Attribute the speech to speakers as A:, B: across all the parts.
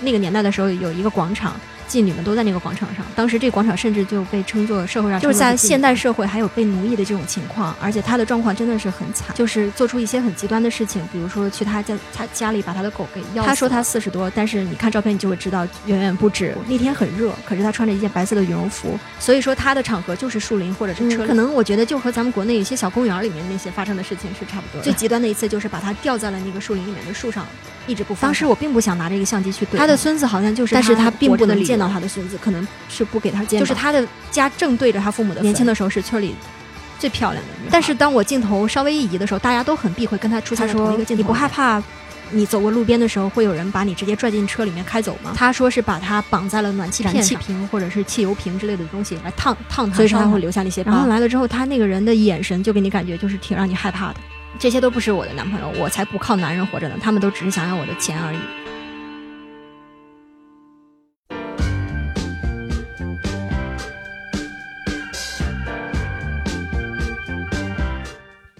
A: 那个年代的时候有一个广场，妓女们都在那个广场上。当时这个广场甚至就被称作社会上就是在现代社会还有被奴役的这种情况，而且她的状况真的是很惨，就是做出一些很极端的事情，比如说去她家她家里把她的狗给咬。她说她四十多，但是你看照片你就会知道远远不止。那天很热，可是她穿着一件白色的羽绒服，所以说她的场合就是树林或者是车里、嗯。可能我觉得就和咱们国内有些小公园里面那些发生的事情是差不多。最极端的一次就是把她吊在了那个树林里面的树上，一直不放。当时我并不想拿这个相机去对他的孙子，好像就是，
B: 但是
A: 他
B: 并不能见到
A: 他
B: 的
A: 孙
B: 子，
A: 可能是不给他见。就是他的家正对着他父母的。年轻的时候是村里最漂亮的女孩，但是当我镜头稍微一移的时候，大家都很避讳跟他出现同一个镜头。你不害怕？你走过路边的时候，会有人把你直接拽进车里面开走吗？他说是把他绑在了暖气片上，瓶或者是汽油瓶之类的东西来烫烫他，
B: 所以说他会留下那些。
A: 然后来了之后，他那个人的眼神就给你感觉就是挺让你害怕的。这些都不是我的男朋友，我才不靠男人活着呢，他们都只是想要我的钱而已。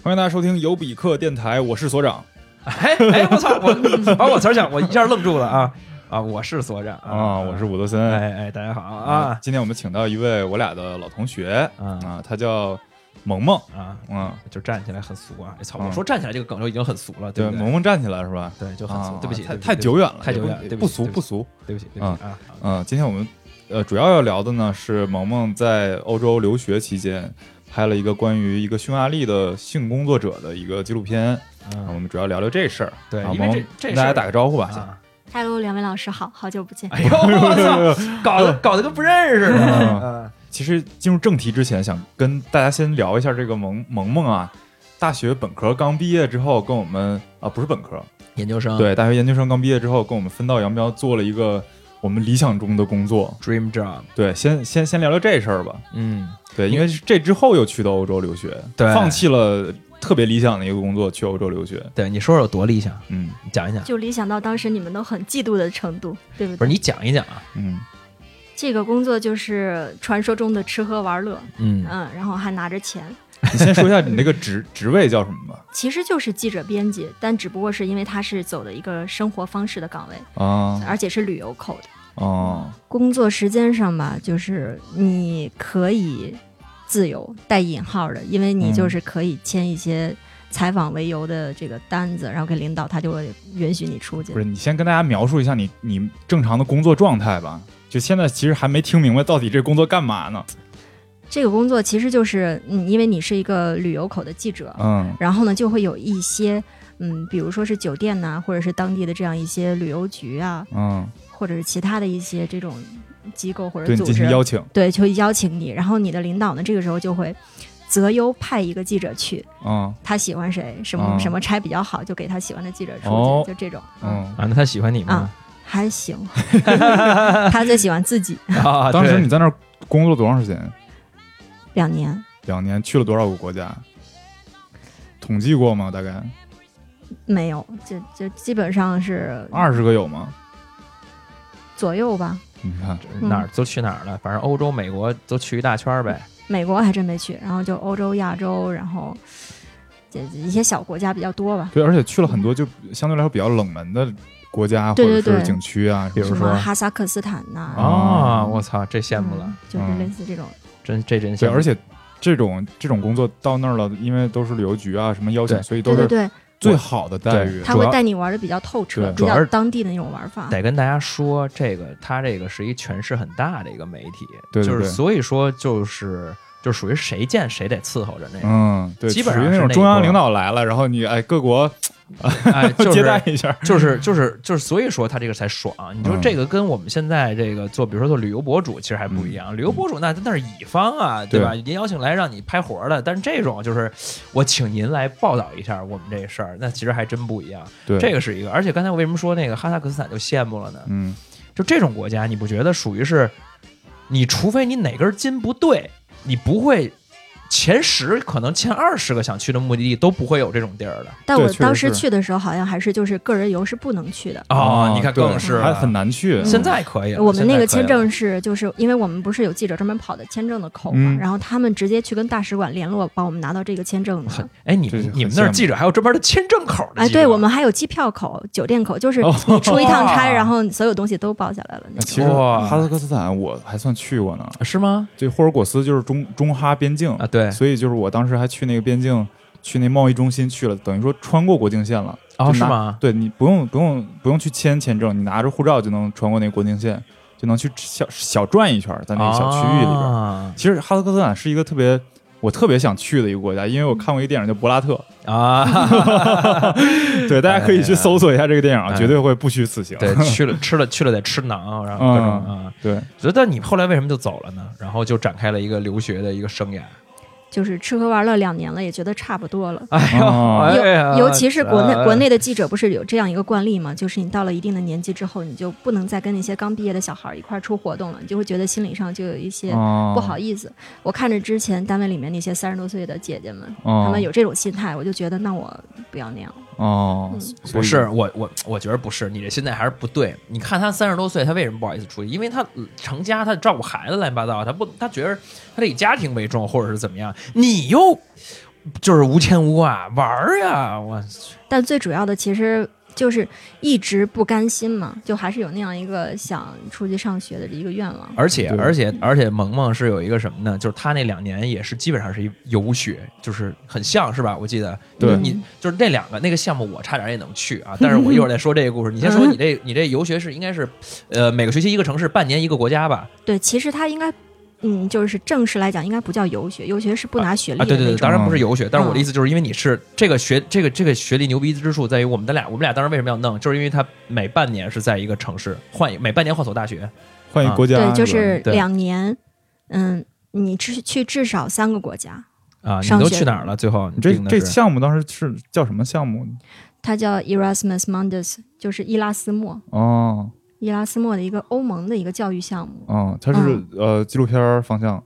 C: 欢迎大家收听有比克电台，我是所长。
D: 哎哎，我操！我把我词儿讲，我一下愣住了啊啊！我是所长
C: 啊，我是伍德森。
D: 哎哎，大家好啊！
C: 今天我们请到一位我俩的老同学
D: 啊
C: 啊，他叫萌萌
D: 啊
C: 嗯，
D: 就站起来很俗啊！操，我说站起来这个梗就已经很俗了，
C: 对
D: 不对？
C: 萌萌站起来是吧？啊
D: 对，就很俗。对不起，
C: 太太久远了，
D: 太久远了，
C: 不俗不俗，
D: 对不起，对不起啊！
C: 嗯，今天我们呃主要要聊的呢是萌萌在欧洲留学期间拍了一个关于一个匈牙利的性工作者的一个纪录片。啊
D: 嗯，啊
C: 我们主要聊聊这事儿，
D: 对，
C: 然后
D: 因为这这
C: 大家打个招呼吧，先。
D: 啊
A: Hello，两位老师好，好久不见。
D: 哎呦， 我操，搞得搞得跟不认识似
C: 嗯
D: 的。
C: 其实进入正题之前，想跟大家先聊一下这个萌萌萌啊，大学本科刚毕业之后，跟我们啊不是本科，
D: 研究生，
C: 对，大学研究生刚毕业之后，跟我们分道扬镳，做了一个我们理想中的工作。
D: ，dream job，
C: 对，先先先聊聊这事儿吧。
D: 嗯，
C: 对，因为这之后又去到欧洲留学，
D: 对
C: 放弃了特别理想的一个工作，去欧洲留学。
D: 对，你说说有多理想，
C: 嗯
D: 你讲一讲，
A: 就理想到当时你们都很嫉妒的程度，对不
D: 不
A: 对？
D: 是你讲一讲啊，
C: 嗯，
A: 这个工作就是传说中的吃喝玩乐，
D: 嗯
A: 嗯，然后还拿着钱，
C: 你先说一下你那个职职位叫什么 吧？
A: 其实就是记者编辑，但只不过是因为他是走的一个生活方式的岗位，
C: 啊
A: 而且是旅游口的。
C: 哦，
A: 哦工作时间上吧，就是你可以自由带引号的，因为你就是可以签一些采访为由的这个单子，然后给领导，他就会允许你出去
C: 不。是，你先跟大家描述一下你你正常的工作状态吧。就现在其实还没听明白到底这工作干嘛呢。
A: 这个工作其实就是，嗯，因为你是一个旅游口的记者，
C: 嗯
A: 然后呢，就会有一些，嗯，比如说是酒店呐、或者是当地的这样一些旅游局啊，
C: 嗯，
A: 或者是其他的一些这种机构或者
C: 对你
A: 组
C: 进行
A: 织，
C: 邀请。
A: 对，就邀请你。然后你的领导呢，这个时候就会择优派一个记者去，
C: 嗯
A: 他喜欢谁，什么、
C: 哦
A: 什么差比较好，就给他喜欢的记者出去，
C: 哦
A: 就这种。
C: 嗯，
D: 啊，那他喜欢你吗
A: 啊？还 行，他最喜欢自己。
D: 啊，
C: 当时
D: 对
C: 你在那儿工作多长时间？
A: 两年
C: 两年，去了多少个国家？统计过吗？大概
A: 嗯没有，就就基本上是
C: 二十个有吗？
A: 左右吧。
C: 你看，
A: 嗯
D: 哪儿都去哪儿了，反正欧洲、美国都去一大圈儿呗。
A: 美国还真没去，然后就欧洲、亚洲，然后这这一些小国家比较多吧。
C: 对，而且去了很多就相对来说比较冷门的国家或
A: 对对
C: 者是
A: 对
C: 景区啊，比
D: 比
A: 什
D: 如
A: 么
D: 说
A: 哈萨克斯坦呐、
C: 啊
D: 啊，我操，这羡慕了，
A: 嗯就是类似这种。
D: 真这真羡
C: 对，
D: 慕。
C: 而且这种这种工作到那儿了，因为都是旅游局啊什么邀请，
D: 对
C: 所以都
A: 对对
C: 是
A: 对，
C: 最好的待遇。
A: 他
D: 主
A: 会
D: 要
A: 带你玩的比较透彻，
C: 对
A: 比
D: 主要
A: 较
D: 是
A: 当地的那种玩法。
D: 得跟大家说，这个它这个是一权势很大的一个媒体，
C: 对对
D: 就是
C: 对
D: 所以说就是就属于谁见谁得伺候着那种，
C: 嗯，对，
D: 哎基本
C: 属于
D: 上
C: 那
D: 是
C: 种
D: 那
C: 中
D: 一
C: 央
D: 波
C: 领导来了，然后你哎各国
D: 哎， 就
C: 接待
D: 是。
C: 一 下，
D: 就是就是就是，所以说他这个才爽。你说
C: 嗯
D: 这个跟我们现在这个做，比如说做旅游博主，其实还不一
C: 嗯
D: 样。旅游博主那那是乙方啊，对吧？人邀请来让你拍活儿的，但是这种就是我请您来报道一下我们这事儿，那其实还真不一样。
C: 对
D: 这个是一个，而且刚才我为什么说那个哈萨克斯坦就羡慕了呢？
C: 嗯，
D: 就这种国家，你不觉得属于是，你除非你哪根筋不对，你不会前十可能前二十个想去的目的地都不会有这种地儿的。
A: 但
C: 对
A: 我
C: 确实
A: 当时
C: 是
A: 去的时候，好像还是就是个人游是不能去的。
D: 哦，你看更是
C: 啊还
D: 了
C: 很。难去。啊
D: 现在可以了，
A: 我们那个签
D: 现在可以了
A: 证是，就是因为我们不是有记者专门跑的签证的口嘛，
C: 嗯
A: 然后他们直接去跟大使馆联络，帮我们拿到这个签证的。
D: 哎，你
C: 这是
D: 们你们
C: 很
D: 那儿
C: 羡慕
D: 记者还有专门的签证口的
A: 哎，
D: 记者
A: 对我们还有机票口、酒店口，就是
C: 哦
A: 你出一趟 差，
D: 哇
A: 然后所有东西都包下来了。那种
C: 哎其实
D: 哇
C: 哈萨克斯坦我还算去过呢，
D: 是吗？
C: 这霍尔果斯就是中中哈边境
D: 啊，对，
C: 所以就是我当时还去那个边境，去那贸易中心去了，等于说穿过国境线了。
D: 哦，
C: 就是拿
D: 吗？
C: 对你不用不用不用去签签证，你拿着护照就能穿过那个国境线，就能去小小转一圈儿，在那个小区域里边。
D: 啊
C: 其实哈萨克斯坦是一个特别我特别想去的一个国家，因为我看过一个电影叫《柏拉特》，
D: 啊，
C: 对，大家可以去搜索一下这个电影
D: 哎
C: 啊，
D: 呀
C: 绝对会不虚此行。
D: 对，去了吃了去了得吃馕，然后各种啊，
C: 对
D: 觉得你后来为什么就走了呢？然后就展开了一个留学的一个生涯。
A: 就是吃喝玩乐两年了，也觉得差不多了。
D: 哎
C: 哦
D: 呦，哎呀
A: 尤尤其是国内
D: 哎
A: 国内的记者，不是有这样一个惯例吗？就是你到了一定的年纪之后，你就不能再跟那些刚毕业的小孩儿一块儿出活动了，你就会觉得心理上就有一些
C: 哦
A: 不好意思。我看着之前单位里面那些三十多岁的姐姐们，
C: 哦
A: 她们有这种心态，我就觉得那我不要那样。
C: 哦，
A: 嗯
D: 不
C: 不
D: 是我我我觉得不是，你这心态还是不对。你看他三十多岁，他为什么不好意思出去？因为他呃成家，他照顾孩子乱七八糟，他不他觉得他得以家庭为重，或者是怎么样。你又就是无牵无挂玩儿呀，我
A: 但最主要的其实就是一直不甘心嘛，就还是有那样一个想出去上学的一个愿望。
D: 而且
C: 对
D: 而且而且，萌萌是有一个什么呢？就是他那两年也是基本上是一游学，就是很像是吧？我记得，
C: 对
D: 你就是那两个那个项目，我差点也能去啊。但是我一会儿再说这个故事。你先说你这你这游学是应该是，呃，每个学期一个城市，半年一个国家吧？
A: 对，其实她应该。嗯，就是正式来讲，应该不叫游学，游学是不拿学历
D: 啊，
A: 的
D: 对对
A: 哎那
D: 对，
A: 种
D: 当然不是游学，但
A: 嗯
D: 是我的意思就是因为你是这个学这个这个学历牛逼之处在于我们的俩，我们俩当时为什么要弄，就是因为他每半年是在一个城市换一，每半年换所大学。
C: 换
D: 啊
C: 一国家，
A: 对，就是
D: 对
A: 两年，嗯，你至去至少三个国家，
D: 啊，你
A: 上
D: 都
A: 学
D: 去哪儿了？最后你
C: 你这
D: 定的
C: 这
D: 是
C: 项目当时是叫什么项目？
A: 它叫 Erasmus Mundus，就是伊拉斯莫，
C: 哦
A: 伊拉斯莫的一个欧盟的一个教育项目。
C: 哦，它是
A: 嗯
C: 呃纪录片儿方向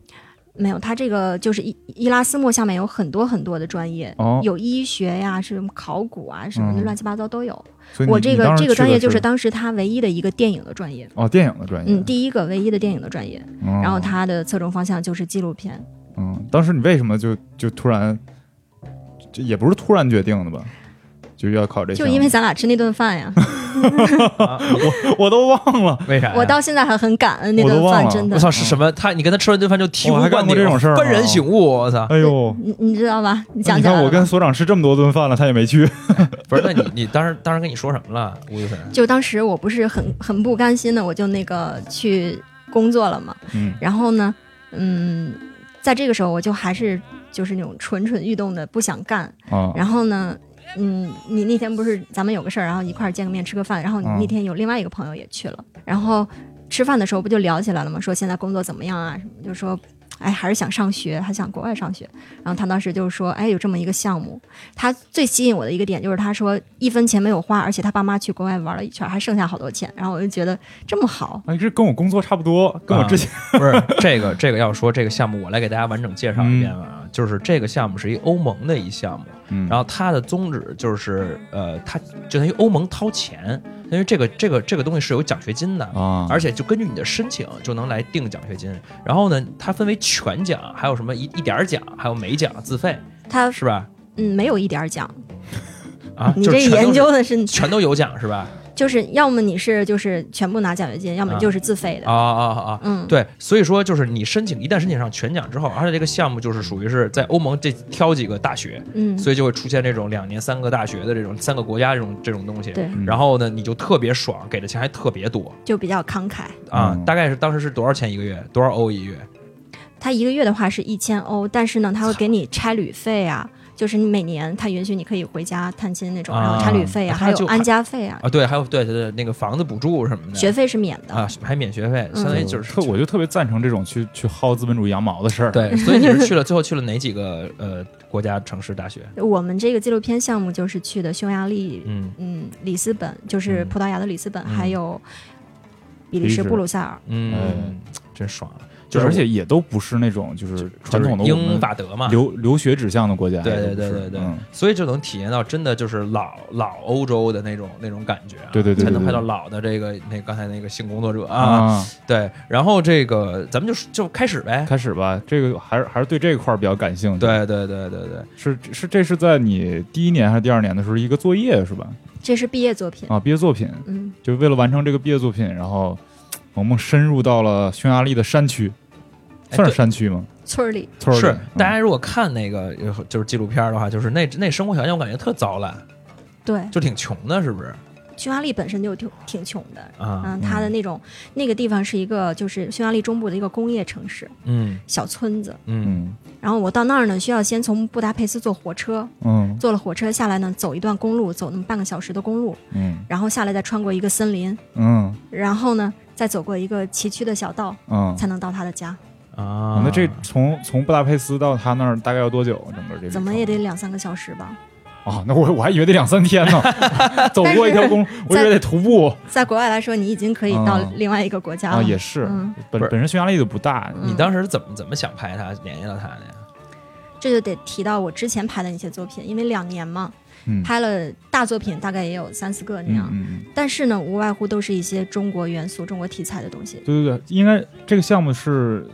A: 没有，它这个就是伊伊拉斯莫下面有很多很多的专业，
C: 哦，
A: 有医学呀，什么考古啊，什么的
C: 嗯
A: 乱七八糟都有。
C: 所以你
A: 我这
C: 你当
A: 个
C: 时
A: 这个
C: 去的
A: 专业就是是当时它唯一的一个电影的专业，
C: 哦电影的专业，
A: 嗯，第一个唯一的电影的专业。
C: 嗯
A: 然后它的侧重方向就是纪录片。
C: 嗯，当时你为什么就就突然，这也不是突然决定的吧？就要考这项
A: 就
C: 目，
A: 因为咱俩吃那顿饭呀，
D: 啊
C: 我都忘了，
D: 为啥呀？
A: 我到现在还很感恩那
C: 哎我都
A: 顿
C: 忘
A: 饭，
C: 了
A: 真的
D: 我。操，是什么？他你跟他吃完顿饭就醍
C: 我
D: 醐
C: 还
D: 灌
C: 干过
D: 顶
C: 这种事儿吗
D: 幡然醒悟。我操！
C: 哎呦，
A: 你你知道吧？你讲
C: 你
A: 讲
C: 看我跟所长吃这么多顿饭了，他也没去。
D: 不是，那你你当时当时跟你说什么了，吴医生？
A: 就当时我不是很很不甘心的，我就那个去工作了嘛。
C: 嗯
A: 然后呢，嗯，在这个时候我就还是就是那种蠢蠢欲动的，不想干。
C: 啊，
A: 然后呢，嗯，你那天不是咱们有个事儿，然后一块儿见个面吃个饭，然后你
C: 嗯
A: 那天有另外一个朋友也去了，然后吃饭的时候不就聊起来了吗？说现在工作怎么样啊？什么就说。哎，还是想上学，还想国外上学。然后他当时就说：“哎，有这么一个项目，他最吸引我的一个点就是他说一分钱没有花，而且他爸妈去国外玩了一圈，还剩下好多钱。”然后我就觉得这么好，
D: 啊
C: 哎，这跟我工作差不多，跟我之前
D: 不是这个这个要说这个项目，我来给大家完整介绍一遍啊。就是这个项目是一欧盟的一项目，
C: 嗯
D: 然后它的宗旨就是呃，它就等于欧盟掏钱，因为这个这个这个东西是有奖学金的。
C: 啊，
D: 而且就根据你的申请就能来定奖学金，然后呢，它分为全奖，还有什么一一点儿奖，还有每奖自费，
A: 他
D: 是吧？
A: 嗯没有一点儿奖。
D: 啊，
A: 你
D: 就
A: 这
D: 是全都是
A: 研究的是，
D: 全都有奖是吧？
A: 就是要么你是就是全部拿奖学金，要么
D: 啊
A: 你就是自费的。
D: 啊啊啊啊！
A: 嗯，
D: 对，所以说就是你申请，一旦申请上全奖之后，而且这个项目就是属于是在欧盟这挑几个大学，
A: 嗯，
D: 所以就会出现这种两年三个大学的这种三个国家这种这种东西。
A: 对，
C: 嗯
D: 然后呢，你就特别爽，给的钱还特别多
A: 就比较慷慨。
D: 啊！
C: 嗯
D: 大概是当时是多少钱一个月？多少欧一月？
A: 他一个月的话是一千欧，但是呢，他会给你差旅费啊，就是你每年他允许你可以回家探亲那种，
D: 啊
A: 然后差旅费啊，
D: 他
A: 还有
D: 就
A: 安家费啊，
D: 啊，对，还有对对对，那个房子补助什么的，
A: 学费嗯是免的。
D: 啊，还免学费，相当于就是
C: 特，我就特别赞成这种去去薅资本主义羊毛的事儿。，
D: 对，所以你是 去了最后去了哪几个呃国家城市大学？
A: 我们这个纪录片项目就是去的匈牙利，
D: 嗯
A: 嗯，里斯本，就是葡萄牙的里斯本，
D: 嗯
A: 还有比利
C: 比利
A: 时
C: 时
A: 布鲁塞尔。
D: 嗯
C: 嗯，
D: 真爽了。
C: 就
D: 就是是
C: 而且也都不是那种就是传统的
D: 就是
C: 我们
D: 英法德嘛，
C: 留留学指向的国家，
D: 对
C: 也
D: 对
C: 都
D: 对
C: 不是
D: 对对
C: 嗯，
D: 所以就能体验到真的就是老老欧洲的那种那种感觉啊、
C: 对对对对
D: 才能
C: 对
D: 拍到老的这个那刚才那个性工作者啊，
C: 啊，
D: 对，然后这个咱们就就开始呗，
C: 开始吧，这个还是还是对这块儿比较感兴趣，，
D: 对对对对对，
C: 是是这是在你第一年还是第二年的时候一个作业是吧？
A: 这是毕业作
D: 哦
A: 品。
C: 啊，毕业作品，
A: 嗯，
C: 就为了完成这个毕业作品，然后萌萌深入到了匈牙利的山区，
D: 哎
C: 算是
D: 对
C: 山区吗？
A: 村儿里
C: 村儿里
D: 是
C: 嗯
D: 大家如果看那个呃就是纪录片儿的话，就是那那生活条件我感觉特糟烂，
A: 对
D: 就挺穷的，是不是
A: 匈牙利本身就挺挺穷的。
D: 啊？
A: 嗯，它的那种那个地方是一个，就是匈牙利中部的一个工业城市，
D: 嗯
A: 小村子。
D: 嗯
C: 嗯
A: 然后我到那儿呢，需要先从布达佩斯坐火车，
C: 嗯
A: 坐了火车下来呢，走一段公路，走那么半个小时的公路，
C: 嗯
A: 然后下来再穿过一个森林，
C: 嗯
A: 然后呢再走过一个崎岖的小道，
C: 嗯
A: 才能到他的家。
D: 啊
C: 啊，那这从从布达佩斯到他那儿大概要多久？整个这个
A: 怎么也得两三个小时吧。
C: 啊？那我我还以为得两三天 呢，走过一条公路，我以为得徒步
A: 在国外来说，你已经可以到
C: 嗯
A: 另外一个国家了。
C: 啊，也是
A: 嗯，
C: 本
D: 不是
C: 本身匈牙利就不大，
A: 嗯
D: 你当时怎么怎么想拍他联系到他的呀？
A: 这就得提到我之前拍的那些作品，因为两年嘛，
C: 嗯
A: 拍了大作品大概也有三四个那
C: 嗯
A: 样，
C: 嗯嗯，
A: 但是呢，无外乎都是一些中国元素、中国题材的东西。
C: 对对对，应该这个项目是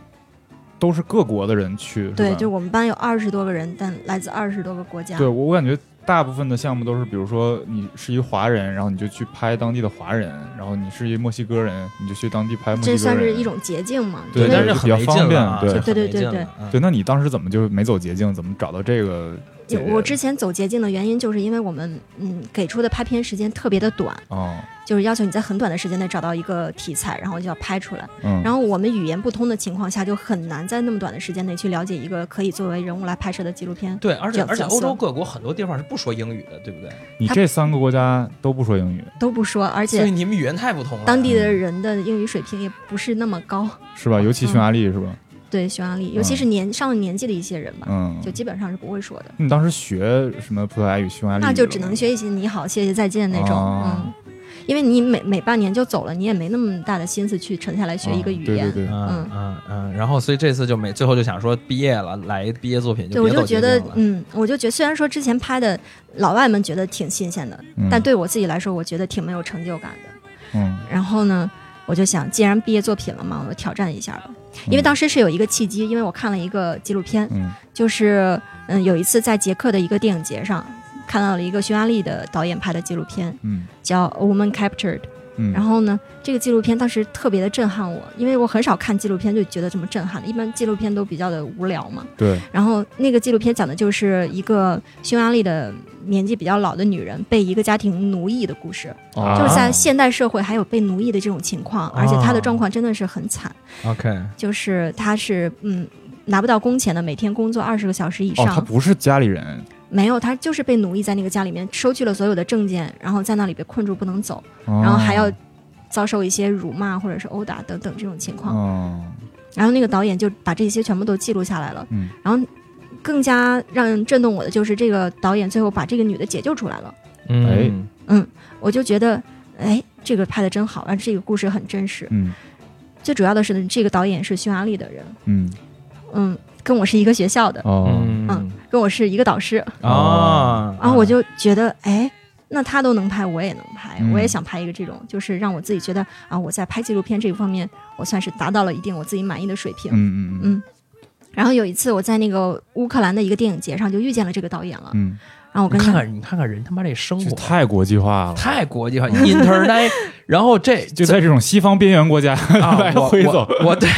C: 都是各国的人去，是
A: 对，
C: 吧
A: 就我们班有二十多个人，但来自二十多个国家。
C: 对我我感觉大部分的项目都是，比如说你是一个华人，然后你就去拍当地的华人，然后你是一墨西哥人，你就去当地拍墨西哥
A: 这算
C: 人。
A: 是一种捷径嘛？
C: 对
A: 因
D: 但
A: 为
C: 就
D: 是很
C: 比
D: 没
C: 较
D: 劲
C: 方
D: 了
C: 便
D: 啊，
C: 对
D: 这很
A: 对
D: 没
A: 对
D: 劲
A: 对
D: 了啊
C: 对，那你当时怎么就没走捷径，怎么找到这个解决的？
A: 我之前走捷径的原因，就是因为我们嗯给出的拍片时间特别的短，
C: 哦，
A: 就是要求你在很短的时间内找到一个题材，然后就要拍出来。
C: 嗯，
A: 然后我们语言不通的情况下，就很难在那么短的时间内去了解一个可以作为人物来拍摄的纪录片。
D: 对，而且
A: 角
D: 而且
A: 角
D: 欧洲
A: 色
D: 各国很多地方是不说英语的，对不对？
C: 你这三个国家都不说英语
A: 都不说，而
D: 所以
A: 且
D: 你们语言太不同了。
A: 当地的人的英语水平也不是那么高。
C: 是吧？尤
A: 嗯
C: 其匈牙利是吧？
A: 对匈牙利，尤其是年上了年纪的一些人吧，
C: 嗯，
A: 啊就基本上是不会说的，
C: 你当时学什么葡萄牙语、匈牙利语
A: 那
C: 了吗？
A: 就只能学一些你好、谢谢、再见那种。
C: 哦
A: 嗯，因为你每每半年就走了，你也没那么大的心思去沉下来学一个语言。
C: 嗯对对对，
D: 嗯嗯嗯，然后所以这次就没，最后就想说毕业了，来一毕业作品
A: 对，我
D: 别
A: 就
D: 走
A: 觉
D: 捷
A: 得
D: 径了，。
A: 嗯，我就觉得，虽然说之前拍的老外们觉得挺新鲜的，
C: 嗯
A: 但对我自己来说，我觉得挺没有成就感的。
C: 嗯，
A: 然后呢，我就想，既然毕业作品了嘛，我就挑战一下吧。因为当时是有一个契机，因为我看了一个纪录片，
C: 嗯
A: 就是嗯，有一次在捷克的一个电影节上看到了一个匈牙利的导演拍的纪录片，
C: 嗯
A: 叫《A Woman Captured》。
C: 嗯，
A: 然后呢，这个纪录片当时特别的震撼我，因为我很少看纪录片就觉得这么震撼了，一般纪录片都比较的无聊嘛。
C: 对，
A: 然后那个纪录片讲的就是一个匈牙利的年纪比较老的女人被一个家庭奴役的故事。
C: 啊
A: 就是在现代社会还有被奴役的这种情况，而且他的状况真的是很惨，
D: OK，
C: 哎
A: 就是他是嗯拿不到工钱的，每天工作二十个小时以
C: 哦，
A: 上，
C: 他不是家里人，
A: 没有他就是被奴役在那个家里面，收去了所有的证件，然后在那里被困住不能走，
C: 然
A: 然后还要遭受一些辱骂或者是殴打等等这种情况。
C: 哦，
A: 然后那个导演就把这些全部都记录下来了，
C: 嗯
A: 然后。更加让人震动我的就是这个导演最后把这个女的解救出来了，
D: 嗯，
A: 我就觉得，哎，这个拍的真好，而且这个故事很真实。
C: 嗯
A: 最主要的是呢，这个导演是匈牙利的人，
C: 嗯
A: 嗯，跟我是一个学校的，
C: 哦，
A: 嗯哦跟我是一个导师，
D: 啊，
A: 然后我就觉得，哎，那他都能拍，我也能拍，
C: 嗯
A: 我也想拍一个这种，就是让我自己觉得啊，我在拍纪录片这一方面，我算是达到了一定我自己满意的水平。
C: 嗯嗯嗯
A: 嗯然后有一次我在那个乌克兰的一个电影节上就遇见了这个导演了，
C: 嗯。
A: 然后我
D: 你
A: 跟
D: 看
A: 他，
D: 看你看看人他妈这生
C: 这
D: 活
C: 太国际化了，
D: 太国际化，internet，然 后这
C: 就在这种西方边缘国家
D: 啊
C: 来
D: 我
C: 回走。
D: 我 我对，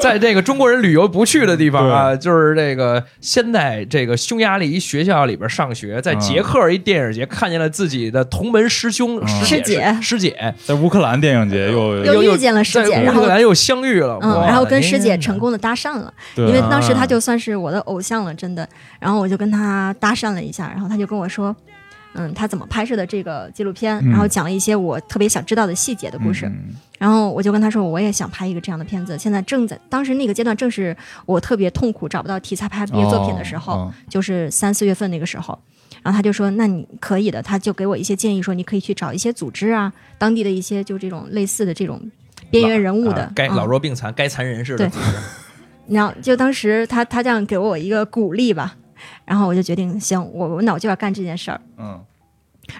D: 在这个中国人旅游不去的地方啊，就是这个先在这个匈牙利一学校里边上学，在捷克一电影节看见了自己的同门师兄、
C: 嗯
D: 师姐、师姐，
C: 在乌克兰电影节又
A: 又
D: 又
A: 遇见了师
D: 在
A: 姐，
D: 乌
A: 然
D: 克
A: 后
D: 兰又相遇了，
A: 嗯，
D: 哇
A: 然后跟师姐
D: 天哪
A: 成功的搭讪了。
C: 对
A: 因为
D: 啊
A: 当时他就算是我的偶像了，真的。然后我就跟他搭讪了一下，然后他就跟我说，嗯，他怎么拍摄的这个纪录片，
C: 嗯
A: 然后讲了一些我特别想知道的细节的故事。
C: 嗯
A: 然后我就跟他说，我也想拍一个这样的片子，现在正在当时那个阶段，正是我特别痛苦找不到题材拍毕业作品的时候，
C: 哦
A: 就是三四月份那个时候。然后他就说：“那你可以的。”他就给我一些建议，说你可以去找一些组织啊，当地的一些就这种类似的这种边缘人物的，
D: 啊该
A: 嗯
D: 老弱病残，该残人士的
A: 对
D: 组织，
A: 然后就当时他他这样给我一个鼓励吧，然后我就决定行，我我脑就要干这件事儿。
C: 嗯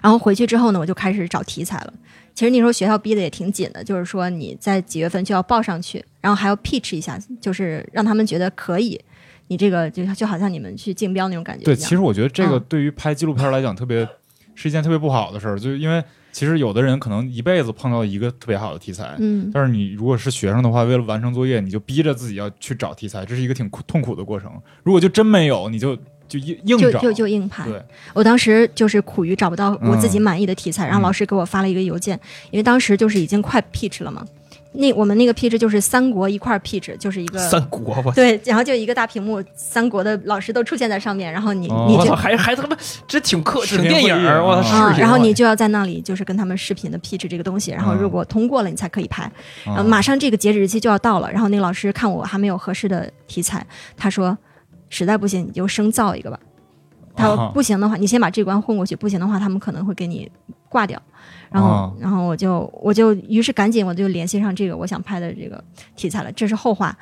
A: 然后回去之后呢，我就开始找题材了。其实那时候学校逼的也挺紧的，就是说你在几月份就要报上去，然后还要 pitch 一下，就是让他们觉得可以。你这个就就好像你们去竞标那种感觉一样。
C: 对，其实我觉得这个
A: 嗯
C: 对于拍纪录片来讲，特别是一件特别不好的事儿，就因为其实有的人可能一辈子碰到一个特别好的题材，
A: 嗯，
C: 但是你如果是学生的话，为了完成作业，你就逼着自己要去找题材，这是一个挺苦痛苦的过程。如果就真没有，你就就硬硬
A: 就
C: 找，
A: 就就硬拍。
C: 对，
A: 我当时就是苦于找不到我自己
C: 嗯
A: 满意的题材，然后
C: 嗯
A: 老师给我发了一个邮件，因为当时就是已经快 pitch 了嘛。那我们那个 pitch 就是三国一块儿 pitch，就是一个
D: 三国我。
A: 对，然后就一个大屏幕，三国的老师都出现在上面，然后你、
C: 哦
A: 你
D: 我
A: 就
D: 操，还还他妈这挺客
C: 视
D: 挺
C: 频
D: 电影儿，
C: 会议啊
D: 我操，视
A: 啊，
D: 频
A: 然后
D: 会
A: 你
D: 议
A: 就要在那里就是跟他们视频的 pitch 这个东西，然后
C: 嗯
A: 如果通过了你才可以拍。然后
C: 嗯
A: 马上这个截止日期就要到了，然后那个老师看我还没有合适的题材，他说实在不行你就生造一个吧。他说
C: 啊
A: 不行的话，你先把这关混过去，不行的话他们可能会给你挂掉。然后，
C: 啊
A: 然后我就我就于是赶紧我就联系上这个我想拍的这个题材了，这是后话。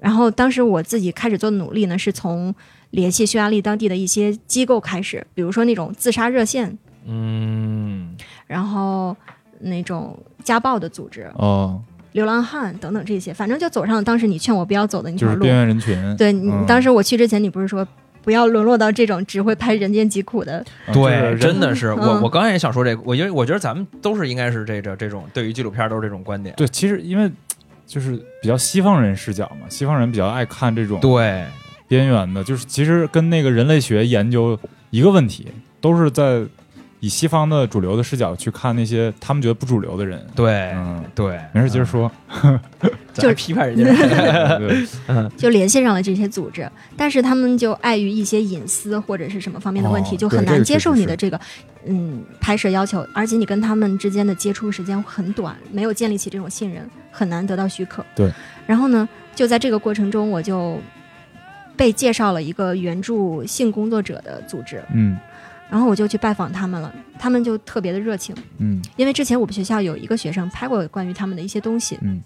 A: 然后当时我自己开始做的努力呢，是从联系匈牙利当地的一些机构开始，比如说那种自杀热线，
D: 嗯，
A: 然后那种家暴的组织、
C: 哦，
A: 流浪汉等等这些，反正就走上了当时你劝我不要走的那
C: 就
A: 条
C: 是
A: 路
C: 边。缘人群，
A: 对你
C: 嗯
A: 当时我去之前，你不是说不要沦落到这种只会拍人间疾苦的？
C: 啊就是
D: 对，
C: 人
D: 真的是我，
A: 嗯
D: 我刚才也想说这个，我因为我觉得咱们都是应该是这这这种对于纪录片都是这种观点，
C: 对，其实因为就是比较西方人视角嘛，西方人比较爱看这种
D: 对，
C: 边缘的，就是其实跟那个人类学研究一个问题，都是在以西方的主流的视角去看那些他们觉得不主流的人。
D: 对，
C: 嗯，
D: 对，
C: 没事，接着说。
D: 咱
A: 就是
D: 批判人 家，
A: 嗯
C: 对
A: 就联系上了这些组织，但是他们就碍于一些隐私或者是什么方面的问题，
C: 哦
A: 就很
C: 对这
A: 难
C: 个
A: 接受
C: 确实
A: 你的这个嗯拍摄要求，而且你跟他们之间的接触时间很短，没有建立起这种信任，很难得到许可。
C: 对，
A: 然后呢，就在这个过程中，我就被介绍了一个援助性工作者的组织，
C: 嗯
A: 然后我就去拜访他们了，他们就特别的热情，
C: 嗯
A: 因为之前我们学校有一个学生拍过关于他们的一些东西，
C: 嗯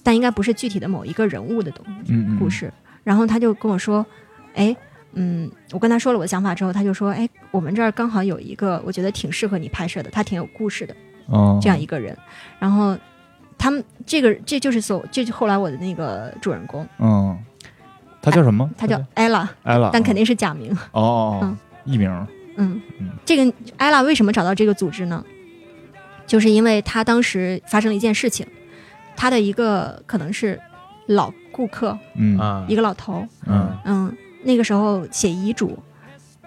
A: 但应该不是具体的某一个人物的东西。
C: 嗯嗯，
A: 故事，然后他就跟我说，哎，嗯，我跟他说了我的想法之后，他就说，哎，我们这儿刚好有一个我觉得挺适合你拍摄的，他挺有故事的
C: 哦，
A: 这样一个人，然后他们这个这就是所这就后来我的那个主人公，
C: 嗯，他叫什么？
A: 他叫 ella，
C: 艾拉，
A: 但肯定是假名，
C: 哦哦哦
A: 嗯，
C: 艺名
A: 嗯
C: 嗯，
A: 这个 ella 为什么找到这个组织呢？就是因为他当时发生了一件事情，他的一个可能是老顾客，
C: 嗯
D: 啊
A: 一，个老头，
C: 嗯，
A: 嗯，那个时候写遗嘱，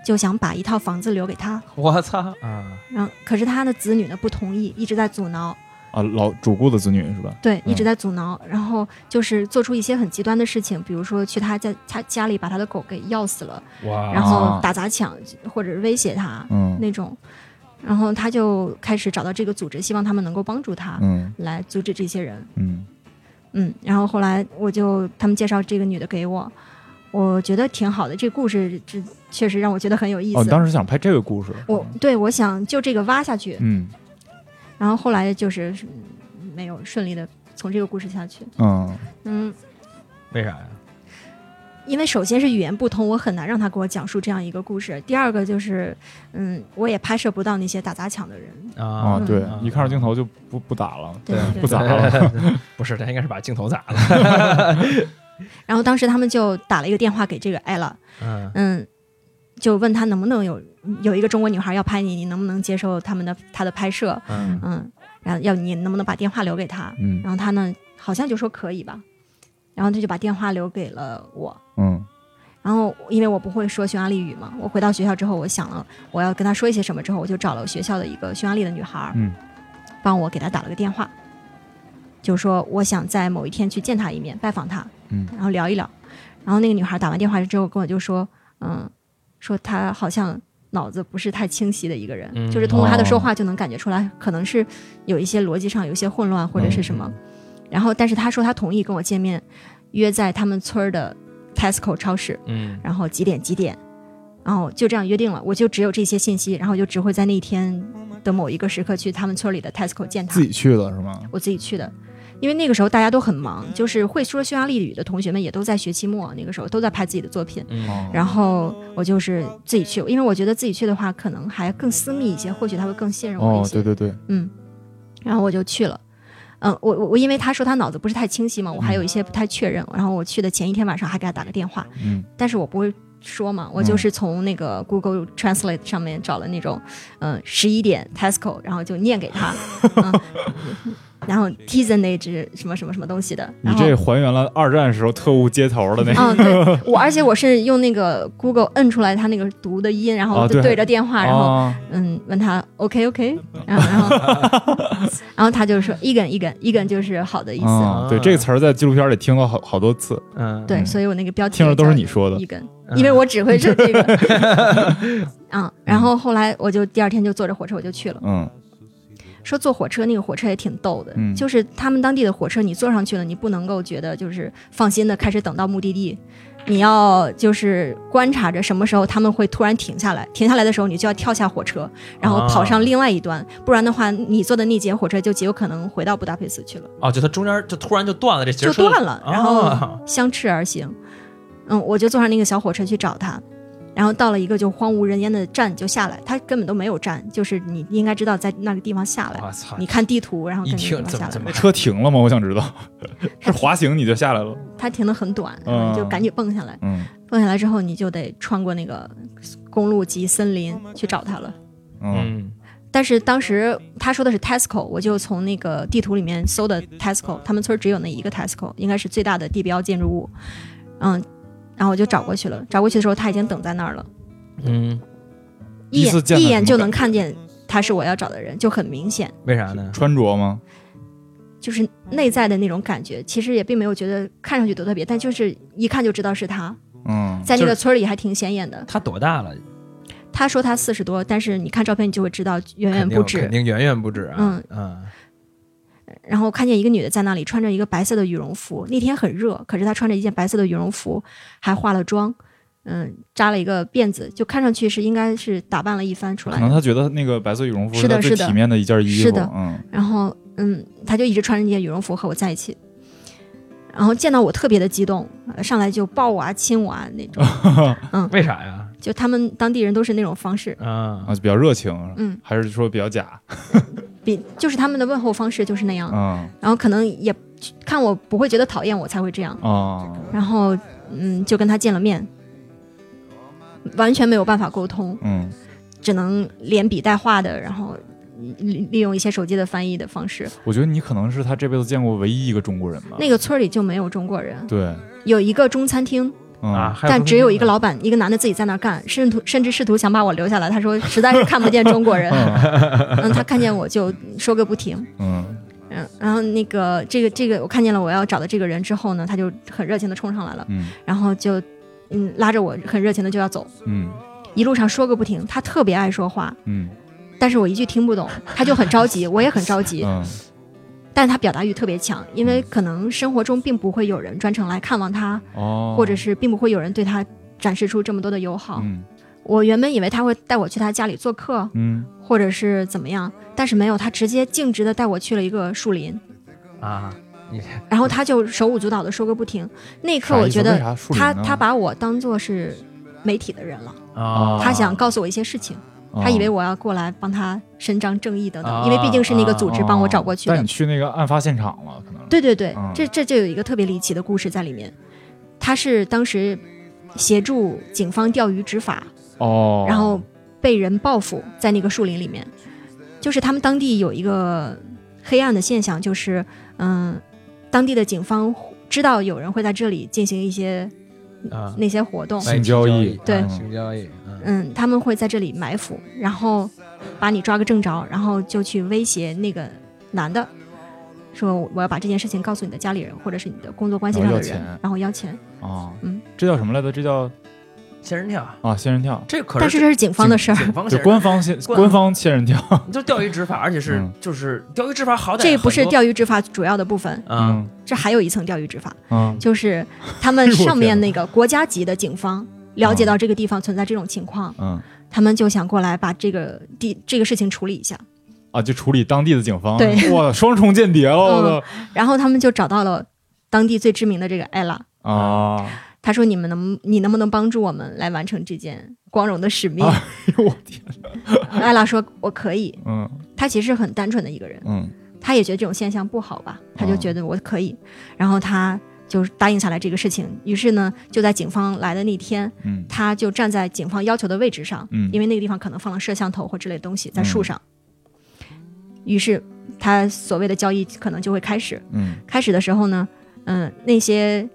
A: 就想把一套房子留给他，
D: 我操啊，
A: 然后可是他的子女呢不同意，一直在阻挠，
C: 啊，老主顾的子女是吧？
A: 对，
C: 嗯
A: 一直在阻挠，然后就是做出一些很极端的事情，比如说去他家他家里把他的狗给药死了，
D: 哇
A: 然
C: 啊
A: 后打砸抢或者是威胁他
C: 嗯
A: 那种，然后他就开始找到这个组织，希望他们能够帮助他
C: 嗯
A: 来阻止这些人。
C: 嗯
A: 嗯，然后后来我就他们介绍这个女的给我，我觉得挺好的，这故事这确实让我觉得很有意思。
C: 哦，你当时想拍这个故事？
A: 我对我想就这个挖下去，
C: 嗯
A: 然后后来就是嗯没有顺利的从这个故事下去。
C: 嗯
A: 嗯，
D: 为啥呀？
A: 因为首先是语言不通，我很难让他给我讲述这样一个故事。第二个就是，嗯，我也拍摄不到那些打砸抢的人。
C: 啊，
D: 啊
A: 嗯，
C: 对
D: 嗯，
C: 一看着镜头就不不打了，
A: 对对
C: 啊不
A: 对
C: 打了，
D: 不是，他应该是把镜头砸了，
A: 然后当时他们就打了一个电话给这个艾拉，
D: 嗯，
A: 嗯，就问他能不能有有一个中国女孩要拍你，你能不能接受他们的她的拍摄？
D: 嗯
A: 嗯，然后要你能不能把电话留给她？
C: 嗯
A: 然后她呢好像就说可以吧，然后他就把电话留给了我。
C: 嗯
A: 然后因为我不会说匈牙利语嘛，我回到学校之后，我想了我要跟她说一些什么，之后我就找了学校的一个匈牙利的女孩儿，
C: 嗯
A: 帮我给她打了个电话，就说我想在某一天去见她一面，拜访她，
C: 嗯
A: 然后聊一聊。然后那个女孩打完电话之后跟我就说，嗯，说她好像脑子不是太清晰的一个人，
D: 嗯
A: 就是通过她的
C: 哦
A: 说话就能感觉出来，可能是有一些逻辑上有一些混乱或者是什么。然后但是她说她同意跟我见面，约在他们村儿的 Tesco 超市。
D: 嗯，
A: 然后几点几点，然后就这样约定了。我就只有这些信息，然后我就只会在那一天的某一个时刻去他们村里的 Tesco 见他
C: 自。己去的是吗？
A: 我自己去的，因为那个时候大家都很忙，就是会说匈牙利语的同学们也都在学期末，那个时候都在拍自己的作品。
D: 嗯，
C: 哦
A: 然后我就是自己去，因为我觉得自己去的话，可能还更私密一些，或许他会更信任我
C: 哦
A: 一，些。
C: 对对对，
A: 嗯，然后我就去了。嗯，我我我因为他说他脑子不是太清晰嘛，我还有一些不太确认。然后我去的前一天晚上还给他打个电话，
C: 嗯，
A: 但是我不会说嘛，我就是从那个 Google Translate 上面找了那种，嗯、1十一点 Tesco，然后就念给 他，嗯，然后 Tizen 那只什么什么什么东西的，
C: 你
A: 然后
C: 这还原了二战时候特务接头的那个，
A: 嗯，对我，而且我是用那个 Google 摁出来他那个读的音，然后
C: 哦
A: 就
C: 对
A: 对着电话，然后
C: 啊
A: 嗯问他 OK OK，然后然后 然后他就说 Egan Egan Egan 就是好的意思，
C: 啊，对这个词儿在纪录片里听了好好多次，
D: 嗯，
A: 对，
C: 嗯
A: 所以我那个标题
C: 听着都是
A: 叫
C: 你说嗯的，
A: Egan，因为我只会是 这个，啊，然后后来我就第二天就坐着火车我就去了，
C: 嗯
A: 说坐火车那个火车也挺逗的，
C: 嗯
A: 就是他们当地的火车你坐上去了，你不能够觉得就是放心的开始等到目的地。你要就是观察着什么时候他们会突然停下来，停下来的时候你就要跳下火车，然后跑
C: 啊
A: 上另外一端，不然的话你坐的那节火车就极有可能回到布达佩斯去了。
D: 哦，就它中间就突然就断了，这节
A: 就断了，然
C: 啊
A: 后
D: 哦
A: 相斥而行。嗯，我就坐上那个小火车去找他，然后到了一个就荒无人烟的站就下来，他根本都没有站，就是你应该知道在那个地方下来。
D: 我操，
A: 你看地图，然后
D: 啊一
A: 跟着地
D: 听
A: 方
D: 怎
A: 下
D: 么怎
A: 来。
D: 么
C: 车停了吗？我想 知道，是滑行你就下来了，
A: 他停的很短，然后你就赶紧蹦下来。
C: 嗯
A: 蹦下来之后，你就得穿过那个公路及森林去找他了。
C: 嗯
D: 嗯
A: 但是当时他说的是 Tesco，我就从那个地图里面搜的 Tesco，他们村儿只有那一个 Tesco，应该是最大的地标建筑物。嗯，然后我就找过去了，找过去的时候他已经等在那儿了，
D: 嗯，
A: 一
C: 第一次
A: 眼
C: 见他
A: 一眼就
C: 什么
A: 能看见他是我要找的人，就很明显，
D: 为啥呢？
C: 穿着吗？
A: 就是内在的那种感觉。其实也并没有觉得看上去多特别，但就是一看就知道是他，
C: 嗯，
A: 在那
D: 就
A: 个村儿里还挺显眼的。
D: 他多大了？
A: 他说他四十多，但是你看照片你就会知道远远
D: 肯定
A: 不止
D: 肯。定远远不止啊。
A: 嗯
D: 嗯
A: 然后看见一个女的在那里穿着一个白色的羽绒服，那天很热，可是她穿着一件白色的羽绒服，还化了妆，嗯，扎了一个辫子，就看上去是应该是打扮了一番出
C: 可
A: 来
C: 能
A: 的。
C: 他觉得那个白色羽绒服
A: 是的
C: 他最
A: 是的
C: 体面的一件衣服，
A: 是的
C: 嗯
A: 然后，嗯，她就一直穿着那件羽绒服和我在一起，然后见到我特别的激动，呃上来就抱我啊、亲我啊那种，
D: 为啥呀？
A: 就他们当地人都是那种方式，
D: 嗯
C: 啊，比较热情，
A: 嗯，
C: 还是说比较假，
A: 比就是他们的问候方式就是那样，
C: 嗯
A: 然后可能也看我不会觉得讨厌我才会这样。
C: 啊，
A: 然后嗯，就跟他见了面，完全没有办法沟通，
C: 嗯
A: 只能连笔带画的，然后利利用一些手机的翻译的方式。
C: 我觉得你可能是他这辈子见过唯一一个中国人吧，
A: 那个村儿里就没有中国人，
C: 对，
A: 有一个中餐厅，
C: 嗯
D: 啊，，还
A: 但只有一个
D: 老
A: 老板，一个男的自己在那儿干，试图甚至试图想把我留下来，他说实在是看不见中国人，
C: 嗯
A: 嗯，他看见我就说个不停。
C: 嗯
A: 嗯，然后那个这个这个，我看见了我要找的这个人之后呢，他就很热情的冲上来了，
C: 嗯
A: 然后就嗯拉着我很热情的就要走，
C: 嗯
A: 一路上说个不停，他特别爱说话，
C: 嗯
A: 但是我一句听不懂，他就很着急，我也很着急，
C: 嗯
A: 但是他表达欲特别强，因为可能生活中并不会有人专程来看望他，
C: 哦，
A: 或者是啊并不会有人对他展示出这么多的友好。
C: 嗯
A: 我原本以为他会带我去他家里做客，
C: 嗯
A: 或者是怎么样，但是没有，他直接径直的带我去了一个树林，
D: 啊，
C: 嗯
A: 然后他就手舞足蹈的说个不停。那一刻
C: 啥
A: 我
C: 意思
A: 觉
C: 为
A: 得
C: 啥树
A: 他
C: 林呢
A: 他把我当做是媒体的人了，
D: 哦
C: 啊
A: 他想告诉我一些事情。他以为
C: 哦
A: 我要过来帮他伸张正义等
D: 啊
A: 等，因为毕竟是那个组织帮我找过去
C: 哦但
A: 的
C: 你。去那个案发现场了，可能
A: 对对对
C: 嗯，
A: 这这就有一个特别离奇的故事在里面。他是当时协助警方钓鱼执法，
C: 哦，
A: 然后被人报复在那个树林里面。就是他们当地有一个黑暗的现象，就是嗯，当地的警方知道有人会在这里进行一些
D: 啊，
A: 那些活动，
C: 哎性交易
A: 对
D: 啊性交易，嗯
A: 嗯，他们会在这里埋伏，然后把你抓个正着，然后就去威胁那个男的，说我要把这件事情告诉你的家里人或者是你的工作关系上的人
C: 然后要钱，
A: 然后要钱。
C: 哦，
A: 嗯，
C: 这叫什么来着？这叫
D: 仙人跳，
C: 啊仙人跳，
D: 这可
A: 但是这是警方的事儿，
D: 警方
C: 就
D: 仙人
C: 官方仙
D: 官
C: 官方仙人跳，
D: 你就钓鱼执法，而且是
C: 嗯
D: 就是钓鱼执法，好歹
A: 这不是
D: 很多
A: 钓鱼执法主要的部分，
D: 啊，
A: 这还有一层钓鱼执法，
C: 嗯
A: 就是他
C: 哎
A: 们
C: 呦我天啊
A: 上面那个国家级的警方。了解到这个地方存在这种情况，
C: 嗯
A: 他们就想过来把这个地这个事情处理一下。
C: 啊，就处理当地的警方，
A: 对嗯
C: 哇，双重间谍了，我的
A: 然后他们就找到了当地最知名的这个艾拉，
C: 啊，
A: 他说：“你们能，你能不能帮助我们来完成这件光荣的使命
C: 啊哎
A: 嗯
C: 呦我天，？”
A: 艾拉说：“我可 以。
C: 嗯”
A: 他其实很单纯的一个人，
C: 嗯
A: 他也觉得这种现象不好吧，
C: 啊
A: 他就觉得我可以，然后他就答应下来这个事情。于是呢，就在警方来的那天，
C: 嗯
A: 他就站在警方要求的位置上，
C: 嗯，
A: 因
C: 为
A: 为那个地方可能放了摄像头或之类的东西，在
D: 嗯
A: 树上。于是他所谓的交易可能就会开始。
C: 嗯
A: 开始的时候呢，嗯、那些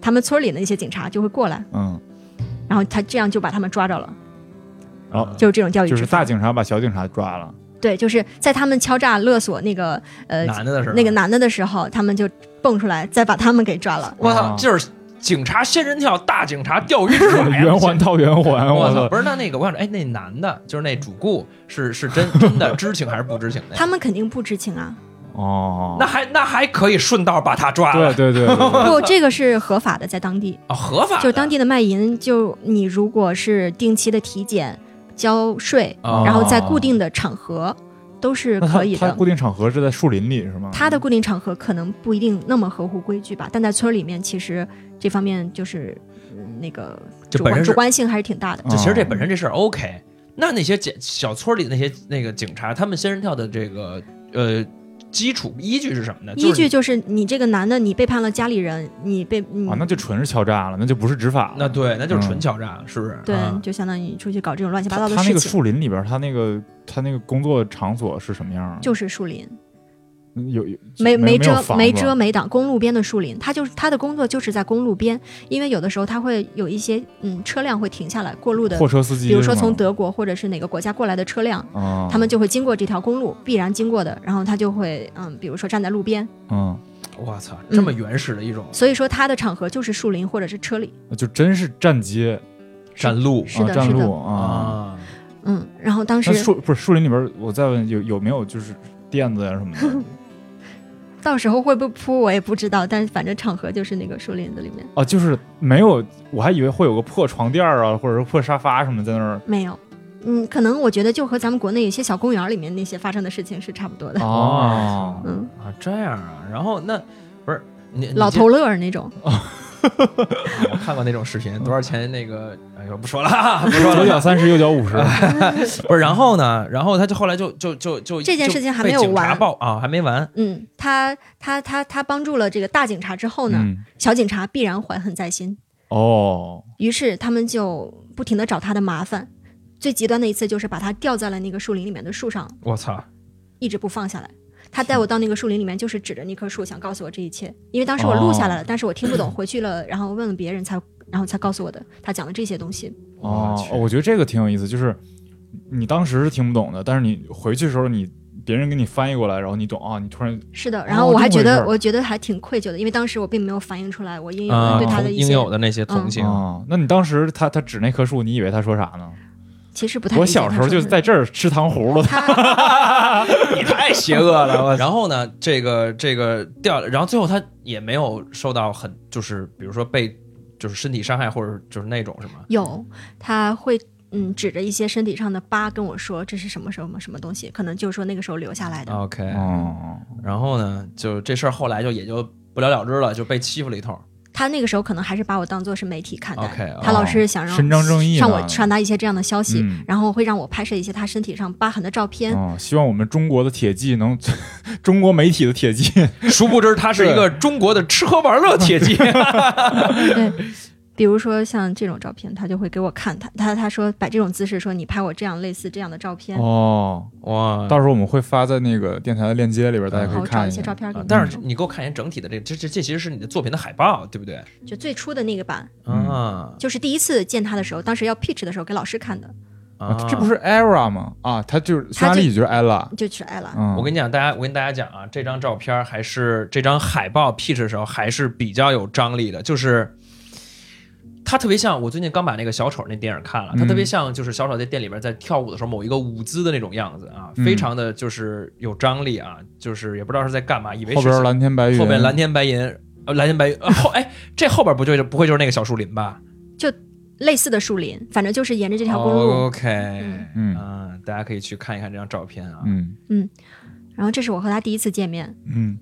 A: 他们村里的那些警察就会过来，
C: 嗯，
A: 然后他这样就把他们抓着
D: 啊
A: 了，
C: 然后
A: 哦就是这种钓鱼
C: 就是
A: 执法。
C: 大警察把小警察抓了，
A: 对，就是在他们敲诈勒索那个呃
D: 男的的时候，
A: 那个男的的时候，他们就蹦出来，再把他们给抓了。
D: 我
C: 啊
D: 操，就是警察仙人跳，大警察 钓鱼执法哎呀
C: 圆环。套圆环，
D: 啊我操！
C: 操，
D: 不是，那那个我想说，哎，那男的，就是那主顾，是 是真真的知情还是不知情哎的呀？
A: 他们肯定不知情 啊，
C: 哦，
D: 那还那还可以顺道把他抓了，
C: 对对对对对，
A: 不，这个是合法的，在当地，
D: 啊，合法的，
A: 就是当地的卖淫，就你如果是定期的体检、交税，
D: 哦
A: 然后在固定的场合都是
C: 那他
A: 可以
C: 他
A: 的
C: 固。定场合是在树林里是吗？
A: 他的固定场合可能不一定那么合乎规矩吧，但在村里面，其实这方面就是、嗯那个
D: 就
A: 主
D: 本
A: 观
D: 身
A: 主
D: 是
A: 观性还是挺大的。
D: 就其实这
C: 嗯
D: 本身这事儿 OK。那那些警小村里那些那个警察，他们仙人跳的这个呃基础依据是什么呢？
A: 依
D: 就是
A: 据就是你这个男的，你背叛了家里人，你被你
C: 啊，那就纯是敲诈了，那就不是执法了
D: 你那对，那就
C: 嗯
D: 是纯敲诈，是不是？
A: 对
D: 啊，
A: 就相当于你出去搞这种乱七八
C: 他
A: 糟的
C: 他那
A: 事
C: 个
A: 情，
C: 树林里边儿，他那个他那个工作场所是什么样啊？
A: 就是树林，
C: 嗯有有
A: 没
C: 没有有
A: 遮
C: 房
A: 没
C: 子
A: 遮没挡，公路边的树林，他就是他的工作就是在公路边，因为有的时候他会有一些嗯车辆会停下来过路的
C: 货，车司机是
A: 比
C: 吗，
A: 如说从德国或者是哪个国家过来的车辆，
C: 啊，
A: 他们就会经过这条公路，必然经过的，然后他就会嗯，比如说站在路边，
C: 嗯，
D: 我操，这么原始的一种
A: 所以说他的场合就是树林或者是车里，
C: 就真是站街
D: 占路
A: 是的
C: 啊，占
A: 是的
C: 路啊。
D: 啊，
A: 嗯，然后当时
C: 那树不是树林里边儿，我再问有有没有就是垫子呀什么的
A: 到时候会不会扑我也不知道，但反正场合就是那个树林子里面
C: 啊？就是没有，我还以为会有个破床垫儿啊，或者是破沙发什么在那儿
A: 没有。嗯，可能我觉得就和咱们国内有些小公园里面那些发生的事情是差不
C: 啊
A: 多的。
C: 哦
A: 嗯，
D: 啊，这样啊，然后那不是你
A: 老，头乐儿那种，
D: 你这我看过那种视频，多少钱那个？哎呦，不说了啊，不说
C: 左
D: 了。
C: 脚三十，右脚五十，
A: 嗯
D: 不是，然后呢？然后他就后来就就就就
A: 这件
D: 就
A: 事情还
D: 被
A: 没有
D: 警察
A: 完
D: 报啊，还没完。
A: 嗯，他他他他帮助了这个大警察之后呢，
C: 嗯，
A: 小警察必然怀恨在心，
C: 哦，
A: 于是他们就不停的找他的麻烦。最极端的一次就是把他吊在了那个树林里面的树上，
D: 我操！
A: 一直不放下来。他带我到那个树林里面，就是指着那棵树想告诉我这一切，因为当时我录下来了，
C: 哦
A: 但是我听不 懂，回去了，然后问了别人才，然后才告诉我的。他讲的这些东西，
C: 哦
D: 我，去
C: 哦我觉得这个挺有意思，就是你当时是听不懂的，但是你回去的时候你，别人给你翻译过来，然后你懂啊，你突然
A: 是的。
C: 哦
A: 然后我还觉
C: 这
A: 得，
C: 么回事
A: 我觉得还挺愧疚的，因为当时我并没有反映出来我应有
D: 啊嗯
A: 的对他的一
D: 应
A: 些，嗯
D: 有的那些同情，
C: 啊，那你当时他他指那棵树，你以为他说啥呢？
A: 其实不太理解他说的。
C: 我小时候就是在这儿吃糖葫芦的，
A: 他
D: 你太邪恶了！我然后呢，这个这个掉，然后最后他也没有受到很，就是比如说被就是身体伤害或者就是那种什么
A: 有，他会嗯指着一些身体上的疤跟我说这是什么什么什么东西，可能就是说那个时候留下来的。
D: OK，、
C: 哦，
D: 然后呢，就这事儿后来就也就不了了之了，就被欺负了一通。
A: 他那个时候可能还是把我当做是媒体看待
D: OK，啊
A: 他
C: 哦
A: 老是想让
C: 伸张正义呢
A: 让我传达一些这样的消息，
C: 嗯
A: 然后会让我拍摄一些他身体上疤痕的照片。
C: 哦，希望我们中国的铁骑能， 中国媒体的铁骑，
D: 殊不知他是一个中国的吃喝玩乐铁 骑。
A: 对，比如说像这种照片，他就会给我看，他他他说摆这种姿势，说你拍我这样类似这样的照片，
C: 哦，
D: 哇！
C: 到时候我们会发在那个电台的链接里边，大家
A: 然
C: 可
A: 后嗯
C: 以
A: 找
C: 看
A: 一
C: 一
A: 些
C: 下
A: 照。片给
D: 啊
A: 你。
D: 但
C: 嗯
D: 是你给我看一眼整体的这这这这其实是你的作品的海报，对不对？
A: 就最初的那个版，
C: 嗯
D: 啊
A: 就是第一次见他的时候，当时要 pitch 的时候给老师看的，
C: 啊
D: 啊，
C: 这不是 ERA 吗？啊，他就是匈牙利语就是 ELLA，
A: 就是艾拉。
C: 嗯，
D: 我跟你讲，大家我跟大家讲啊，这张照片还是这张海报 P 的时候还是比较有张力的，就是它特别像我最近刚把那个小丑那电影看了，它
C: 嗯
D: 特别像就是小丑在店里边在跳舞的时候某一个舞姿的那种样子啊，
C: 嗯
D: 非常的就是有张力啊，就是也不知道是在干嘛，以为是
C: 后边蓝天白云，
D: 后边蓝天白云。呃，蓝天白云、呃后哎，这后边不就不会就是那个小树林吧？
A: 类似的树林，反正就是沿着这条公路。
D: 哦
C: 哦
D: OK，
A: 嗯
D: 嗯、
C: 嗯
D: 大家可以去看一看这张照片啊。
C: 嗯
A: 然后这是我和他第一次见面，
C: 嗯，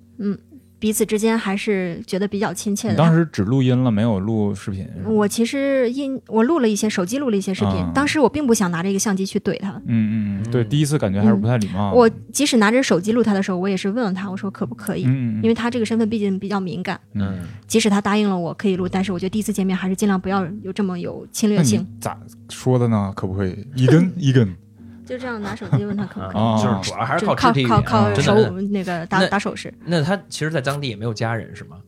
A: 彼此之间还是觉得比较亲切的。
C: 你当时只录音了，没有录视频。是吧
A: 我其实音我录了一些手机录了一些视频，
C: 啊
A: 当时我并不想拿着一个相机去怼他。
C: 嗯嗯嗯，对，
D: 嗯
C: 第一次感觉还是不太礼
A: 嗯
C: 貌。嗯
A: 我即使拿着手机录他的时候，我也是问了他，我说可不可以？
C: 嗯，嗯
A: 因为他这个身份毕竟比较敏感，
C: 嗯，
D: 嗯，
A: 即使他答应了我可以录，但是我觉得第一次见面还是尽量不要有这么有侵
C: 那
A: 略性
C: 你，咋说的呢？可不可以 一根一根？
A: 就这样拿手机问他可不可以。
C: 啊
D: 哦就是主要还是
A: 就
D: 靠肢
A: 靠
D: 体语
A: 靠
D: 言啊
A: 靠
D: 真
A: 手
D: 的。
A: 那个打
D: 那
A: 打手势，
D: 那他其实，在当地也没有家人是吗？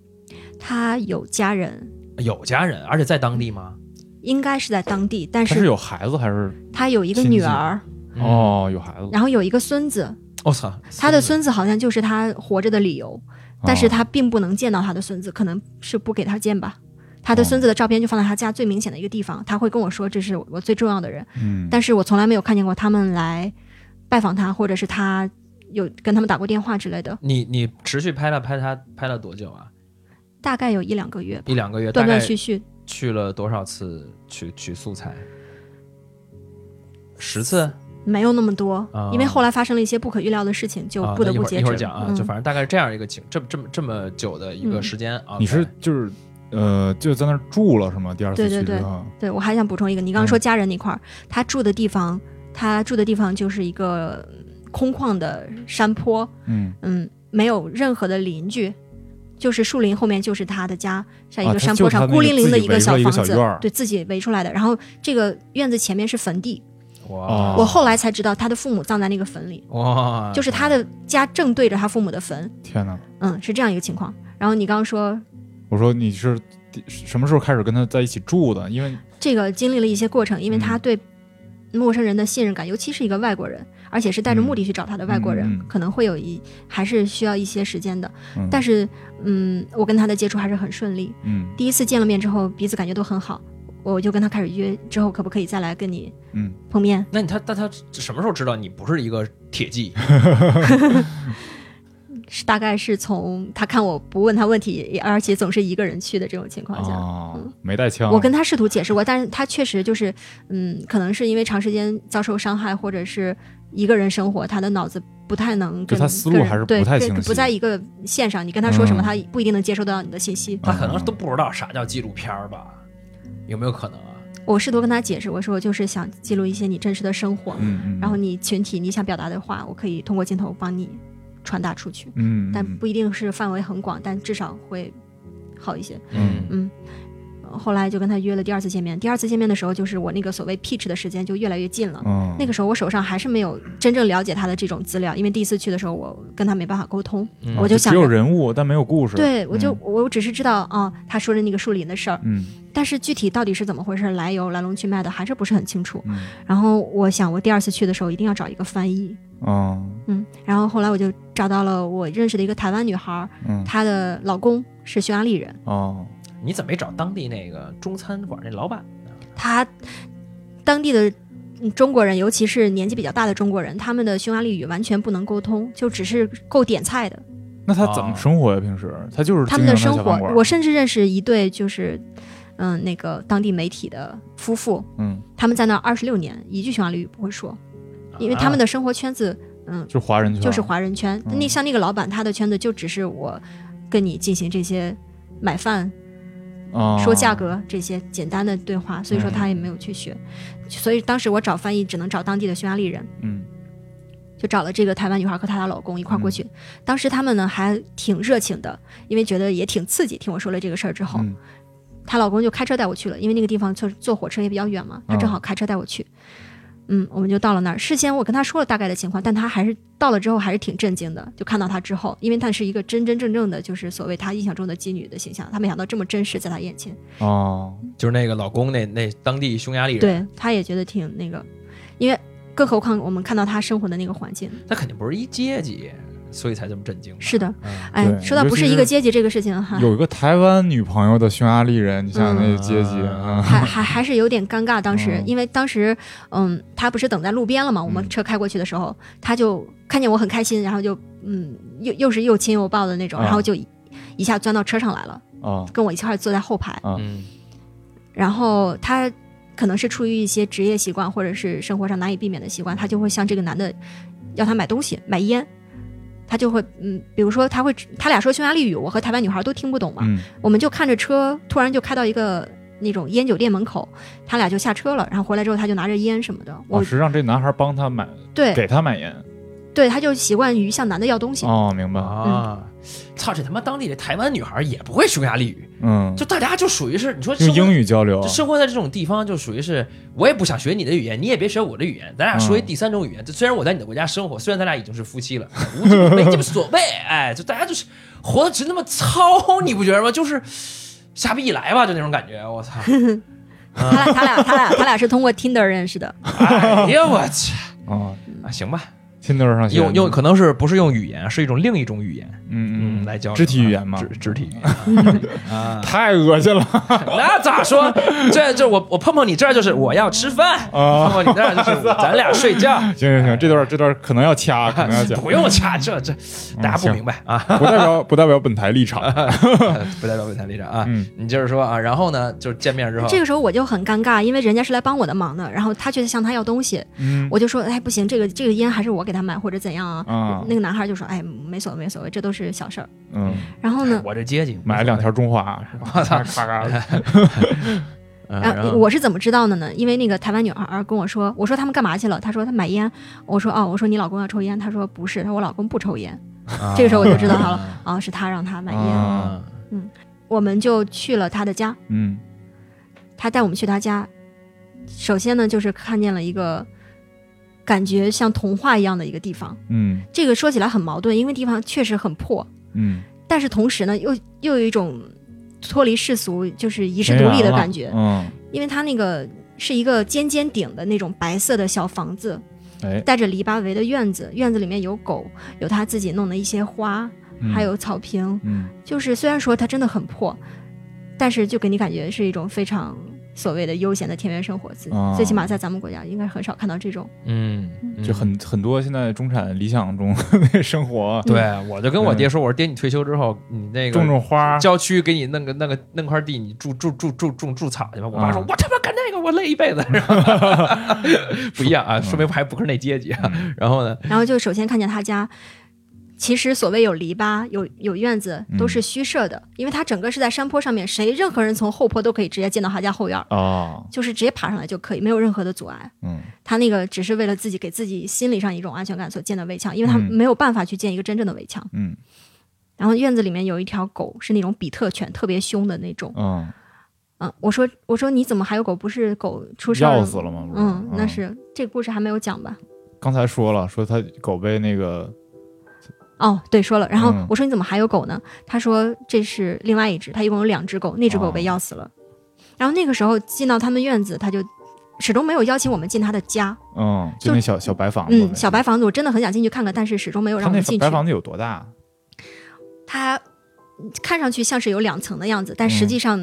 A: 他有家人，
D: 有家人，而且在当地吗？
A: 应该是在当地，但
C: 他是
A: 是
C: 有孩子还是？
A: 他有一个
C: 亲戚
A: 女儿，
D: 嗯，
C: 哦，有孩子。
A: 然后有一个孙子，
D: 我操，
A: 他的孙子好像就是他活着的理由，但是
C: 哦
A: 他并不能见到他的孙子，可能是不给他见吧。他
D: 哦
A: 的孙子的照片就放在他家最明显的一个地方，他会跟我说这是我最重要的人，
C: 嗯，
A: 但是我从来没有看见过他们来拜访他，或者是他有跟他们打过电话之类的，
D: 你你持续拍了拍他拍了多久啊？
A: 大概有一两个月，
D: 一两个月，
A: 断
D: 大概
A: 断续续，
D: 去了多少次取取素材？十次
A: 没有那么多
D: 啊，
A: 因为后来发生了一些不可预料的事情，就
D: 啊
A: 不
D: 那
A: 得
D: 一
A: 不
D: 会儿
A: 截
D: 一
A: 止。
D: 会儿讲啊，
A: 嗯
D: 就反正大概是这样一个情，这么这么这么久的一个
A: 嗯
D: 时间啊。
C: 你是
D: 对
C: 就是呃，就在那儿住了是吗？第二次
A: 对
C: 去
A: 对
C: 之
A: 对
C: 后，
A: 对我还想补充一个，你刚刚说家人那块儿，他住的地方，他住的地方就是一个嗯空旷的山坡，
C: 嗯，
A: 嗯，没有任何的邻居，就是树林后面就是他的家，在一
C: 啊
A: 个
C: 他
A: 山
C: 就
A: 坡
C: 是他
A: 上
C: 那
A: 孤
C: 个
A: 零零
C: 自
A: 的
C: 己
A: 一个
C: 围出来一个
A: 房
C: 小
A: 子
C: 院儿，
A: 对自己围出来的。然后这个院子前面是坟地，
C: 哦
D: 哇
A: 我后来才知道他的父母葬在那个坟里，
C: 嗯
D: 哇，
A: 就是他的家正对着他父母的坟，
C: 天哪！
A: 嗯，是这样一个情况。然后你刚刚说
C: 我说你是第什么时候开始跟他在一起住的？因为
A: 这个经历了一些过程，因为他
C: 嗯
A: 对陌生人的信任感，尤其是一个外国人，而且是带着目的去找他的外国人，
C: 嗯嗯嗯
A: 可能会有一还是需要一些时间的。
C: 嗯
A: 但是，嗯，我跟他的接触还是很顺利。
C: 嗯
A: 第一次见了面之后，彼此感觉都很好，我就跟他开始约，之后可不可以再来跟你
C: 嗯，
A: 碰面？
D: 那你他但他什么时候知道你不是一个铁骑？
A: 是大概是从他看我不问他问题，而且总是一个人去的这种情况下。
C: 啊，没带枪。
A: 嗯我跟他试图解释过，但是他确实就是，嗯，可能是因为长时间遭受伤害，或者是一个人生活，他的脑子不太能
C: 就
A: 跟
C: 他思路
A: 跟人
C: 还是
A: 对
C: 不太
A: 跟
C: 清晰
A: 不在一个线上。你跟他说什么，
C: 嗯
A: 他不一定能接收到你的信息。
D: 他可能都不知道啥叫纪录片儿吧？有没有可能啊？
A: 我试图跟他解释，我说我就是想记录一些你真实的生活，
C: 嗯嗯，
A: 然后你群体你想表达的话，我可以通过镜头帮你传达出去，
C: 嗯，嗯
A: 但不一定是范围很广，但至少会好一些。
C: 嗯
A: 嗯，后来就跟他约了第二次见面。第二次见面的时候，就是我那个所谓 pitch 的时间就越来越近了。
C: 嗯
A: 那个时候我手上还是没有真正了解他的这种资料，因为第一次去的时候我跟他没办法沟通，
D: 嗯
A: 我就想
C: 哦只有
A: 着。
C: 人物，但没有故事。
A: 对，我就
C: 嗯
A: 我只是知道啊、他说的那个树林的事儿，
C: 嗯
A: 但是具体到底是怎么回事，来由、来龙去脉的还是不是很清楚。
C: 嗯
A: 然后我想，我第二次去的时候一定要找一个翻译，
C: 嗯
A: 嗯，然后后来我就找到了我认识的一个台湾女孩，
C: 嗯
A: 她的老公是匈牙利人，
C: 哦
D: 你怎么没找当地那个中餐馆那老板呢？
A: 他当地的嗯中国人，尤其是年纪比较大的中国人，他们的匈牙利语完全不能沟通，就只是够点菜的。
C: 那他
D: 哦
C: 怎么生活呀？平时他就是
A: 他们的
C: 经
A: 生
C: 营那小
A: 活
C: 饭馆，
A: 我甚至认识一对就是，嗯，那个当地媒体的夫妇，
C: 嗯，
A: 他们在那二十六年，一句匈牙利语不会说，因为他
D: 啊
A: 们的生活圈子，嗯，
C: 啊就是华人圈，
A: 就是华人圈。
C: 嗯
A: 那像那个老板，他的圈子就只是我跟你进行这些买饭、
C: 啊
A: 说价格这些简单的对话，所以说
C: 嗯
A: 他也没有去学。所以当时我找翻译只能找当地的匈牙利人，
C: 嗯
A: 就找了这个台湾女孩和她的老公一块儿过去。当时他们呢还挺热情的，因为觉得也挺刺激。听我说了这个事儿之后，
C: 嗯
A: 她老公就开车带我去了，因为那个地方坐坐火车也比较远嘛，他正好开车带我去。嗯，我们就到了那儿。事先我跟他说了大概的情况，但他还是到了之后还是挺震惊的。就看到他之后，因为他是一个真真正正的，就是所谓他印象中的妓女的形象，他没想到这么真实在他眼前。
C: 哦
D: 就是那个老公那那当地匈牙利人，，
A: 对，他也觉得挺那个，因为更何况我们看到他生活的那个环境，
D: 他肯定不是一阶级，所以才这么震惊吧。
A: 是的，
D: 嗯，
A: 哎，
C: 对
A: 说到
C: 尤
A: 不
C: 其
A: 是一个
C: 是
A: 阶级这个事情哈，
C: 有一个台湾女朋友的匈牙利人，你想想那阶级
D: 嗯
C: 啊，
A: 还还还是有点尴尬。当时
C: 嗯
A: 因为当时，嗯，他不是等在路边了嘛，我们
C: 嗯
A: 车开过去的时候，他就看见我很开心，然后就嗯，又又是又亲又抱的那种，然后
C: 啊
A: 就一一
D: 嗯
A: 下钻到车上来了，
C: 啊
A: 跟我一块儿坐在后排，
C: 啊
D: 嗯
A: 然后他。可能是出于一些职业习惯或者是生活上难以避免的习惯，他就会向这个男的要他买东西、买烟，他就会嗯，比如说他会他俩说匈牙利语，我和台湾女孩都听不懂嘛，
C: 嗯
A: 我们就看着车突然就开到一个那种烟酒店门口，他俩就下车了，然后回来之后他就拿着烟什么的，我、
C: 老师让这男孩帮他买，
A: 对
C: 给他买烟。
A: 对，他就习惯于向男的要东西，
C: 哦，明白。
D: 啊，操！这他妈当地这台湾女孩也不会匈牙利语，
C: 嗯，
D: 就大家就属于是你说
C: 用英
D: 语，
C: 语交流
D: 就。生活在这种地方就属于是，我也不想学你的语言，你也别学我的语言，咱俩说一
C: 嗯
D: 第三种语言。就虽然我在你的国家生活，虽然咱俩已经是夫妻了，无所谓，没这么所谓。哎，就大家就是活得直那么糙，你不觉得吗？就是瞎逼一来吧，就那种感 觉。我操！
A: 他俩他俩他俩他俩是通过 Tinder 认 识的，
D: 哎呀，我去
C: 啊
D: 啊，行吧，
C: ，Tinder 上写的
D: 用用可能是不是用语言，是一种另一种语言，
C: 嗯嗯
D: 来教
C: 肢体语言嗯嘛
D: 肢，肢体语言 啊。
C: 太恶心了
D: 那咋说？这这我我碰碰你这儿就是我要吃饭，碰
C: 啊！
D: 碰你那儿就是咱俩睡觉，
C: 行行
D: 哎
C: 行，这段这段可能要掐，可 能要啊讲，嗯
D: 不用掐这这，大家不明白啊，呃
C: 不代表不代表本台立 场。
D: 不代表本台立场啊。
C: 嗯
D: 你接着说啊，然后呢，就是见面之
C: 啊
D: 后，
A: 这个时候我就很尴尬，因为人家是来帮我的忙的，然后他却向他要东西，
C: 嗯
A: 我就说，哎，不行，这个这个烟还是我给他买或者怎样啊。
C: 啊
A: 那个男孩就说：“哎，没所谓，没所谓，这都是小事儿。
C: 嗯，”
A: 然后呢，
D: 我这阶级
C: 买了两条，中华，
D: 我操，
C: 咔咔咔
D: 嗯
A: 啊然
D: 然
A: 后
D: 后
A: 呃我是怎么知道的呢？因为那个台湾女孩儿跟我说，我说他们干嘛去了？她说她买烟。我说哦，我说你老公要抽烟。她说不是，她说我老公不抽烟。
D: 啊
A: 这个时候我就知道他
D: 了。
A: 啊，是他让他买烟。
C: 啊
D: 嗯
A: 我们就去了他的家，
C: 嗯
A: 他带我们去他家。首先呢，就是看见了一个感觉像童话一样的一个地方。
C: 嗯
A: 这个说起来很矛盾，因为地方确实很破，
C: 嗯，
A: 但是同时呢，又又有一种脱离世俗，就是遗世独立的感觉。
C: 嗯，
A: 因为它那个是一个尖尖顶的那种白色的小房子，
C: 哎，
A: 带着篱笆围的院子，院子里面有狗，有他自己弄的一些花，
C: 嗯
A: 还有草坪。
C: 嗯
A: 就是虽然说它真的很破，但是就给你感觉是一种非常所谓的悠闲的田园生活。最、
C: 哦
A: 最起码在咱们国家应该很少看到这种。
D: 嗯，
C: 就很很多现在中产理想中那生活，
D: 对，我就跟我爹说，我说爹，你退休之后，你那个
C: 种种花，
D: 郊区给你弄个弄个弄块地，你种种种种种种草去吧。我爸说
C: 嗯，
D: 我他妈干那个，我累一 辈子。然后不一样啊，说明我还不是那阶级啊。
C: 嗯
D: 然后呢，
A: 然后就首先看见他家，其实所谓有篱笆、有有院子
C: 嗯
A: 都是虚设的，因为它整个是在山坡上面，谁任何人从后坡都可以直接进到他家后院儿，
C: 哦，
A: 就是直接爬上来就可以，没有任何的阻碍。
C: 嗯
A: 他那个只是为了自己给自己心理上一种安全感所建的围墙，因为他
C: 嗯
A: 没有办法去建一个真正的围墙。
C: 嗯
A: 然后院子里面有一条狗，是那种比特犬，特别凶的那种。
C: 嗯，
A: 嗯，我说我说你怎么还有狗？不是狗出事儿
C: 要
A: 了
C: 死
A: 吗？
C: 了吗？不
A: 嗯，那是这故事还没有讲吧？
C: 刚才说了，说他狗被那个，
A: 哦，对，说了。然后
C: 嗯
A: 我说你怎么还有狗呢？他说这是另外一只，他一共有两只狗，那只狗
C: 哦
A: 被药死了。然后那个时候进到他们院子，他就始终没有邀请我们进他的家。
C: 嗯，就
A: 就
C: 那小小白房子那个，
A: 嗯，小白房子我真的很想进去看看，但是始终没有
C: 他
A: 让我们
C: 那
A: 进去
C: 白。房子有多大？
A: 它嗯看上去像是有两层的样子，但实际上，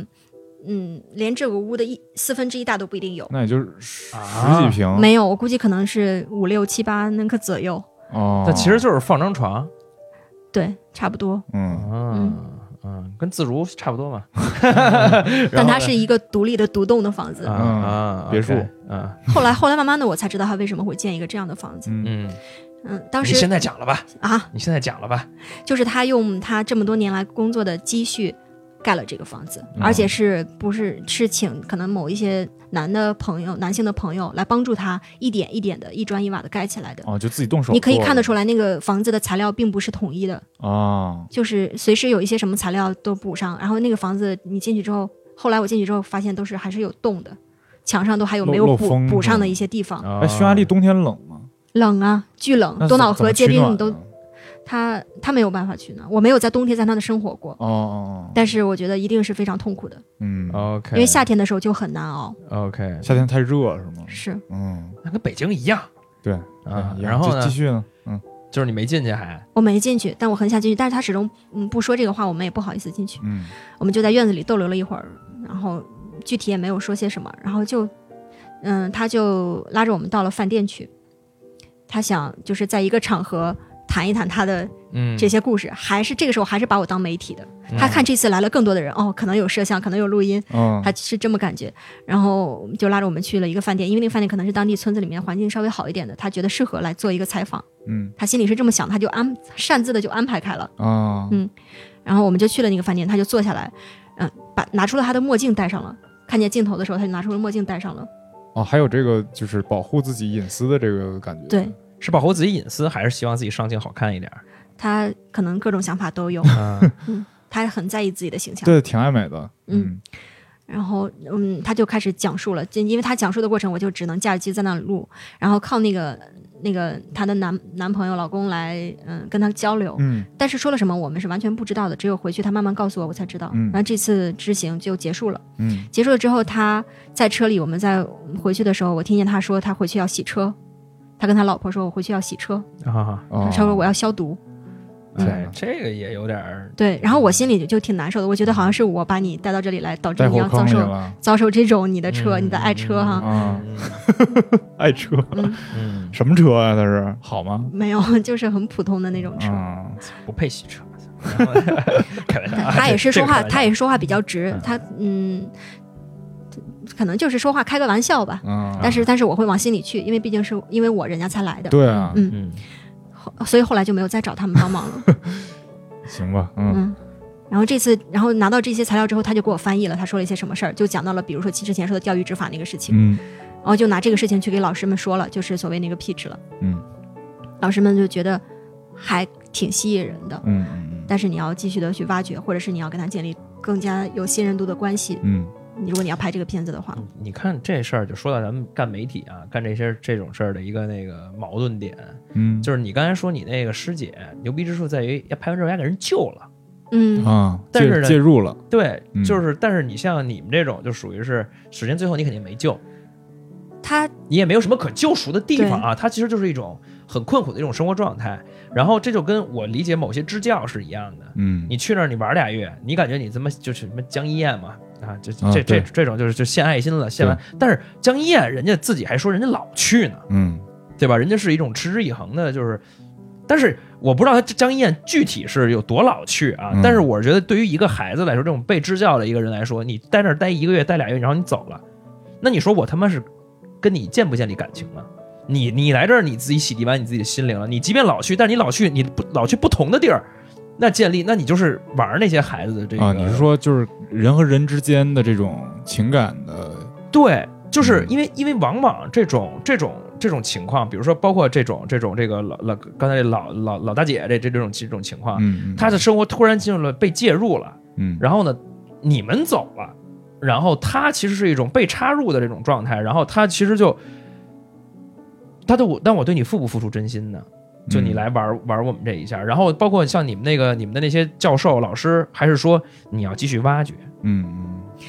A: 嗯连这个屋的一四分之一大都不一定有。
C: 那也就是十
D: 啊
C: 十几平，
A: 没有，我估计可能是五六七八那个左右，
C: 哦，
D: 那其实就是放张床，
A: 对，差不多。
C: 嗯
D: 嗯嗯，跟自如差不多嘛。
A: 但它是一个独立的独栋的房子。
D: 啊啊
C: 别墅，
D: 嗯
A: 后来，后来慢慢的我才知道他为什么会建一个这样的房子。
C: 嗯
D: 嗯，
A: 嗯，当
D: 你现
A: 时
D: 在讲了吧？
A: 啊，
D: 你现在讲了吧？
A: 就是他用他这么多年来工作的积蓄。盖了这个房子，
C: 嗯
A: 而且是不是是请可能某一些男的朋友、男性的朋友来帮助他一点一点的、一砖一瓦的盖起来的。
C: 哦，就自己动手做的，
A: 你可以看得出来，那个房子的材料并不是统一的，
C: 哦，
A: 就是随时有一些什么材料都补上。然后那个房子你进去之后，后来我进去之后发现都是还是有洞的，墙上都还有
C: 漏
A: 没有
C: 漏
A: 补
C: 风
A: 补上
C: 是吗
A: 的一些地方。
D: 哦
C: 哎，匈牙利冬天冷吗？
A: 冷啊，巨冷，
C: 那
A: 多
C: 怎
A: 瑙
C: 怎么
A: 河结
C: 取
A: 冰
C: 暖
A: 你都
C: 呢
A: 他他没有办法去呢。我没有在冬天在那的生活过，
C: 哦哦，哦
A: 但是我觉得一定是非常痛苦的，
C: 嗯，
D: 哦 OK，
A: 因为夏天的时候就很难熬。
D: OK，
C: 夏天太热是吗？
A: 是
C: 嗯，
D: 那跟北京一样
C: 对
D: 啊。
C: 哎呀
D: 然后
C: 就
D: 呢
C: 继，续呢，嗯
D: 就是你没进去还
A: 我没进去，但我很想进去，但是他始终嗯不说这个话，我们也不好意思进去。
C: 嗯
A: 我们就在院子里逗留了一会儿，然后具体也没有说些什么，然后就，嗯，他就拉着我们到了饭店去，他想就是在一个场合谈一谈他的
D: 嗯，
A: 这些故事，还是这个时候还是把我当媒体的。
D: 嗯
A: 他看这次来了更多的人，哦，可能有摄像，可能有录音，
C: 嗯
A: 他是这么感觉。然后就拉着我们去了一个饭店，因为那个饭店可能是当地村子里面环境稍微好一点的，他觉得适合来做一个采访，
C: 嗯
A: 他心里是这么想，他就安擅自的就安排开了。
C: 啊
A: 嗯然后我们就去了那个饭店，他就坐下来，嗯，把拿出了他的墨镜戴上了。看见镜头的时候，他就拿出了墨镜戴上了。
C: 哦，还有这个就是保护自己隐私的这个感觉，
A: 对
D: 是保护自己隐私，还是希望自己上镜好看一点？
A: 他可能各种想法 都有，
D: 嗯，
A: 他很在意自己的形象。
C: 对，挺爱美的，
A: 嗯然后，嗯，他就开始讲述了，就因为他讲述的过程，我就只能架着机在那录，然后靠那个那个她的男男朋友、老公来，嗯，跟他交流。
C: 嗯
A: 但是说了什么，我们是完全不知道的，只有回去他慢慢告诉我，我才知道。
C: 嗯
A: 然后这次之行就结束了。
C: 嗯
A: 结束了之后，他在车里，我们在回去的时候，我听见他说他回去要洗车，他跟他老婆说，我回去要洗车，
D: 啊，
C: 嗯，啊
A: 他说我要消毒。
C: 天
D: 对
C: 哪，
D: 哎这个也有点儿，
A: 对，然后我心里就就挺难受的，我觉得好像是我把你带到这里来，导致
C: 带
A: 你
C: 火
A: 要
C: 坑
A: 遭
C: 里
A: 受啊
C: 了，
A: 遭受这种你的车，
D: 嗯
A: 你的爱车哈、
C: 啊，爱车
A: 嗯，
D: 嗯，
C: 什么车啊？他是好吗？
A: 没有，就是很普通的那种车。
C: 啊，
D: 不配洗车， 然后开玩笑 啊，
A: 他也是
D: 这
A: 说 话，
D: 这个开玩笑
A: 他也是说话比较直
C: 嗯，
A: 他嗯，可能就是说话开个玩笑吧。
C: 嗯，
A: 但是但是我会往心里去，因为毕竟是因为我人家才来的，
C: 对啊，
A: 嗯
D: 嗯
A: 后所以后来就没有再找他们帮忙了。
C: 行吧，嗯
A: 嗯，然后这次，然后拿到这些材料之后，他就给我翻译了，他说了一些什么事儿，就讲到了比如说之前说的钓鱼执法那个事情，
C: 嗯
A: 然后就拿这个事情去给老师们说了，就是所谓那个 pitch 了。
C: 嗯
A: 老师们就觉得还挺吸引人的，
C: 嗯嗯
A: 但是你要继续的去挖掘，或者是你要跟他建立更加有信任度的关系。
C: 嗯
A: 如果你要拍这个片子的话，
D: 嗯你看这事儿，就说到咱们干媒体啊，干这些这种事儿的一个那个矛盾点，
C: 嗯，
D: 就是你刚才说你那个师姐牛逼之处在于，拍完之后还给人救了，
A: 嗯，
C: 啊，
D: 但是
C: 介
D: 呢
C: 介入了，
D: 对
C: 嗯，
D: 就是，但是你像你们这种，就属于是，首先最后你肯定没救，
A: 他
D: 你也没有什么可救赎的地方啊，它其实就是一种很困苦的一种生活状态，然后这就跟我理解某些支教是一样的，
C: 嗯，
D: 你去那儿你玩俩月，你感觉你他妈就是什么江一燕嘛啊，这
C: 啊
D: 这
C: 对
D: 这这种就是就献爱心了，献完。但是江一燕人家自己还说人家老去呢，
C: 嗯
D: 对吧？人家是一种持之以恒的，就是。但是我不知道他江一燕具体是有多老去啊，
C: 嗯
D: 但是我觉得对于一个孩子来说，这种被支教的一个人来说，你在那儿待一个月、待俩月，然后你走了，那你说我他妈是跟你建不建立感情啊？你你来这儿你自己洗涤完你自己的心灵了，你即便老去，但是你老去你不老去不同的地儿，那建立那你就是玩儿那些孩子的这个
C: 啊，你是说就是人和人之间的这种情感的，
D: 对，就是
C: 嗯
D: 因为因为往往这种这种这种情况，比如说包括这种这种这个老老刚才这老老老大姐这这这种这种情况，
C: 嗯，嗯
D: 她的生活突然进入了被介入了，
C: 嗯，
D: 啊然后呢，你们走了，然后她其实是一种被插入的这种状态，然后她其实就。她对我，但我对你付不付出真心呢？就你
C: 嗯
D: 来玩、玩我们这一下，然后包括像你们那个、你们的那些教授、老师，还是说你要继续挖掘，
C: 嗯嗯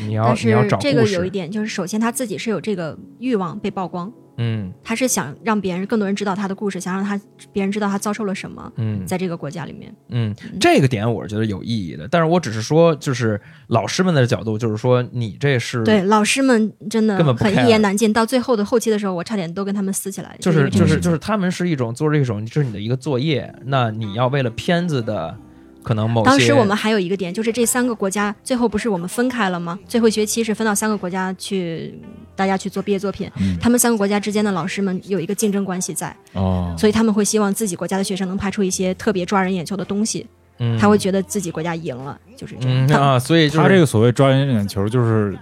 D: 你要
A: 但
D: 你要
A: 是
D: 找故事，
A: 这个有一点就是，首先他自己是有这个欲望被曝光，
D: 嗯
A: 他是想让别人更多人知道他的故事，想让他别人知道他遭受了什么，
D: 嗯，
A: 在这个国家里面。
D: 嗯，这个点我是觉得有意义的，但是我只是说，就是老师们的角度，就是说你这是
A: 对，老师们真的
D: 嗯根本不
A: 很
D: care
A: 一言难尽，到最后的后期的时候，我差点都跟他们撕起来。
D: 就
A: 因
D: 是
A: 为这
D: 就
A: 个
D: 是
A: 事
D: 就是他们是一种做这种，就是你的一个作业，那你要为了片子的可能某些，
A: 当时我们还有一个点，就是这三个国家最后不是我们分开了吗？最后一学期是分到三个国家去，大家去做毕业作品。
C: 嗯
A: 他们三个国家之间的老师们有一个竞争关系在，
C: 哦，
A: 所以他们会希望自己国家的学生能拍出一些特别抓人眼球的东西，
D: 嗯
A: 他会觉得自己国家赢了，就是这样。
D: 嗯
A: 他
D: 啊，所以就是
C: 他这个所谓抓人眼球，就是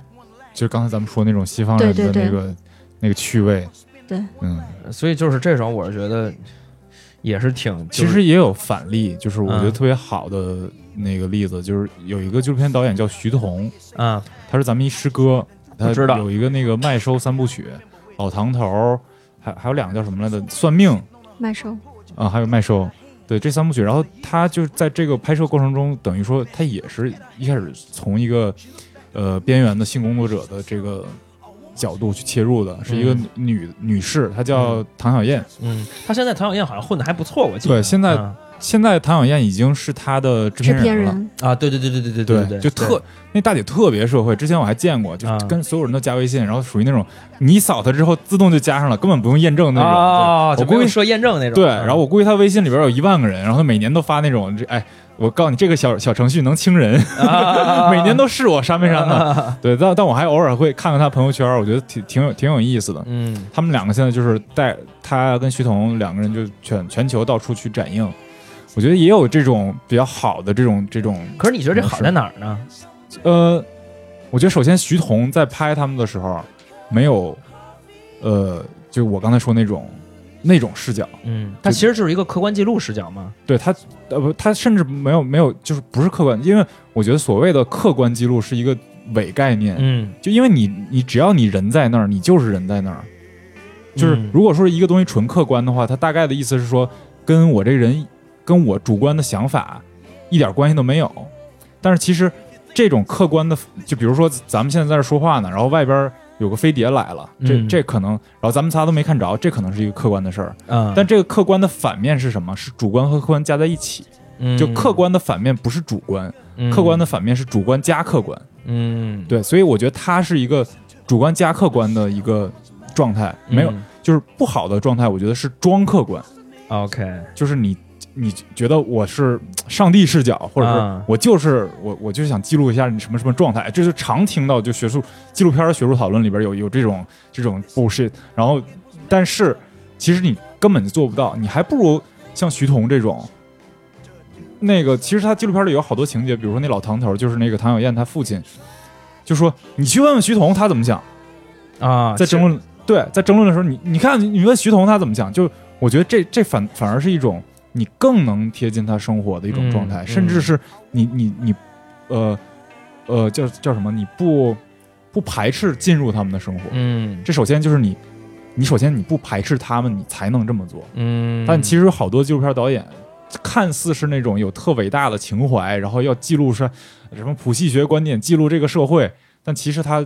C: 就是刚才咱们说那种西方人的
A: 对对
C: 那个那个趣味，
A: 对，
C: 嗯，
D: 所以就是这种，我是觉得也是挺，
C: 其
D: 就是
C: 实也有反例，就是我觉得
D: 嗯
C: 特别好的那个例子，就是有一个纪录片导演叫徐彤，
D: 啊，
C: 他是咱们一师哥，他
D: 我知道
C: 有一个那个麦收三部曲，老唐头，还还有两个叫什么来着？算命
A: 麦收，
C: 啊，还有麦收。对这三部曲，然后他就在这个拍摄过程中，等于说他也是一开始从一个呃边缘的性工作者的这个角度去切入的，是一个
D: 嗯
C: 女女士，她叫唐小燕。
D: 嗯，他现在唐小燕好像混的还不错，我记得。
C: 对，现在
D: 嗯
C: 现在唐小燕已经是她的制
A: 制
C: 片
A: 片
C: 人了。
A: 人，
D: 啊，对对对对对对对，
C: 就特那大姐特别社会，之前我还见过，就
D: 啊
C: 是跟所有人都加微信，然后属于那种你一扫她之后自动就加上了，根本不用验证那种。
D: 啊，
C: 对
D: 就
C: 我估
D: 没有
C: 计
D: 设验证那种。
C: 对，
D: 嗯
C: 然后我估计她微信里边有一万个人，然后她每年都发那种这哎，我告诉你这个小小程序能清人，
D: 啊
C: 每年都是我删没删的。
D: 啊
C: 对，但但我还偶尔会看看她朋友圈，我觉得挺挺有挺有意思的。
D: 嗯
C: 他们两个现在就是带她跟徐彤两个人就全全球到处去展映，我觉得也有这种比较好的这种这种，
D: 可是你觉得这好在哪儿呢？
C: 呃，我觉得首先徐彤在拍他们的时候，没有，呃，就我刚才说那种那种视角，
D: 嗯，它其实就是一个客观记录视角嘛。
C: 对他，呃不，他甚至没有没有，就是不是客观，因为我觉得所谓的客观记录是一个伪概念，
D: 嗯，
C: 就因为你你只要你人在那儿，你就是人在那儿，就是
D: 嗯
C: 如果说一个东西纯客观的话，它大概的意思是说，跟我这个人跟我主观的想法一点关系都没有。但是其实这种客观的，就比如说咱们现在在这说话呢，然后外边有个飞碟来了，这
D: 嗯
C: 这可能，然后咱们仨都没看着，这可能是一个客观的事儿。
D: 啊，
C: 但这个客观的反面是什么？是主观和客观加在一起。
D: 嗯
C: 就客，观的反面不是主观，客观
D: 的，
C: 的反面是主观加客观。
D: 嗯，
C: 对，所以我觉得它是一个主观加客观的一个状态，
D: 嗯，
C: 没有就是不好的状态，我觉得是装客观，
D: OK，
C: 就是你你觉得我是上帝视角，或者
D: 啊
C: 是我就是我我就是想记录一下你什么什么状态，哎这就常听到就学术纪录片儿学术讨论里边有有这种这种 bullshit，然后但是其实你根本就做不到，你还不如像徐彤这种。那个其实他纪录片里有好多情节，比如说那老唐头，就是那个唐小燕他父亲，就说你去问问徐彤他怎么想，
D: 啊，
C: 在争论，对，在争论的时候，你你看，你问徐彤他怎么讲，就我觉得这这反反而是一种你更能贴近他生活的一种状态，
D: 嗯
C: 甚至是你你你，呃呃叫叫什么？你不不排斥进入他们的生活，
D: 嗯
C: 这首先就是你，你首先你不排斥他们，你才能这么做。
D: 嗯，
C: 但其
D: 实
C: 实有好多纪录片导演，看似是那种有特伟大的情怀，然后要记录是什么谱系学观点，记录这个社会，但其实他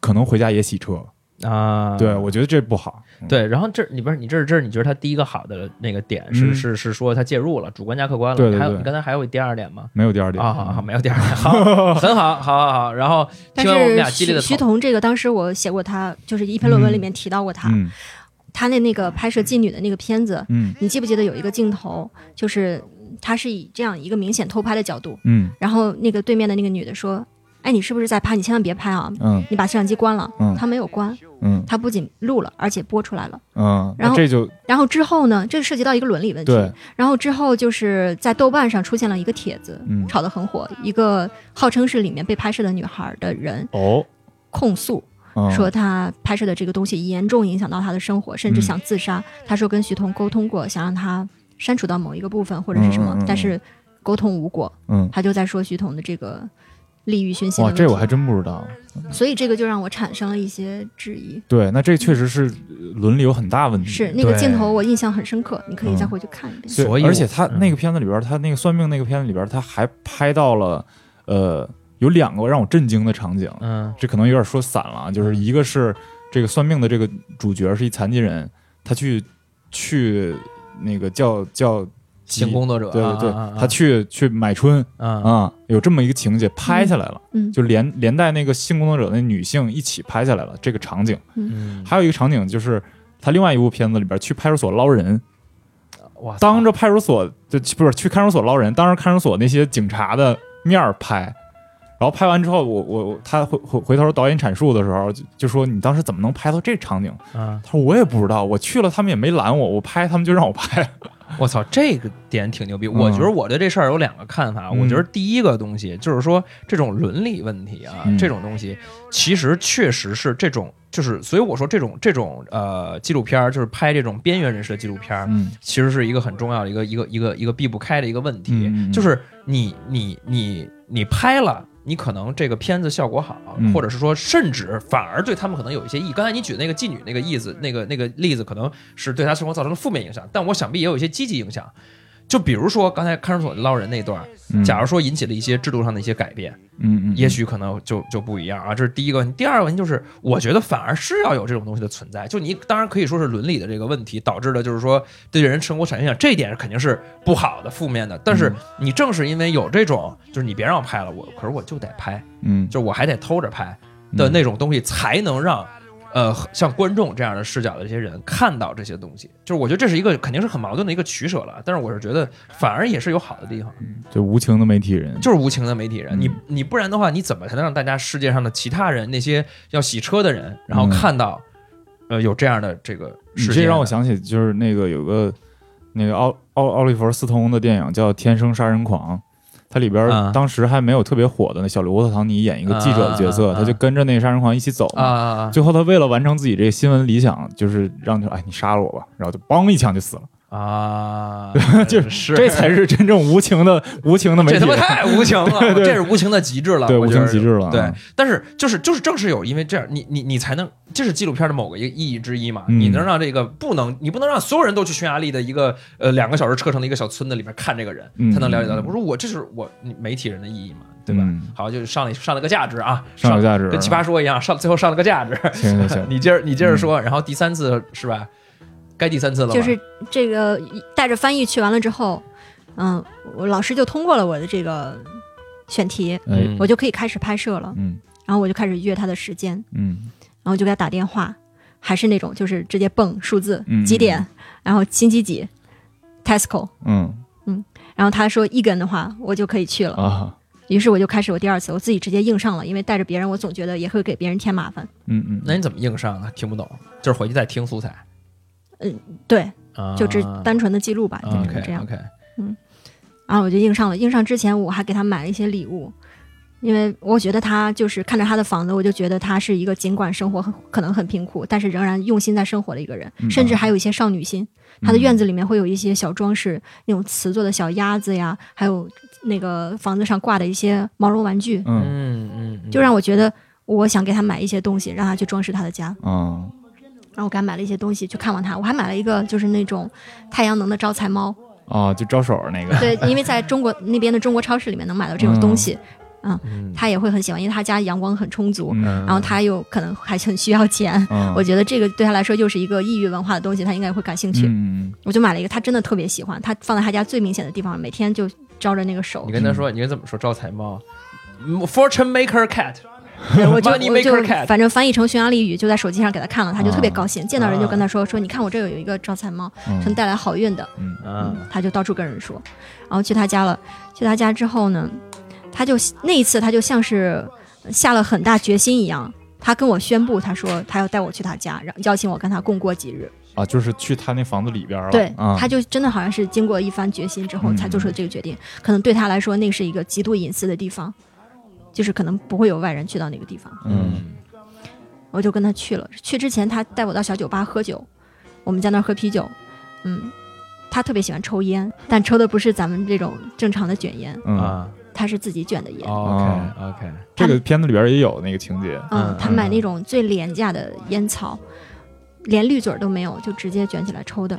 C: 可能回家也洗车。
D: 啊，
C: 对，我觉得这不好。嗯，
D: 对，然后这里边，你这是这是你觉得他第一个好的那个点是
C: 嗯
D: 是是说他介入了，主观加客观了。
C: 对对
D: 你还有
C: 对
D: 你刚才还有第二点吗？
C: 没有第二点
D: 啊，好好，没有第二点， 好，很好，好好好。然后
A: 但
D: 听完我们俩
A: 是
D: 激烈
A: 徐
D: 的
A: 徐
D: 讨论，
A: 彤这个，当时我写过他，就是一篇论文里面提到过他，
C: 嗯
A: 他那那个拍摄妓女的那个片子，
C: 嗯
A: 你记不记得有一个镜头，就是他是以这样一个明显偷拍的角度，
C: 嗯
A: 然后那个对面的那个女的说：“哎，你是不是在拍？你千万别拍啊！
C: 嗯
A: 你把摄像机关了。
C: 嗯
A: 他没有关，
C: 嗯
A: 他不仅录了，而且播出来了。
C: 嗯，
A: 然
C: 那
A: 后
C: 这就
A: 然后之后呢，这涉及到一个伦理问题。
C: 对，
A: 然后之后就是在豆瓣上出现了一个帖子，
C: 嗯
A: 炒得很火，一个号称是里面被拍摄的女孩的人
C: 哦，
A: 控诉
C: 嗯
A: 说他拍摄的这个东西严重影响到他的生活，甚至
C: 嗯
A: 想自杀。他说跟徐彤沟通过，想让他删除到某一个部分或者是什么，
C: 嗯嗯嗯嗯
A: 但是沟通无果。
C: 嗯，
A: 他就在说徐彤的这个利欲熏心
C: 哇，
A: 的
C: 这我
A: 问
C: 还真不知道。
A: 题，所以这个就让我产生了一些质疑。
C: 对，那这确实是呃伦理有很大问题。
A: 是那个
D: 对
A: 镜头我印象很深刻，你可以再
C: 嗯
A: 回去看一遍。
C: 对
D: 所以我
C: 而且他
D: 嗯
C: 那个片子里边，他那个算命那个片子里边，他还拍到了呃有两个让我震惊的场景，
D: 嗯
C: 这可能有点说散了啊，就是一个是这个算命的这个主角是一残疾人，他去去那个叫叫鸡
D: 性工作者，
C: 对
D: 啊
C: 对对
D: 啊啊，
C: 他去去买春
D: 啊
C: 啊，有这么一个情节拍下来了，
A: 嗯
C: 就连连带那个性工作者那女性一起拍下来了这个场景。
D: 嗯，
C: 还有一个场景就是他另外一部片子里边去派出所捞人，
D: 哇塞，
C: 当着派出所就不是去看守所捞人，当着看守所那些警察的面儿拍，然后拍完之后，我我我他回回回头导演阐述的时候就就说你当时怎么能拍到这场景？
D: 啊，
C: 他说我也不知道，我去了他们也没拦我，我拍他们就让我拍。
D: 我操，这个点挺牛逼。
C: 嗯
D: 我觉得我对这事儿有两个看法。
C: 嗯
D: 我觉得第一个东西就是说，这种伦理问题啊，
C: 嗯
D: 这种东西其实确实是这种，就是所以我说这种这种呃纪录片儿，就是拍这种边缘人士的纪录片儿，
C: 嗯
D: 其实是一个很重要的一个一个一个一个避不开的一个问题，
C: 嗯嗯嗯
D: 就是你你你你拍了。你可能这个片子效果好，
C: 嗯
D: 或者是说，甚至反而对他们可能有一些意义。刚才你举的那个妓女
C: 嗯
D: 那个例子，那个那个例子，可能是对他生活造成了负面影响，但我想必也有一些积极影响。就比如说刚才看守所捞人那段，
C: 嗯
D: 假如说引起了一些制度上的一些改变，
C: 嗯嗯，
D: 也许可能就就不一样啊。这是第一个问题。第二个问题就是，我觉得反而是要有这种东西的存在。就你当然可以说是伦理的这个问题导致的，就是说对人生活产生影响，这一点肯定是不好的、负面的。但是
C: 嗯
D: 你正是因为有这种，就是你别让我拍了，我可是我就得拍，
C: 嗯
D: 就是我还得偷着拍的那种东西，才能让。呃，像观众这样的视角的这些人看到这些东西，就是我觉得这是一个肯定是很矛盾的一个取舍了。但是我是觉得反而也是有好的地方。
C: 就无情的媒体人，
D: 就是无情的媒体人。
C: 嗯
D: 你你不然的话，你怎么才能让大家世界上的其他人那些要洗车的人，然后
C: 嗯
D: 看到、呃有这样的这个
C: 你
D: 事件？啊
C: 这让我，想起就是那个有个那个奥奥奥利弗·斯通的电影叫《天生杀人狂》，它里边
D: 啊
C: 儿当时还没有特别火的那小罗伯特·唐尼演一个记者的角色，
D: 啊啊啊
C: 他就跟着那个杀人狂一起走嘛。
D: 啊
C: 最后他为了完成自己这个新闻理想，就是让他哎你杀了我吧，然后就梆一枪就死了，
D: 啊，
C: 就是这才是真正无情的无情的媒
D: 这
C: 体
D: 他妈
C: 人，
D: 太无情 了，
C: 对对
D: 这是无情的极致了，
C: 对
D: 我
C: 无
D: 觉得
C: 情极致了啊。
D: 对，但是就是就是正是有因为这样，你你你才能，这是纪录片的某个一个意义之一嘛。
C: 嗯
D: 你能让这个不能，你不能让所有人都去匈牙利的一个呃两个小时车程的一个小村子里面看这个人，
C: 嗯
D: 才能了解到他。我说我这是我你媒体人的意义嘛，对吧？
C: 嗯
D: 好，就是上了上了个价值啊，
C: 上有价值，
D: 跟奇葩说一样，上最后上了个 价值。
C: 行行行，
D: 你接着你
C: 嗯
D: 接着说，然后第三次是吧？该第三次了吧，
A: 就是这个带着翻译去完了之后，嗯，我老师就通过了我的这个选题，
C: 哎，
D: 嗯
A: 我就可以开始拍摄了。
C: 嗯
A: 然后我就开始约他的时间，
C: 嗯
A: 然后就给他打电话，还是那种就是直接蹦数字
C: 嗯
A: 几点，然后星期几，Tesco。
C: 嗯
A: 然后他说一根的话，我就可以去了。
C: 啊，
A: 于是我就开始我第二次，我自己直接硬上了，因为带着别人，我总觉得也会给别人添麻烦。
C: 嗯嗯，
D: 那你怎么硬上啊？听不懂，就是回去再听素材，
A: 对，
D: 啊
A: 就只单纯的记录吧，
D: 啊
A: 就是这
D: OK
A: 样。
D: OK，
A: 然后我就硬上了，硬上之前我还给他买了一些礼物，因为我觉得他就是看着他的房子，我就觉得他是一个尽管生活很可能很贫苦，但是仍然用心在生活的一个人，
C: 嗯
A: 甚至还有一些少女心。他的院子里面会有一些小装饰，那种瓷做的小鸭子呀，还有那个房子上挂的一些毛绒玩具，
C: 嗯
D: 嗯嗯嗯，
A: 就让我觉得我想给他买一些东西，让他去装饰他的家。
C: 啊
A: 然后我给他买了一些东西去看望他，我还买了一个就是那种太阳能的招财猫，
C: 啊，就招手那个，
A: 对，因为在中国那边的中国超市里面能买到这种东西，
D: 嗯
A: 他也会很喜欢，因为他家阳光很充足，
C: 嗯
A: 然后他又可能还很需要钱。
C: 嗯
A: 我觉得这个对他来说又是一个异域文化的东西，他应该会感兴趣。
C: 嗯，
A: 我就买了一个，他真的特别喜欢，他放在他家最明显的地方，每天就招着那个手
D: 你，跟他
C: 嗯
D: 说，你该怎么说招财猫嗯？Fortune maker cat，
A: 对我就
D: Money
A: 我就
D: maker cat
A: 反正翻译成匈牙利语，就在手机上给他看了，他就特别高兴，见到人就跟他说说，你看我这有一个招财猫，
C: 啊嗯
A: 能带来好运的，
C: 嗯
A: 嗯
D: 嗯，他
A: 他就到处跟人说，然后去他家了，去他家之后呢，他就那一次他就像是下了很大决心一样。他跟我宣布，他说他要带我去他家，让邀请我跟他共过几日。
C: 啊，就是去他那房子里边了，
A: 对，
C: 啊，
A: 他就真的好像是经过一番决心之后
C: 嗯
A: 才做出了这个决定。可能对他来说，那是一个极度隐私的地方，就是可能不会有外人去到那个地方。
C: 嗯
A: 我就跟他去了。去之前，他带我到小酒吧喝酒，我们在那儿喝啤酒。嗯，他特别喜欢抽烟，但抽的不是咱们这种正常的卷烟，
C: 嗯哦
D: 啊
A: 他是自己卷的烟。
D: 哦，OK OK，
C: 这个片子里边也有那个情节，
A: 嗯
D: 嗯，
A: 他买那种最廉价的烟草，连滤嘴儿都没有，就直接卷起来抽的。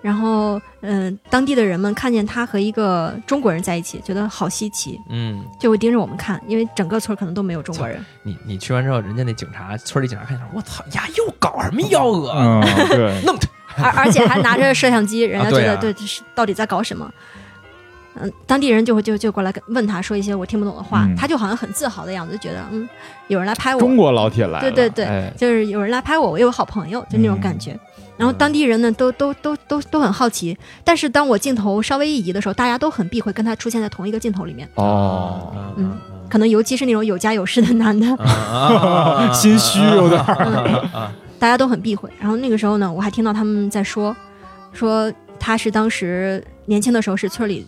A: 然后，嗯、当地的人们看见他和一个中国人在一起，觉得好稀奇，
D: 嗯，
A: 就会盯着我们看，因为整个村儿可能都没有中国人。
D: 你你去完之后，人家那警察村里警察看见说，我操呀，又搞什么幺蛾？
C: 嗯， 对，
D: 弄
A: 而
D: 他，
A: 而且还拿着摄像机，人家觉
D: 对
A: 得、
D: 啊
A: 对这是到底在搞什么？嗯，当地人就会就就过来跟问他说一些我听不懂的话，
C: 嗯
A: 他就好像很自豪的样子，就觉得嗯，有人来拍
C: 中
A: 我，
C: 国老铁来了，
A: 对对对
C: 哎嗯
A: 就是有人来拍我，我有好朋友，就那种感觉。然后当地人呢，都都都都都很好奇，但是当我镜头稍微一移的时候，大家都很避讳跟他出现在同一个镜头里面，
C: 哦，
D: 嗯
A: 可能尤其是那种有家有室的男
D: 啊
A: 的，
D: 嗯，
C: 心虚有点
D: 啊
C: 儿，
A: 大家都很避讳。然后那个时候呢，我还听到他们在说，说她是当时年轻的时候是村里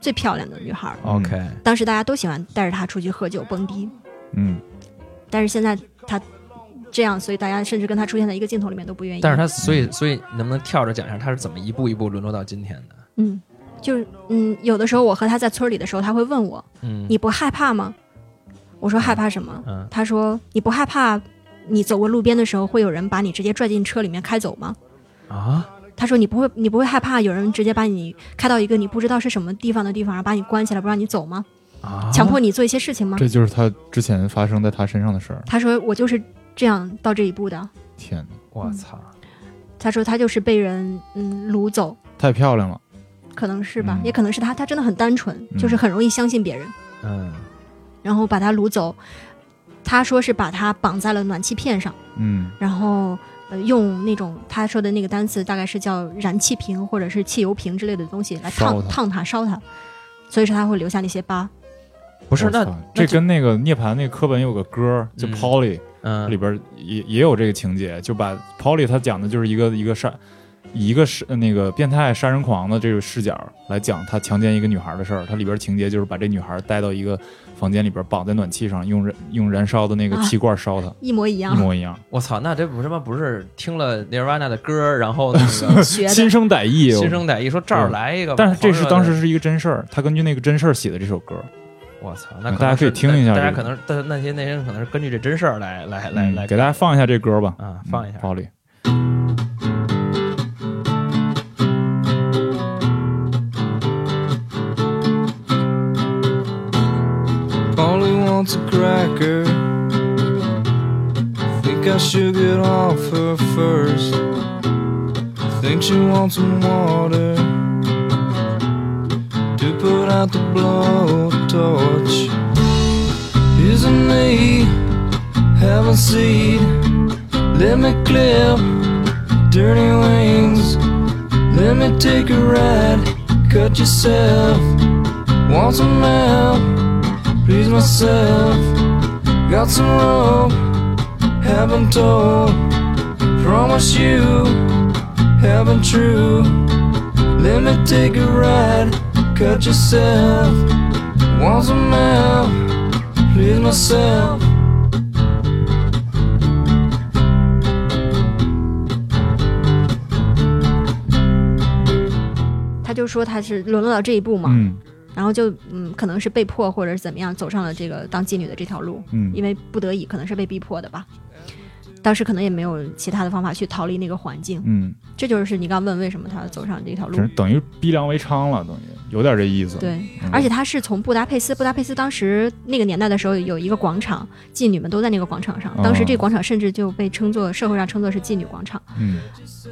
A: 最漂亮的女孩儿，
D: OK，
A: 当时大家都喜欢带着她出去喝酒蹦迪，
C: 嗯，
A: 但是现在她这样，所以大家甚至跟她出现在一个镜头里面都不愿意。
D: 但是他所以所以能不能跳着讲一下他是怎么一步一步沦落到今天的？
A: 嗯，就是嗯，有的时候我和她在村里的时候，她会问我
D: 嗯，
A: 你不害怕吗？我说害怕什么？
D: 嗯
A: 她说你不害怕你走过路边的时候会有人把你直接拽进车里面开走吗？
D: 啊
A: 他说你不会你不会害怕有人直接把你开到一个你不知道是什么地方的地方，然后把你关起来不让你走吗？
D: 啊
A: 强迫你做一些事情吗？
C: 这就是他之前发生在他身上的事儿。
A: 他说我就是这样到这一步的。
C: 天哪，
D: 我操，
A: 他说他就是被人嗯掳走，
C: 太漂亮了！
A: 可能是吧，
C: 嗯
A: 也可能是他，他真的很单纯，
C: 嗯
A: 就是很容易相信别人，
D: 嗯
A: 然后把他掳走。他说是把他绑在了暖气片上，
C: 嗯
A: 然后呃用那种他说的那个单词大概是叫燃气瓶或者是汽油瓶之类的东西来
C: 烧
A: 烫
C: 他
A: 烫他烧他，所以说他会留下那些疤。
D: 不是
C: 我
D: 那
C: 操
D: 那
C: 这跟那个涅槃那个课本有个歌儿，就
D: 嗯
C: Polly 里
D: 嗯
C: 边也也有这个情节，就把 Polly 他讲的就是一个一个杀以一个是呃那个变态杀人狂的这个视角来讲他强奸一个女孩的事儿。它里边情节就是把这女孩带到一个房间里边绑在暖气上，用燃用燃烧的那个
A: 啊
C: 气罐烧她，
A: 一模一
C: 一
A: 样，
C: 模一样，
D: 我操，那这不他妈不是听了 Nirvana 的歌儿，然后那 个
A: 学的
C: 心生歹意。
D: 心生歹意说这儿来一个，
C: 哎但是这是
D: 狂热的
C: 当时是一个真事儿，他根据那个真事儿写的这首歌。
D: 我操，
C: 嗯
D: 那能
C: 大家可以
D: 是
C: 听一下
D: 大家
C: 这个
D: 可能但是那些那些人可能是根据这真事儿来来来
C: 嗯
D: 来
C: 给大家放一下这歌吧，
D: 啊放一下
C: 嗯。Polly，
B: Polly wants a cracker. Think I should get off her first. Think she wants some water to put out the blowtorch. Isn't me have a seat? Let me clip dirty wings. Let me take a ride. Cut yourself. Want some help? please myself. Got some rope, haven't told. Promise you, haven't true. Let me take a ride, cut yourself. Want some help, please myself.
A: 他就说他是沦落到这一步嘛，
C: 嗯
A: 然后就嗯，可能是被迫或者是怎么样走上了这个当妓女的这条路，
C: 嗯，
A: 因为不得已，可能是被逼迫的吧。当时可能也没有其他的方法去逃离那个环境，
C: 嗯，
A: 这就是你刚问为什么他要走上这条路
C: 真。是等于逼良为娼了，等于有点这意思。
A: 对，
C: 嗯，
A: 而且他是从布达佩斯，布达佩斯当时那个年代的时候有一个广场，妓女们都在那个广场上。当时这个广场甚至就被称作社会上称作是妓女广场。
C: 嗯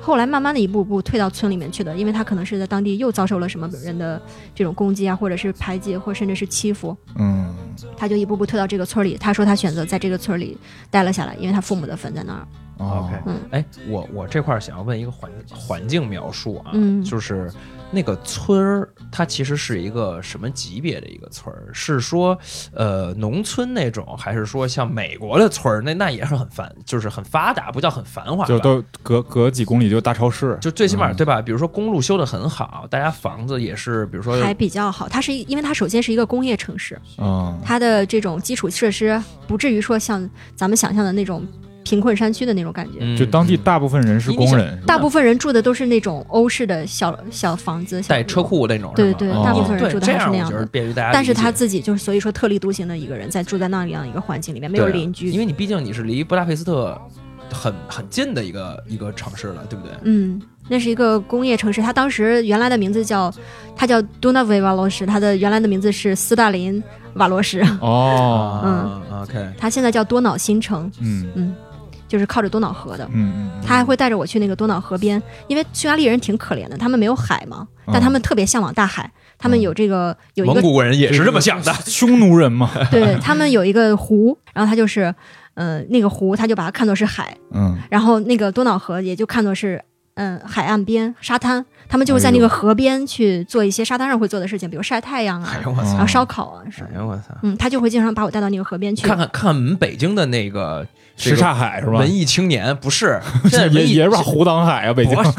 A: 后来慢慢的一步一步退到村里面去的，因为他可能是在当地又遭受了什么人的这种攻击啊，或者是排挤，或甚至是欺负，
C: 嗯
A: 他就一步步退到这个村儿里。他说他选择在这个村儿里待了下来，因为他父母的坟在那儿。
C: 哦
D: OK，
A: 嗯
D: 哎，我我这块儿想要问一个环环境描述啊，
A: 嗯
D: 就是那个村儿，它其实是一个什么级别的一个村儿？是说呃农村那种，还是说像美国的村儿？那那也是很繁，就是很发达，不叫很繁华吧，
C: 就都隔隔几公里就大超市，
D: 就最起码、
C: 嗯
D: 对吧？比如说公路修得很好，大家房子也是，比如说
A: 还比较好。它是因为它首先是一个工业城市，
C: 嗯
A: 它的这种基础设施不至于说像咱们想象的那种贫困山区的那种感觉。
D: 嗯
C: 就当地大部分人是工人，是吧
A: 大部分人住的都是那种欧式的小小房子、小
D: 带
A: 楼
D: 车，库那种，
A: 对
D: 是吧哦
A: 对
C: 对大部分
A: 人
D: 对
A: 住的
D: 这
A: 还是
D: 样
A: 那
D: 我
A: 样
D: 觉得
A: 的
D: 便于大家理解，
A: 但是他自己就是所以说特立独行的一个人，在住在那样一个环境里面，没有
D: 对啊
A: 邻居，
D: 因为你毕竟你是离布达佩斯特很很近的一个一个城市了，对不对？
A: 嗯，那是一个工业城市。它当时原来的名字叫，它叫 Dunavy 瓦罗什，它的原来的名字是斯大林瓦罗什，
C: 哦，
D: 啊，OK，
A: 它现在叫多瑙新城，
C: 嗯
A: 嗯，就是靠着多瑙河的。
C: 嗯嗯，
A: 他还会带着我去那个多瑙河边，因为匈牙利人挺可怜的，他们没有海嘛，但他们特别向往大海。他们有这个有一
D: 啊蒙
A: 个
D: 古人也是这么想的。
C: 匈奴人嘛，
A: 对他们有一个湖，然后他就是，呃，那个湖他就把它看作是海，
C: 嗯，
A: 然后那个多瑙河也就看作是，嗯、海岸边沙滩，他们就会在那
C: 哎
A: 个
C: 呦
A: 河边去做一些沙滩上会做的事情，比如晒太阳啊
D: 哎，呦我操！
A: 然后烧烤啊什么
D: 哎。呦我操！
A: 嗯，他就会经常把我带到那个河边去。
D: 看看看看我们北京的那个
C: 什
D: 这个
C: 刹海是吧？
D: 文艺青年，不 是现在
C: 也
D: 文艺
C: 也是把胡当海啊，北京
D: 不是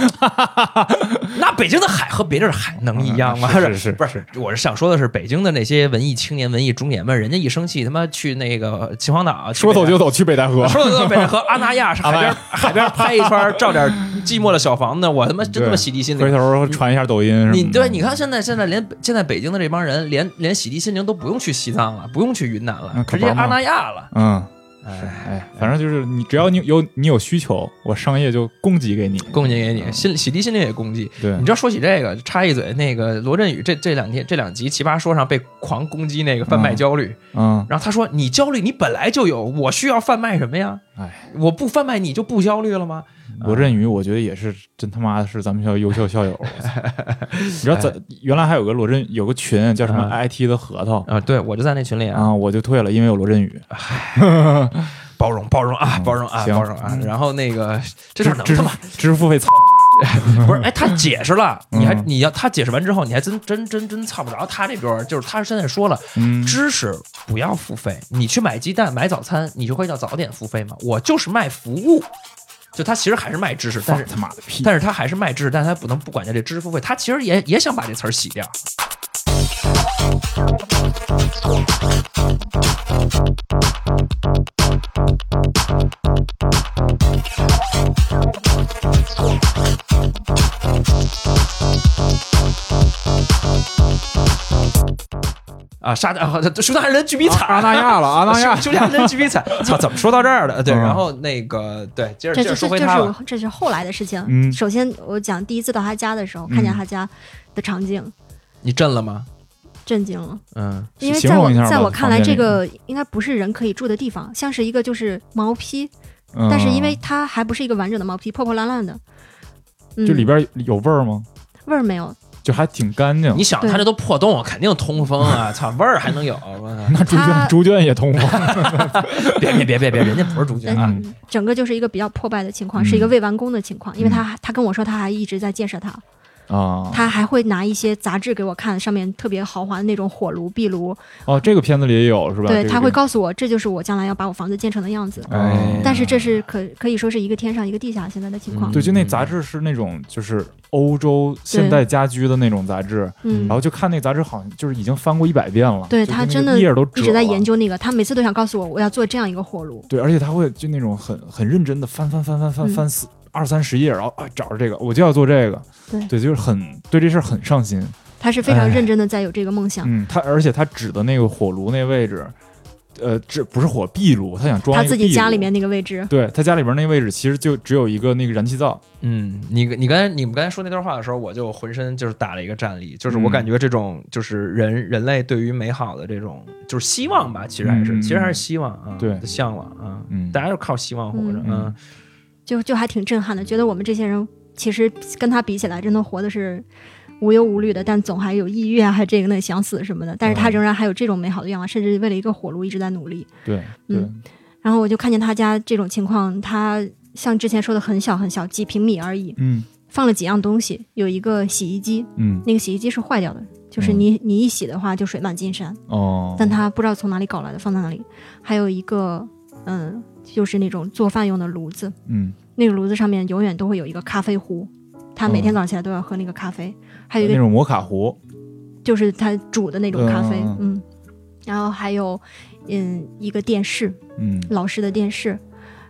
D: 那北京的海和别地儿的海能一样吗？
C: 啊是是是
D: 不是？我是想说的是，北京的那些文艺青年、文艺中年们，人家一生气，他妈去那个秦皇岛啊，去
C: 说走
D: 北
C: 就走去北戴河
D: 啊，说走就北 戴河阿那亚海边海边拍一圈，照点寂寞的小房子，我他妈真他妈
C: 对
D: 洗涤心
C: 回
D: 灵。
C: 头传一下抖音什么的
D: 你对，你看现在现在连现在北京的这帮人，连连洗涤心灵都不用去西藏了，不用去云南了
C: 那，
D: 直
C: 可不
D: 接
C: 嘛
D: 阿那亚了。
C: 嗯，
D: 哎，
C: 哎，反正就是你只要你有你有需求，我商业就供给给你。
D: 供给给你，
C: 嗯
D: 心洗涤心灵也攻击。
C: 对
D: 你，知道说起这个，插一嘴，那个罗振宇这这两天这两集《奇葩说》上被狂攻击那个贩卖焦虑，
C: 嗯，
D: 然后他说：“你焦虑，你本来就有，我需要贩卖什么呀？
C: 哎，
D: 我不贩卖，你就不焦虑了吗？”
C: 罗振宇，我觉得也是真他妈的是咱们学校优秀校友。我操你知道咱原来还有个罗振有个群叫什么 IT 的核桃
D: 啊、对我就在那群里啊，
C: 啊，我就退了，因为有罗振宇。
D: 包容包容啊，包容
C: 嗯
D: 啊，
C: 行
D: 包容啊。然后那个这事儿能
C: 支
D: 他妈
C: 支付费操，
D: 不是？哎，他解释了，
C: 嗯
D: 你还你要他解释完之后，你还真真真真操不着他这边儿，就是他现在说了，
C: 嗯，
D: 知识不要付费，你去买鸡蛋买早餐，你就会叫早点付费吗？我就是卖服务，就他其实还是卖知识，但
C: 放
D: 是
C: 他妈的屁！
D: 但是他还是卖知识，但他不能不管叫这知识付费，他其实也也想把这词儿洗掉。啊，沙啊，说那人巨比惨，
C: 阿那亚了，阿那亚
D: 休，休假真鸡逼惨！操，怎么说到这儿了？对，
C: 嗯
D: 然后那个对，接着
A: 这这
D: 接着
A: 这
D: 说回
A: 这
D: 他
A: 是
D: 吧。
A: 我这是后来的事情。
C: 嗯
A: 首先我讲第一次到他家的时候，
C: 嗯
A: 看见他家的场景，
D: 你震了吗？
A: 震惊了，
D: 嗯，
A: 因为
C: 形
A: 在
C: 容
A: 我
C: 一下吧
A: 在我看来，
C: 房间
A: 这
C: 里
A: 个应该不是人可以住的地方，像是一个就是毛坯，
C: 嗯
A: 但是因为它还不是一个完整的毛坯，破破烂烂的。嗯、
C: 就里边有味儿吗？
A: 味儿没有，
C: 就还挺干净
D: 你。想
A: 对
D: 他这都破洞，肯定通风啊！操，味儿还能有？我操
C: 那猪
A: 他
C: 圈猪圈也通风，
D: 别别别别别，人家不是猪圈
A: 但
D: 啊！
A: 是整个就是一个比较破败的情况，
C: 嗯
A: 是一个未完工的情况。因为他他跟我说他还一直在建设它，
C: 啊。
A: 他还会拿一些杂志给我看，上面特别豪华的那种火炉、壁炉，
C: 哦，这个片子里也有是吧？
A: 对
C: 这个
A: 他会告诉我这就是我将来要把我房子建成的样子。
C: 哎
A: 但是这是可可以说是一个天上一个地下现在的情况。
C: 嗯对，就那杂志是那种就是欧洲现代家居的那种杂志，
A: 嗯
C: 然，后就看那杂志好像就是已经翻过一百遍了，
A: 对
C: 就是
A: 他
C: 那个
A: 真的
C: 页儿都
A: 一
C: 褶
A: 直在
C: 了
A: 研。究那个，他每次都想告诉我我要做这样一个火炉。
C: 对，而且他会就那种很很认真的翻翻翻翻
A: 嗯
C: 翻翻四二三十页，然后啊找着这个我就要做这个，
A: 对
C: 对，就是很对这事儿很上心。
A: 他是非常
C: 哎
A: 认真的在有这个梦想。
C: 嗯，他而且他指的那个火炉那位置，呃，这不是火壁炉，他想装
A: 他
C: 一个
A: 自己
C: 壁
A: 家
C: 炉
A: 里。面那个位置，
C: 对他家里边那位置，其实就只有一个那个燃气灶，
D: 嗯，你你刚才你们刚才说那段话的时候，我就浑身就是打了一个战栗，就是我
C: 嗯
D: 感觉这种就是人人类对于美好的这种就是希望吧，其实还是
C: 嗯
D: 其实还是希望啊，
C: 对
D: 向往啊，
C: 嗯
D: 大家就靠希望活着，
A: 嗯
D: 嗯，
A: 就就还挺震撼的，觉得我们这些人其实跟他比起来，真的活的是无忧无虑的，但总还有抑郁啊，还这个那想死什么的。但是他仍然还有这种美好的愿望，甚至为了一个火炉一直在努力。
C: 对对，
A: 嗯然后我就看见他家这种情况，他像之前说的很小很小，几平米而已，
C: 嗯
A: 放了几样东西，有一个洗衣机，
C: 嗯
A: 那个洗衣机是坏掉的，就是你你一洗的话就水漫金山，
C: 哦，
A: 但他不知道从哪里搞来的，放在那里。还有一个嗯，就是那种做饭用的炉子，
C: 嗯，
A: 那个炉子上面永远都会有一个咖啡壶，他每天
C: 嗯呃
A: 早上起来都要喝那个咖啡，还有一
C: 那
A: 个
C: 种摩卡壶，
A: 就是他煮的那种咖啡，
C: 嗯嗯
A: 嗯，然后还有嗯一个电视，
C: 嗯，
A: 老式的电视，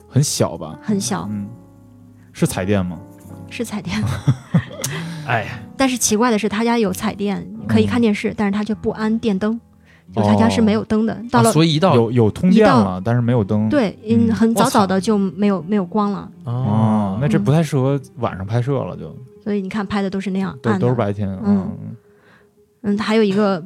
C: 很小吧？
A: 很小，
C: 嗯，是彩电吗？
A: 是彩
C: 哦
A: 电，
D: 哎呀，
A: 但是奇怪的是他家有彩电可
C: 嗯
A: 以看电视，但是他却不安电灯，就他家是
C: 哦
A: 没有灯的，到了。
D: 啊所以一到
C: 有有通电了，但是没有灯。
A: 对，嗯，
C: 嗯
A: 很早
D: 我操
A: 早的就没有没有光了，
C: 哦，那这
A: 嗯
C: 不太适合晚上拍摄了，就
A: 所以你看拍的都是那样
C: 都
A: 暗
C: 都是
A: 的。
C: 白天。
A: 嗯嗯，还有一个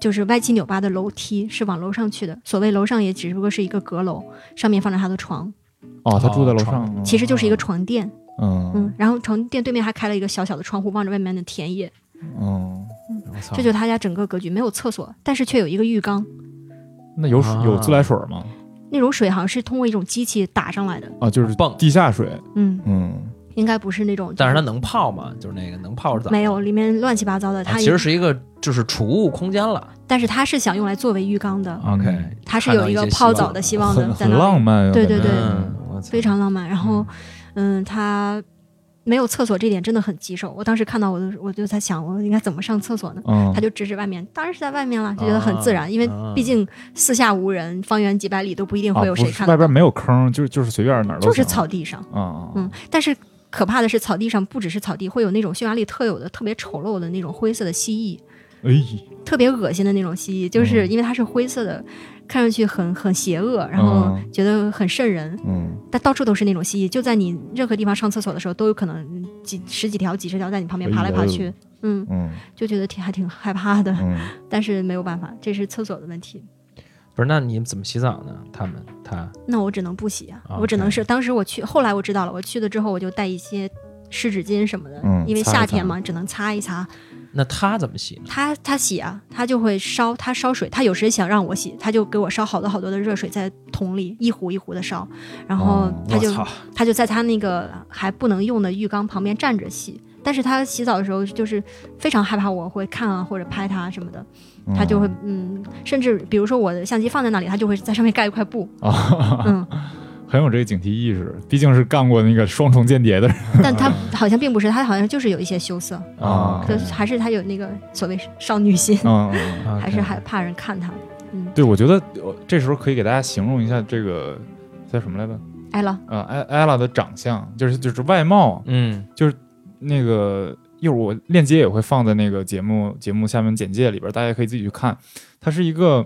A: 就是歪七扭八的楼梯是往楼上去的，所谓楼上也只不过是一个阁楼，上面放着他的床，
C: 嗯，哦，他住在楼
D: 床
C: 上，嗯
A: 其实就是一个床垫，嗯
C: 嗯，
A: 然后床垫对面还开了一个小小的窗户，望着外面的田野，
C: 嗯，
D: 我操
A: 这就是他家整个格局，没有厕所，但是却有一个浴缸，
C: 那有水
D: 啊
C: 有自来水吗？
A: 那种水好像是通过一种机器打上来的，
C: 啊，就是
D: 泵
C: 地下水。
A: 嗯，
C: 嗯，
A: 应该不是那种，
D: 但是它能泡吗？就是那个能泡是咋？
A: 没有，里面乱七八糟的，
D: 啊，
A: 它
D: 其
A: 也
D: 实是一个就是储物空间了。
A: 但是它是想用来作为浴缸的，
D: OK，
C: 嗯
A: 它是有一个泡澡的希望的，
C: 很
A: 在
C: 很
A: 那
C: 浪
A: 里，
C: 漫啊。
A: 对
C: 感觉
A: 对对
D: 嗯，我操
A: 非常浪漫，然后。嗯，他没有厕所这点真的很棘手。我当时看到我就我就在想，我应该怎么上厕所呢？
C: 嗯，
A: 他就指指外面，当然是在外面了，就觉得很自然，因为
D: 啊
A: 毕竟四下无人，方圆几百里都不一定
C: 啊
A: 会有
C: 不
A: 谁
C: 是
A: 看
C: 外
A: 到，
C: 边没有坑，就是就是随便哪儿都
A: 就是
C: 行
A: 草地上。
C: 啊，
A: 嗯，但是可怕的是，草地上不只是草地，会有那种匈牙利特有的特别丑陋的那种灰色的蜥蜴，
C: 哎，
A: 特别恶心的那种蜥蜴，
C: 嗯
A: 就是因为它是灰色的，看上去很很邪恶，然后
C: 嗯
A: 觉得很瘆人。
C: 嗯，
A: 但到处都是那种蜥蜴，就在你任何地方上厕所的时候，都有可能几十几条、几十条在你旁边爬来爬
C: 哎
A: 去
C: 呦。
A: 嗯，
C: 嗯
A: 就觉得挺还挺害怕的，
C: 嗯，
A: 但是没有办法，这是厕所的问题。
D: 不是，那你们怎么洗澡呢？他们他
A: 那我只能不洗啊，
D: OK
A: 我只能是当时我去，后来我知道了，我去了之后我就带一些湿纸巾什么的，
C: 嗯
A: 因为
D: 擦一擦
A: 夏天嘛，只能擦一擦。
D: 那他怎么洗呢？
A: 他他洗啊，他就会烧，他烧水，他有时想让我洗，他就给我烧好多好多的热水在桶里一壶一壶的烧，然后
C: 哦
A: 他就、
D: 我操
A: 他就在他那个还不能用的浴缸旁边站着洗。但是他洗澡的时候就是非常害怕我会看啊或者拍他什么的，
C: 嗯
A: 他就会嗯，甚至比如说我的相机放在那里，他就会在上面盖一块布，
C: 啊，
A: 嗯，
C: 很有这个警惕意识，毕竟是干过那个双重间谍的人
A: 但他好像并不是，他好像就是有一些羞涩，
C: 啊
A: 可是还是他有那个所谓少女心，
C: 嗯。嗯嗯
A: 还是害怕人看他。嗯，
C: 对，我觉得呃这时候可以给大家形容一下这个叫什么来着？
A: 艾拉，
C: 呃，艾艾拉的长相，就是就是外貌，
D: 嗯
C: 那个一会儿我链接也会放在那个节目节目下面简介里边，大家可以自己去看。她是一个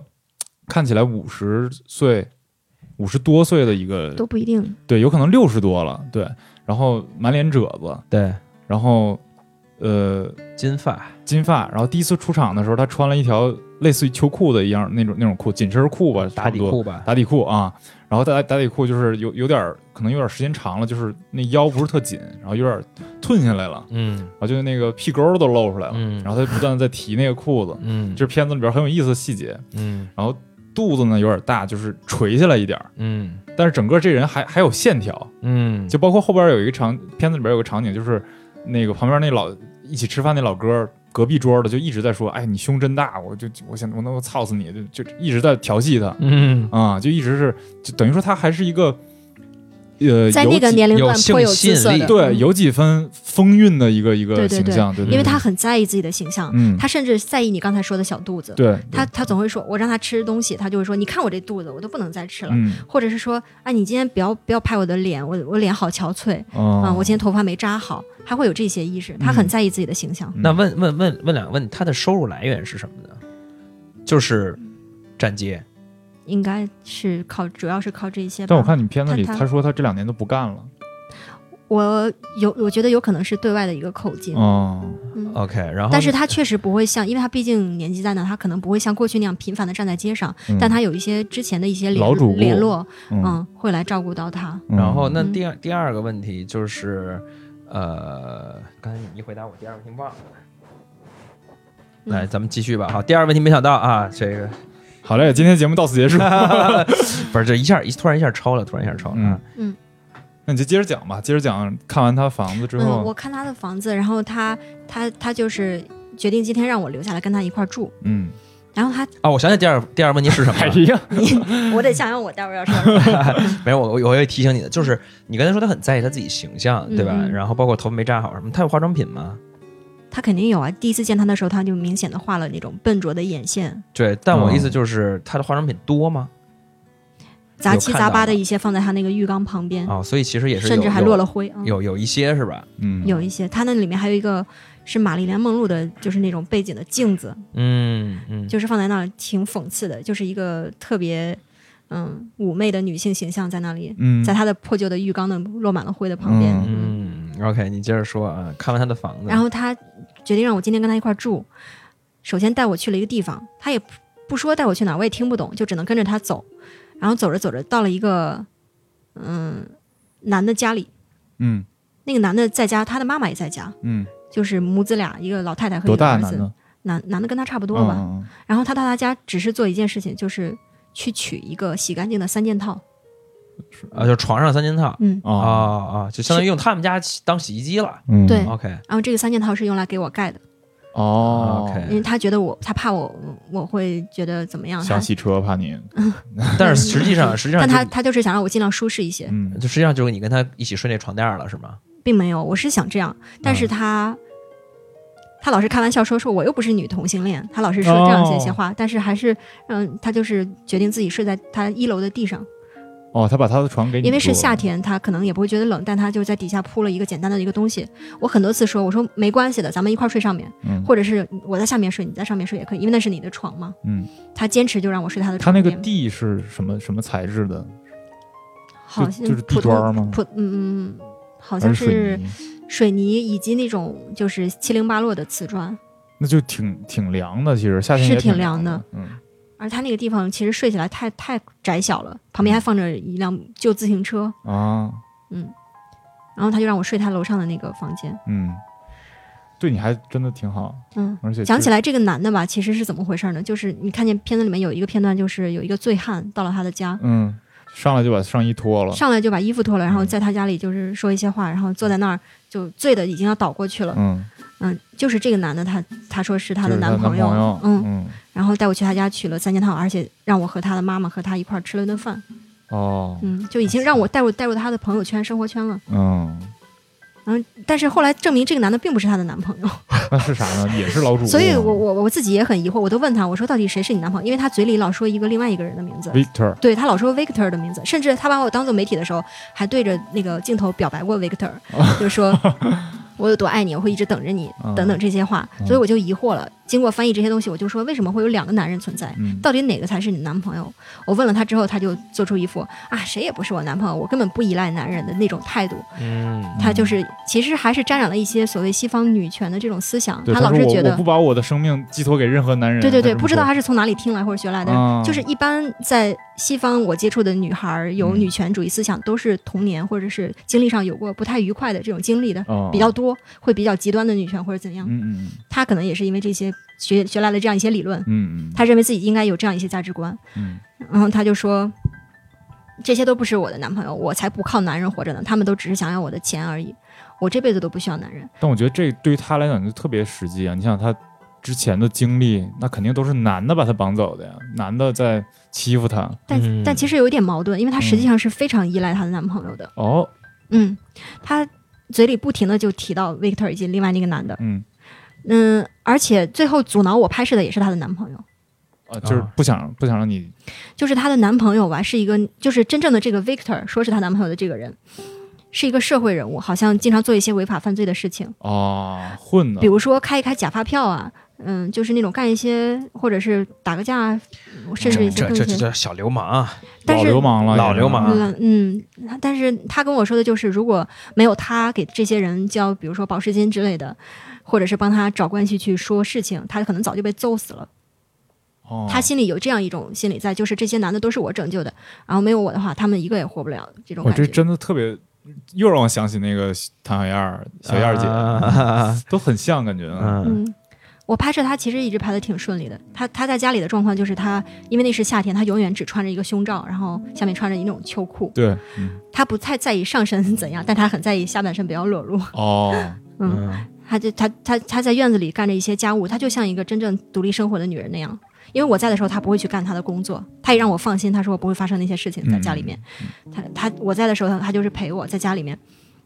C: 看起来五十岁、五十多岁的一个，
A: 都不一定。
C: 对，有可能六十多了，对。然后满脸褶子，
D: 对
C: 然后呃
D: 金发
C: 金发，然后第一次出场的时候，她穿了一条类似于秋裤的一样那种那种裤，紧身裤吧，
D: 打
C: 差
D: 底
C: 不多
D: 裤吧，
C: 打底裤啊，然后打打底裤就是有有点儿可能有点儿时间长了，就是那腰不是特紧，然后有点儿褪下来了，
D: 嗯
C: 然后就那个屁沟都露出来了，
D: 嗯
C: 然后他不断的在提那个裤子，
D: 嗯
C: 这是片子里边很有意思的细节，
D: 嗯
C: 然后肚子呢有点大，就是垂下来一点儿，
D: 嗯
C: 但是整个这人还还有线条，
D: 嗯，
C: 就包括后边有一个场片子里边有个场景，就是那个旁边那老一起吃饭那老哥。隔壁桌的就一直在说：“哎，你胸真大！”我就我想我能我操死你！就就一直在调戏他。
D: 嗯
C: 啊、就一直是，就等于说他还是一个，呃，
A: 在
C: 有
A: 那个
C: 几
A: 年龄段
D: 有
A: 颇有姿
D: 性吸
A: 色
D: 引力
A: 的，
C: 对
A: 嗯
C: 有几分风韵的一个一个
A: 对对
C: 形
A: 对
C: 象，对对
A: 因为
C: 对
A: 他很在意自己的形象，
C: 嗯
A: 他甚至在意你刚才说的小肚子。
C: 对
A: 他他总会说，我让他吃东西，他就会说，你看我这肚子，我都不能再吃了。
C: 嗯
A: 或者是说，啊，你今天不要不要拍我的脸，我我脸好憔悴啊、
C: 啊
A: 我今天头发没扎好，他会有这些意识，
C: 嗯
A: 他很在意自己的形象。
D: 嗯那问问问问两个问题，他的收入来源是什么呢？就是站街，
A: 应该是靠，主要是靠这些吧。
C: 但我看你片子里，
A: 他他
C: 他说他这两年都不干了，
A: 我有，我觉得有可能是对外的一个口径，
C: 啊，
A: 嗯
D: OK，然后哦
A: 但是他确实不会像，因为他毕竟年纪在那，他可能不会像过去那样频繁的站在街上，
C: 嗯
A: 但他有一些之前的一些
C: 老
A: 联
C: 主顾
A: 联络，
C: 嗯，
A: 嗯，会来照顾到他。
C: 嗯
D: 然后那
A: 嗯
D: 第二第二个问题就是，呃，刚才你一回答我第二个问题忘了，
A: 嗯
D: 来咱们继续吧。好，第二个问题没想到啊，这个
C: 好嘞，今天节目到此 结束，嗯
D: 不是这一下一突然一下超了，突然一下超了啊。
A: 嗯，
C: 那你就接着讲吧，接着讲，看完他房子之
A: 嗯，我
C: 后，
A: 看他的房子，然后他他他就是决定今天让我留下来跟他一块儿住，
C: 嗯，
A: 然后他
D: 啊，我想起第二第二个问题 是什么
C: 哎
D: 了？
C: 呀，
A: 我得想想我待会儿要说什么。
D: 没有，我我我会提醒你的，就是你刚才说他很在意他自己形象，对吧？
A: 嗯
D: 然后包括头发没扎好什么，他有化妆品吗？
A: 他肯定有啊，第一次见他的时候，他就明显的画了那种笨拙的眼线，
D: 对，但我
C: 嗯
D: 意思就是他的化妆品多吗？
A: 杂七
D: 有看
A: 杂
D: 到
A: 八
D: 吗
A: 的一些放在他那个浴缸旁边，
D: 啊、所以其实也是有
A: 甚至还落了灰。嗯、
D: 有有有一些是吧？
C: 嗯，
A: 有一些，它那里面还有一个是玛丽莲梦露的，就是那种背景的镜子，
D: 嗯嗯，
A: 就是放在那儿挺讽刺的，就是一个特别嗯妩媚的女性形象在那里，
C: 嗯，
A: 在她的破旧的浴缸的落满了灰的旁边，嗯
D: 嗯，OK，你接着说啊，看完他的房子，
A: 然后他决定让我今天跟他一块儿住，首先带我去了一个地方，他也不不说带我去哪儿，我也听不懂，就只能跟着他走，然后走着走着到了一个嗯男的家里，
C: 嗯
A: 那个男的在家，他的妈妈也在家。
C: 嗯，
A: 就是母子俩，一个老太太和一
C: 多
A: 个
C: 大
A: 儿
C: 男
A: 子，
C: 的？
A: 男男的跟他差不多吧。
C: 嗯，
A: 然后他到他家只是做一件事情，就是去取一个洗干净的三件套。
D: 啊，就床上三件套，
A: 嗯，
D: 啊
C: 啊，
D: 啊，就相当于用他们家洗当洗衣机了。
C: 嗯
A: 对
D: OK，
A: 然后这个三件套是用来给我盖的，
C: 哦
D: 啊 OK
A: 因为他觉得我，他怕我我会觉得怎么样。
C: 想
A: 他
C: 洗车怕你，
D: 但是实 际上实际上
A: 但
D: 就
A: 他他就是想让我尽量舒适一些，
C: 嗯
D: 就实际上就是你跟他一起睡那床垫了是吗？
A: 并没有，我是想这样，
C: 嗯
A: 但是他。他老是开玩笑说说我又不是女同性恋，他老是说这样一些
C: 哦
A: 些话但是还是，嗯，他就是决定自己睡在他一楼的地上，
C: 哦，他把他的床给你，
A: 因为是夏，天，他可能也不会觉得冷，但他就在底下铺了一个简单的一个东西。我很多次说，我说没关系的，咱们一块儿睡上面，
C: 嗯
A: 或者是我在下面睡，你在上面睡也可以，因为那是你的床嘛。
C: 嗯，
A: 他坚持就让我睡他的
C: 他
A: 床
C: 那
A: 边。
C: 个地是什么什么材质的？
A: 好
C: 就
A: 像
C: 就是地
A: 普通
C: 砖儿吗
A: 普嗯嗯，好
C: 还
A: 像
C: 是水泥？
A: 水泥以及那种就是七零八落的瓷砖。
C: 那就挺挺凉的，其实夏天
A: 是
C: 也
A: 挺
C: 凉
A: 凉的
C: 的，嗯，
A: 而他那个地方其实睡起来太太窄小了，旁
C: 嗯
A: 边还放着一辆旧自行车，嗯
C: 啊，
A: 然后他就让我睡他楼上的那个房间。
C: 嗯，对你还真的挺好，
A: 嗯，
C: 而且
A: 讲起
C: 来，
A: 来这个男的吧，其实是怎么回事呢？就是你看见片子里面有一个片段，就是有一个醉汉到了他的家，
C: 嗯，上来就把上衣脱了，
A: 上来就把衣服脱了，然后在他家里就是说一些话，然后坐在那儿就醉的已经要倒过去了。
C: 嗯，
A: 嗯，就是这个男的他，他说是他
C: 就
A: 的
C: 是
A: 男
C: 朋
A: 友，嗯，
C: 嗯，
A: 然后带我去他家取了三件套，而且让我和他的妈妈和他一块儿吃了顿饭，
C: 哦，
A: 嗯，就已经让我带入带入他的朋友圈生活圈了。
C: 嗯，
A: 但是后来证明这个男的并不是她的男朋友，
C: 那是啥呢？也是老主顾啊，
A: 所以我我我自己也很疑惑，我都问他，我说到底谁是你男朋友？因为他嘴里老说一个另外一个人的名字，
C: Victor
A: 对他老说 Victor 的名字，甚至他把我当做媒体的时候，还对着那个镜头表白过 Victor，就说我有多爱你，我会一直等着你
C: 嗯
A: 等等这些话，
C: 嗯
A: 所以我就疑惑了。经过翻译这些东西，我就说为什么会有两个男人存在？
C: 嗯，
A: 到底哪个才是你男朋友？我问了他之后，他就做出一副啊谁也不是我男朋友，我根本不依赖男人的那种态度。
D: 嗯，
A: 他就是其实还是沾染了一些所谓西方女权的这种思想，
C: 对，
A: 他
C: 他
A: 老
C: 说
A: 是
C: 我
A: 觉
C: 我
A: 得
C: 不。把我的生命寄托给任何男人，
A: 对对对，
C: 嗯他这么
A: 不知道
C: 说
A: 他是从哪里听来或者学来的，
C: 啊
A: 就是一般在西方，我接触的女孩儿有
C: 嗯
A: 女权主义思想，都是童年或者是经历上有过不太愉快的这种经历的
C: 哦
A: 比较多，会比较极端的女权或者怎样。
C: 嗯嗯
A: 她可能也是因为这些学学来了这样一些理论，
C: 嗯嗯
A: 她认为自己应该有这样一些价值观，
C: 嗯
A: 然后她就说，这些都不是我的男朋友，我才不靠男人活着呢，他们都只是想要我的钱而已，我这辈子都不需要男人。
C: 但我觉得这对于他来讲就特别实际啊！你想他之前的经历，那肯定都是男的把他绑走的呀，男的在欺负他。
A: 但、
D: 嗯
A: 但其实有一点矛盾，因为她
C: 嗯
A: 实际上是非常依赖她的男朋友的。
C: 哦，
A: 嗯，她嘴里不停的就提到 Victor 以及另外那个男的，
C: 嗯，
A: 嗯，而且最后阻挠我拍摄的也是她的男朋友，
C: 啊，就是不想、不想让你，
A: 就是她的男朋友吧，是一个就是真正的这个 Victor，说是她男朋友的这个人。是一个社会人物，好像经常做一些违法犯罪的事情，
C: 哦，混的
A: 比。如说开一开假发票啊，嗯，就是那种干一些，或者是打个架啊，甚至一些
D: 这
A: 更
D: 这
A: 一
D: 这
A: 些，
D: 这小流氓啊，
A: 但
C: 老
A: 是
C: 流氓了，啊
D: 老
C: 也是
D: 流氓
A: 嗯嗯，但是他跟我说的就是，如果没有他给这些人交，比如说保释金之类的，或者是帮他找关系去说事情，他可能早就被揍死了。
C: 哦、
A: 嗯他心里有这样一种心理在，就是这些男的都是我拯救的，然后没有我的话，他们一个也活不了。这种
C: 我
A: 感
C: 这
A: 觉，
C: 真的特别，又让我想起那个谭小燕儿、小燕儿姐，
D: 啊
C: 都很像感觉。啊
D: 嗯
A: 嗯。我拍摄他其实一直拍的挺顺利的，他他在家里的状况就是他，因为那是夏天，他永远只穿着一个胸罩，然后下面穿着一种秋裤，
C: 对，嗯、
A: 他不太在意上身怎样，但他很在意下半身不要裸露。
C: 哦，
A: 嗯，
D: 嗯
A: 她就她她她在院子里干着一些家务，她就像一个真正独立生活的女人那样。因为我在的时候，她不会去干她的工作，她也让我放心。她说我不会发生那些事情在家里面。
C: 嗯
A: 她她我在的时候，她她就是陪我在家里面，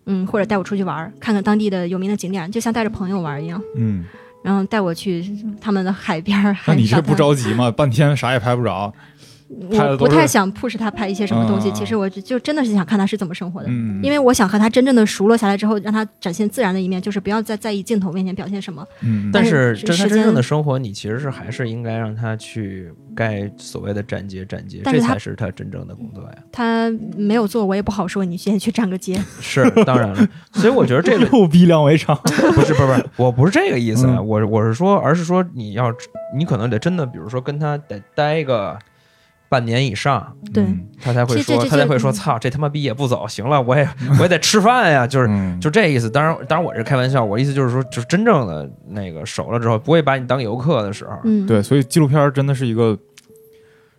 A: 嗯，或者带我出去玩儿，看看当地的有名的景点，就像带着朋友玩儿一样。
C: 嗯，
A: 然后带我去他们的海边儿。
C: 那
A: 海
C: 你这
A: 沙
C: 不
A: 滩
C: 着急 吗？半天啥也拍不着。拍的
A: 我
C: 都
A: 不
C: 是
A: 太想 push 她拍一些什么东西。
C: 嗯嗯嗯
A: 其实我就就真的是想看她是怎么生活的。
C: 嗯，
A: 因为我想和她真正的熟络下来之后，让她展现自然的一面，就是不要再在意镜头面前表现什么。
C: 嗯，
D: 但
A: 但
D: 是
A: 是
D: 真他
A: 时
D: 真
A: 间
D: 正的生活，你其实是还是应该让他去该所谓的站街站街，
A: 但
D: 这
A: 是他
D: 才是他真正的工作呀。
A: 他没有做，我也不好说。你先去站个街，
D: 是，当然了。所以我觉得 这个
C: 又逼良为娼。
D: 不是不是不是，我不是这个意思，啊
C: 嗯
D: 我是我是说，而是说你要你可能得真的，比如说跟他得待个半年以上，
A: 对
C: 嗯
D: 他才会
A: 其实
D: 说
A: 这这
D: 他才会
A: 就嗯
D: 说操，这他妈逼也不走，行了，我也我也得吃饭呀，就是。
C: 嗯
D: 就这意思，当然，当然我这开玩笑，我意思就是说，就是真正的那个熟了之后，不会把你当游客的时候，
A: 嗯，
C: 对，所以纪录片儿真的是一个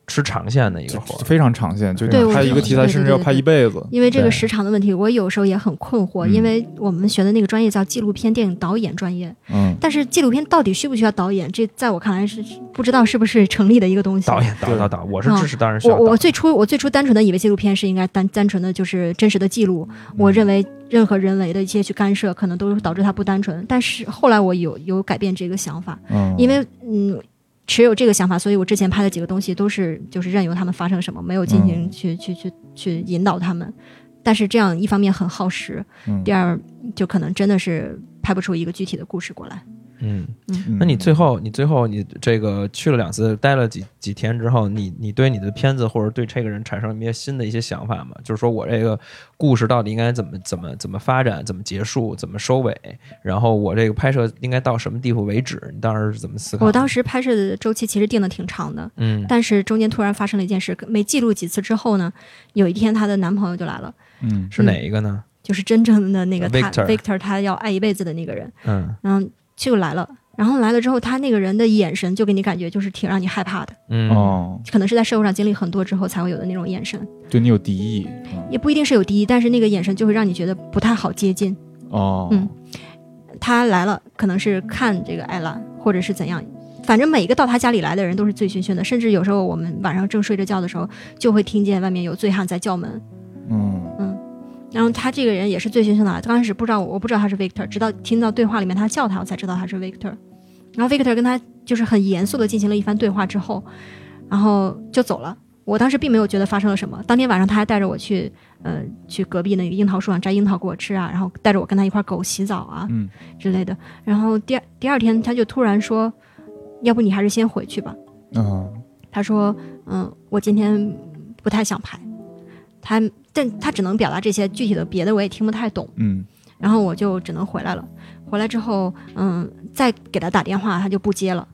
D: 吃长线的一个活儿。
C: 非常长线，就
A: 对
C: 是
A: 我
C: 拍一
A: 觉
C: 个
A: 得
C: 题材，
A: 是
C: 甚至
A: 对
C: 要
A: 对
C: 拍一辈子。
A: 因为这
D: 对
A: 个时长的问题，我有时候也很困惑，
C: 嗯
A: 因为我们学的那个专业叫纪录片电影导演专业，
C: 嗯，
A: 但是纪录片到底需不需要导演，这在我看来是不知道是不是成立的一个东西。
D: 导，演，导
C: 对
D: 导导，我是
A: 嗯
D: 支持，当然需
A: 我
D: 要导
A: 我。最初我最初单纯的以为纪录片是应该单单纯的就是真实的记录，我
C: 嗯
A: 认为任何人为的一些去干涉，可能都导致它不单纯。但是后来我有有改变这个想法，
C: 嗯
A: 因为嗯，持有这个想法，所以我之前拍的几个东西都是就是任由他们发生什么，没有进行去、去去去引导他们。但是这样一方面很耗时，
C: 嗯
A: 第二就可能真的是拍不出一个具体的故事过来。
D: 嗯，
C: 嗯
D: 那你最后你最后你这个去了两次，待了几几天之后，你你对你的片子或者对这个人产生了一些新的一些想法吗？就是说我这个故事到底应该怎么怎么怎么发展，怎么结束，怎么收尾，然后我这个拍摄应该到什么地步为止？你当时是怎么思考？
A: 我当，时拍摄的周期其实定的挺长的，
D: 嗯
A: 但是中间突然发生了一件事，没记录几次之后呢，有一天她的男朋友就来了，
C: 嗯
D: 是哪一个呢？
A: 就是真正的那个他
D: Victor
A: Victor 他要爱一辈子的那个人，
D: 嗯
A: 然后就来了。然后来了之后，他那个人的眼神就给你感觉就是挺让你害怕的，
D: 嗯
C: 哦，
A: 可能是在社会上经历很多之后才会有的那种眼神，
C: 对你有敌意嗯
A: 也不一定是有敌意，但是那个眼神就会让你觉得不太好接近。
C: 哦，
A: 嗯他来了，可能是看这个艾拉，或者是怎样。反正每一个到他家里来的人都是醉醺醺的，甚至有时候我们晚上正睡着觉的时候，就会听见外面有醉汉在叫门。
C: 嗯
A: 然后他这个人也是醉醺醺的，刚开始不知道我，我不知道他是 Victor，直到听到对话里面他叫他，我才知道他是 Victor。然后 Victor 跟他就是很严肃的进行了一番对话之后，然后就走了。我当时并没有觉得发生了什么。当天晚上他还带着我去，呃，去隔壁那个樱桃树上摘樱桃给我吃啊，然后带着我跟他一块儿狗洗澡啊
C: 嗯
A: 之类的。然后第二第二天他就突然说，要不你还是先回去吧。
C: 嗯
A: 他说：“嗯，我今天不太想拍。”他，但他只能表达这些，具体的别的我也听不太懂。
C: 嗯
A: 然后我就只能回来了。回来之后，嗯，再给他打电话，他就不接了。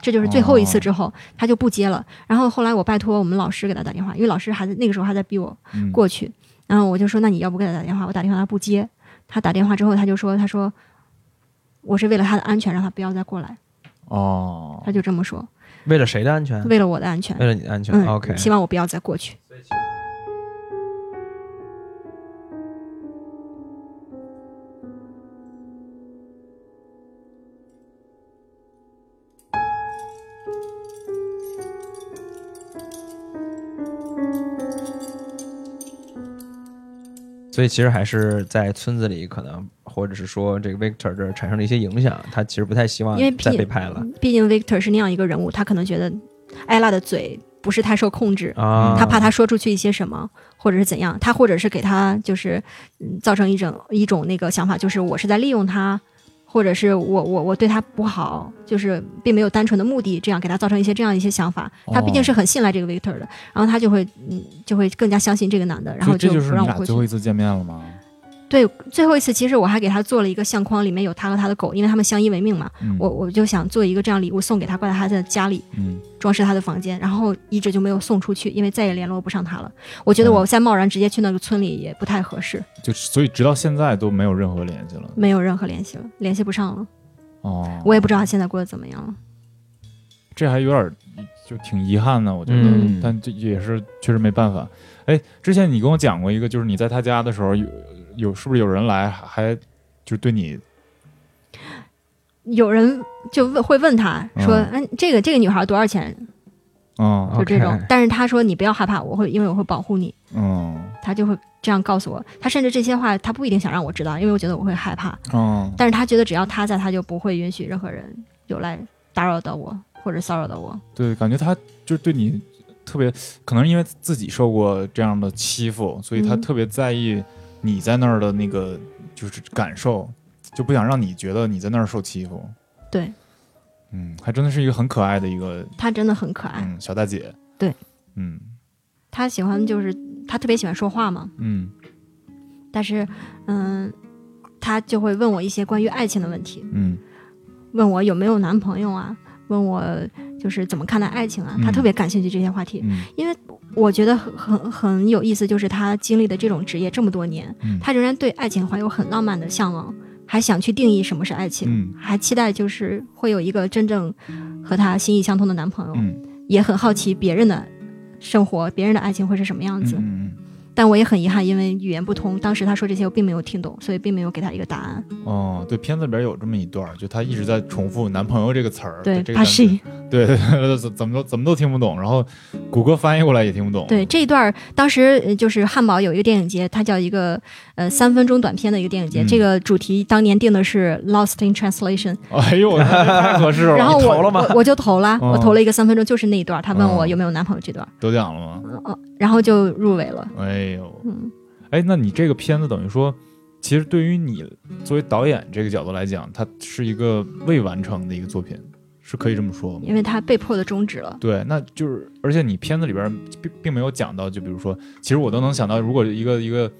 A: 这就是最后一次之后，他就不接了。然后后来我拜托我们老师给他打电话，因为老师还在那个时候还在逼我
C: 嗯，
A: 过去。然后我就说：“那你要不给他打电话？”我打电话他不接。他打电话之后，他就说：“他说我是为了他的安全，让他不要再过来。
C: 哦”
A: 他，就这么说，
D: 为了谁的安全？
A: 为了我嗯的安全
D: 为。了你的安全。
A: 嗯
D: OK，
A: 希望我不要再过去。
D: 所以其实还是在村子里，可能或者是说这个 Victor 这儿产生了一些影响，他其实不太希望
A: 因为嗯
D: 再
A: 毕
D: 被拍了
A: 毕竟 Victor 是那样一个人物，他可能觉得艾拉的嘴不是太受控制，
D: 啊，
A: 他怕他说出去一些什么，或者是怎样，他或者是给他就是嗯造成一种一种那个想法，就是我是在利用他，或者是我我我对他不好，就是并没有单纯的目的，这样给他造成一些这样一些想法。他毕竟是很信赖这个 Victor 的，然后他就会嗯就会更加相信这个男的，然
C: 所
A: 后
C: 以这就是
A: 不
C: 你
A: 让我
C: 俩
A: 回
C: 最后
A: 去。
C: 一次见面了吗？
A: 对，最后一次其实我还给他做了一个相框，里面有他和他的狗，因为他们相依为命嘛。
C: 嗯
A: 我我就想做一个这样礼物送给他，挂在他的家里，
C: 嗯
A: 装饰他的房间，然后一直就没有送出去，因为再也联络不上他了。我觉得我再贸然直接去那个村里也不太合适，
C: 就是所以直到现在都没有任何联系了
A: 没有任何联系了，联系不上了。
C: 哦，
A: 我也不知道他现在过得怎么样了。
C: 这还有点儿就挺遗憾的，我觉得，
A: 嗯
C: 但这也是确实没办法。哎，之前你跟我讲过一个，就是你在他家的时候有有是不是有人来还就是对你
A: 有人就问会问他说：“嗯，这个这个女孩多少钱
C: 嗯？”
A: 就这种
D: OK
A: 但是他说：“你不要害怕，我会因为我会保护你。
C: 嗯”
A: 他就会这样告诉我。他甚至这些话他不一定想让我知道，因为我觉得我会害怕。
C: 嗯
A: 但是他觉得只要他在，他就不会允许任何人有来打扰到我或者骚扰到我。
C: 对，感觉他就是对你特别，可能是因为自己受过这样的欺负，所以他
A: 嗯
C: 特别在意你在那儿的那个就是感受，就不想让你觉得你在那儿受欺负。
A: 对，
C: 嗯，还真的是一个很可爱的一个
A: 他真的很可爱。
C: 嗯小大姐。
A: 啊对，
C: 嗯
A: 他喜欢就是他特别喜欢说话嘛，
C: 嗯
A: 但是嗯，他就会问我一些关于爱情的问题，
C: 嗯
A: 问我有没有男朋友啊，问我就是怎么看待爱情啊，他
C: 嗯
A: 特别感兴趣这些话题。
C: 嗯
A: 我觉得很很很有意思，就是他经历的这种职业这么多年，
C: 嗯
A: 他仍然对爱情怀有很浪漫的向往，还想去定义什么是爱情，
C: 嗯
A: 还期待就是会有一个真正和他心意相通的男朋友，
C: 嗯
A: 也很好奇别人的生活、别人的爱情会是什么样子。
C: 嗯
A: 但我也很遗憾，因为语言不通，当时他说这些我并没有听懂，所以并没有给他一个答案。
C: 嗯哦，对，片子里边有这么一段儿，就他一直在重复“男朋友”这个词儿，
A: 对
C: 这，个
A: 怕
C: 单词
A: 是
C: 对对对，怎怎么都怎么都听不懂，然后谷歌翻译过来也听不懂。
A: 对这一段儿，当时呃就是汉堡有一个电影节，它叫一个呃三分钟短片的一个电影节，
C: 嗯
A: 这个主题当年定的是 Lost in Translation，
C: 哎呦，这太合适了。
A: 然后
D: 你
A: 我
D: 投了吗
A: 我我就投了，
C: 哦
A: 我投了一个三分钟，就是那一段儿，他问我
C: 哦
A: 有没有男朋友这段儿，
C: 得奖了吗？
A: 嗯，然后就入围了。
C: 哎呦，
A: 嗯，
C: 哎，那你这个片子等于说，其实对于你作为导演这个角度来讲，它是一个未完成的一个作品，是可以这么说吗？
A: 因为他被迫的终止了。
C: 对，那就是，而且你片子里边并并没有讲到，就比如说，其实我都能想到，如果一个一个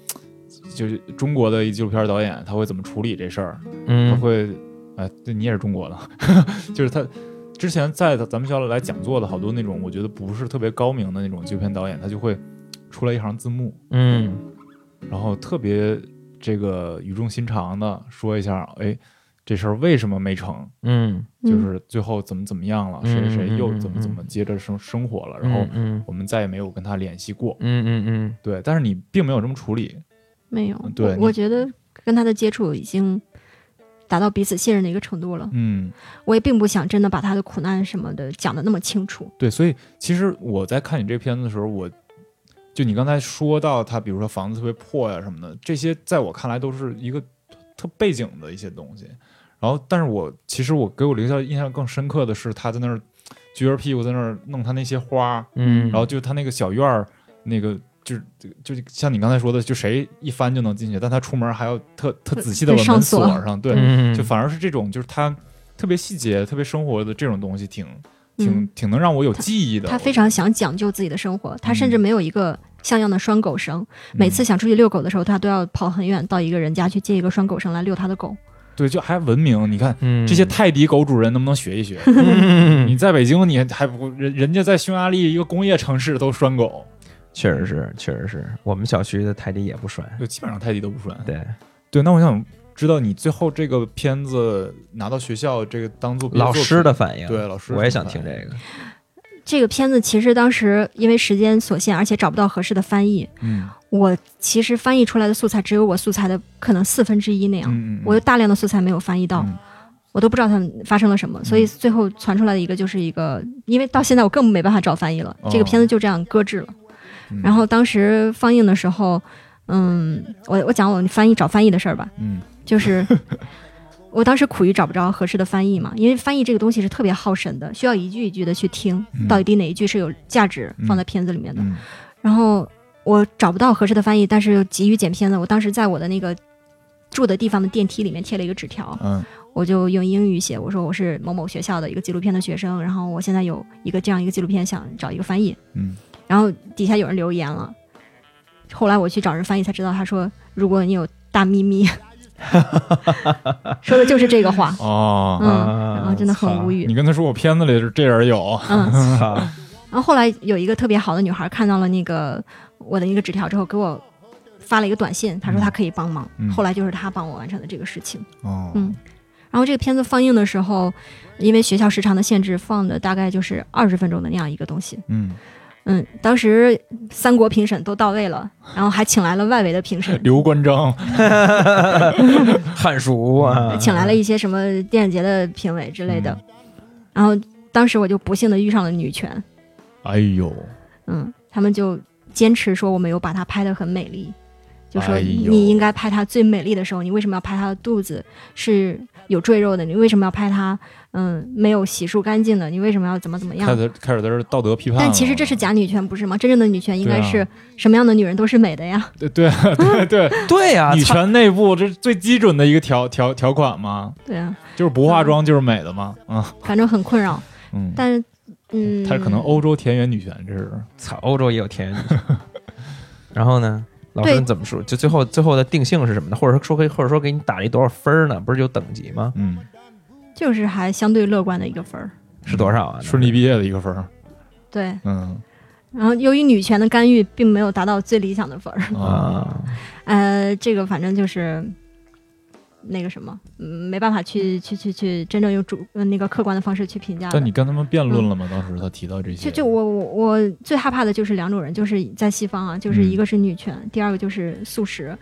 C: 就是中国的一纪录片导演，他会怎么处理这事儿？他
D: 嗯，
C: 会，哎，对你也是中国的， 就是他之前在咱们学校来讲座的好多那种，我觉得不是特别高明的那种纪录片导演，他就会出来一行字幕，
D: 嗯，
C: 然后特别这个语重心长的说一下，哎，这事儿为什么没成？
D: 嗯，
C: 就
A: 嗯、
C: 是最后怎么怎么样了，
D: 嗯
C: 谁谁又
D: 嗯
C: 怎么怎么
D: 嗯
C: 接着生生活了，然后
D: 嗯
C: 我们再也没有跟他联系过。
D: 嗯嗯嗯
C: 对，但是你并没有这么处理。
A: 没有，
C: 嗯对
A: 我
C: 你
A: 我觉得跟他的接触已经达到彼此信任的一个程度了。
C: 嗯，
A: 我也并不想真的把他的苦难什么的讲的那么清楚。
C: 对，所以其实我在看你这片子的时候，我就你刚才说到他，比如说房子特别破呀、什么的，这些在我看来都是一个特背景的一些东西。然后，但是我其实我给我留下印象更深刻的是他在那儿撅着屁股在那儿弄他那些花，
D: 嗯，
C: 然后就他那个小院儿，那个就是就就像你刚才说的，就谁一翻就能进去，但他出门还要特特仔细的
A: 特
C: 往
A: 上
C: 门
A: 锁
C: 上，对，
D: 嗯
C: 就反而是这种就是他特别细节、特别生活的这种东西挺，挺
A: 嗯，
C: 挺能让我有记忆的。
A: 他非常想讲究自己的生活，他甚至
C: 嗯
A: 没有一个像样的拴狗绳。
C: 嗯
A: 每次想出去遛狗的时候，他都要跑很远到一个人家去借一个拴狗绳来遛他的狗。
C: 对，就还文明。你看
D: 嗯
C: 这些泰迪狗主人能不能学一学？
A: 嗯
C: 你在北京，你还不人人家在匈牙利一个工业城市都拴狗，
D: 确实是，确实是我们小区的泰迪也不帅，
C: 就基本上泰迪都不拴。
D: 对，
C: 对，那我想知道你最后这个片子拿到学校这个当做
D: 老师的反应，
C: 对老师的
D: 我也想
C: 反
D: 听
C: 应
D: 这个，
A: 这个片子其实当时因为时间所限，而且找不到合适的翻译，
C: 嗯
A: 我其实翻译出来的素材只有我素材的可能四分之一那样。
C: 嗯嗯，
A: 我有大量的素材没有翻译到，
C: 嗯
A: 我都不知道他们发生了什么，所以最后传出来的一个就是一个，因为到现在我更没办法找翻译了，
C: 哦
A: 这个片子就这样搁置了。
C: 嗯
A: 然后当时放映的时候，嗯，我我讲我翻译找翻译的事儿吧，
C: 嗯
A: 就是 我当时苦于找不着合适的翻译嘛，因为翻译这个东西是特别耗神的，需要一句一句的去听，
C: 嗯
A: 到底哪一句是有价值放在片子里面的。
C: 嗯
A: 然后我找不到合适的翻译，但是又急于剪片子，我当时在我的那个住的地方的电梯里面贴了一个纸条，
C: 嗯
A: 我就用英语写，我说我是某某学校的一个纪录片的学生，然后我现在有一个这样一个纪录片，想找一个翻译。
C: 嗯
A: 然后底下有人留言了，后来我去找人翻译才知道，他说如果你有大咪 咪，说的就是这个话，
C: 哦，
A: 嗯，然后真的很无语
C: 你。跟他说我片子里是这人有，
A: 嗯，
D: 操，
A: 然后后来有一个特别好的女孩看到了那个我的一个纸条之后，给我发了一个短信，她说她可以帮忙。
C: 嗯
A: 后来就是她帮我完成的这个事情。
C: 哦
A: 嗯然后这个片子放映的时候，因为学校时长的限制，放的大概就是二十分钟的那样一个东西。
C: 嗯，，
A: 嗯，当时三国评审都到位了，然后还请来了外围的评审
C: 刘关张，
D: 汉服
C: 嗯
D: 啊，
A: 呃请来了一些什么电影节的评委之类的。然后当时我就不幸的遇上了女权，
C: 哎呦，
A: 嗯，他们就坚持说我没有把她拍得很美丽，就说
C: 哎呦
A: 你应该拍她最美丽的时候，你为什么要拍她的肚子是有赘肉的？你为什么要拍她嗯没有洗漱干净的？你为什么要怎么怎么
C: 开
A: 样？
C: 始开始在这道德批判了，
A: 但其实这是假女权，不是吗？真正的女权应该
C: 对啊
A: 是什么样的女人都是美的呀。
C: 对 对对对，
D: 对呀，
C: 女
D: 啊操
C: 权内部这是最基准的一个条条条款嘛，
A: 对啊，
C: 就是不化妆就是美的嘛，啊
A: 反正很困扰。
C: 嗯，
A: 但是嗯，
C: 他可能欧洲田园女权这是，
D: 操，欧洲也有田园 女性。然后呢，老师
A: 对
D: 你怎么说？就最后最后的定性是什么呢？或者说可以，或者说给你打了一多少分儿呢？不是有等级吗？
C: 嗯，
A: 就是还相对乐观的一个分儿。
D: 是多少啊？
C: 嗯顺利毕业的一个分儿，
A: 对，
C: 嗯
A: 然后由于女权的干预并没有达到最理想的分儿，
C: 啊，
D: 啊，
A: 呃，这个反正就是那个什么，嗯没办法去去去去真正用主呃那个客观的方式去评价的
C: 但你跟他们辩论了吗？当时他提到这些，
A: 就就我我我最害怕的就是两种人，就是在西方啊，就是一个是女权，第二个就是素食。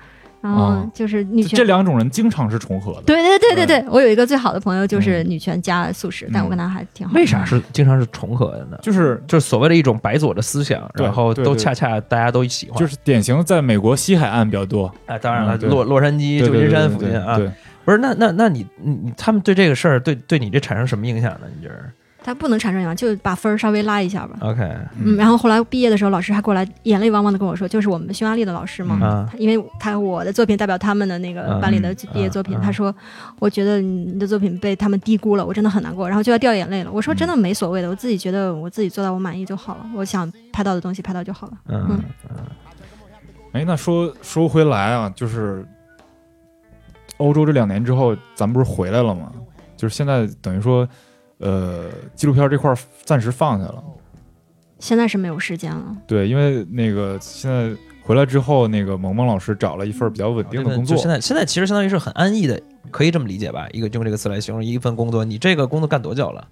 A: 然后就是女
C: 这
A: 权。
C: 这两种人经常是重合的。
A: 对对对对对，我有一个最好的朋友就是女权加素食，
C: 嗯
A: 但我跟她还挺好。
D: 为啥是经常是重合的呢？
C: 就是
D: 就是所谓的一种白左的思想，
C: 对
D: 然后
C: 对
D: 都
C: 对
D: 恰恰大家都喜欢。
C: 就是典型在美国西海岸比较多，
D: 啊，当然了，
C: 嗯对
D: 洛洛杉矶、
C: 对
D: 旧
C: 对
D: 金
C: 对
D: 山
C: 对
D: 附近
C: 对
D: 啊，
C: 对，
D: 不是？那那那你你你他们对这个事儿，对对你这产生什么影响呢？你觉得
A: 她不能产生影响，就把分儿稍微拉一下吧。
D: ？OK，
A: 嗯，然后后来毕业的时候，老师还过来眼泪汪汪的跟我说，就是我们匈牙利的老师嘛，
D: 嗯
A: 他因为他我的作品代表他们的那个班里的毕业作品，
D: 嗯嗯
A: 他说我觉得你的作品被他们低估了，我真的很难过，然后就要掉眼泪了。我说真的没所谓的，我自己觉得我自己做到我满意就好了，我想拍到的东西拍到就好了。
D: 嗯
C: 哎，那说说回来啊，就是欧洲这两年之后，咱们不是回来了吗？就是现在等于说，呃，纪录片这块儿暂时放下了。
A: 现在是没有时间了，
C: 对，因为那个现在回来之后，那个萌萌老师找了一份比较稳定的工作
D: 啊就。现在现在其实相当于是很安逸的，可以这么理解吧？一个用这个词来形容一份工作，你这个工作干多久了？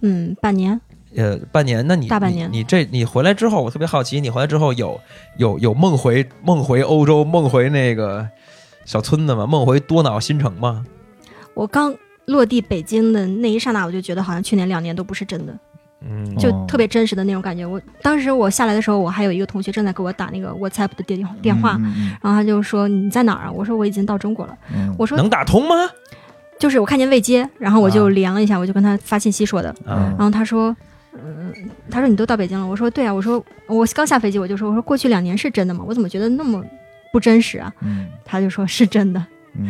A: 嗯，半年
D: 呃，半年，那你
A: 大半年
D: 你，你这你回来之后，我特别好奇，你回来之后有有有梦回梦回欧洲，梦回那个小村子吗？梦回多瑙新城吗？
A: 我刚落地北京的那一刹那，我就觉得好像去年两年都不是真的。
D: 嗯，
A: 就
C: 哦
A: 特别真实的那种感觉。我当时我下来的时候，我还有一个同学正在给我打那个 WhatsApp 的电电话，
C: 嗯嗯
A: 然后他就说你在哪儿啊？我说我已经到中国了。
C: 嗯嗯
A: 我说
D: 能打通吗？
A: 就是我看见未接，然后我就
D: 啊
A: 连了一下，我就跟他发信息说的。
C: 嗯
A: 然后他说，嗯、他说你都到北京了。我说对啊，我说我刚下飞机，我就说我说过去两年是真的吗？我怎么觉得那么不真实啊？
C: 嗯
A: 他就说是真的。
C: 嗯。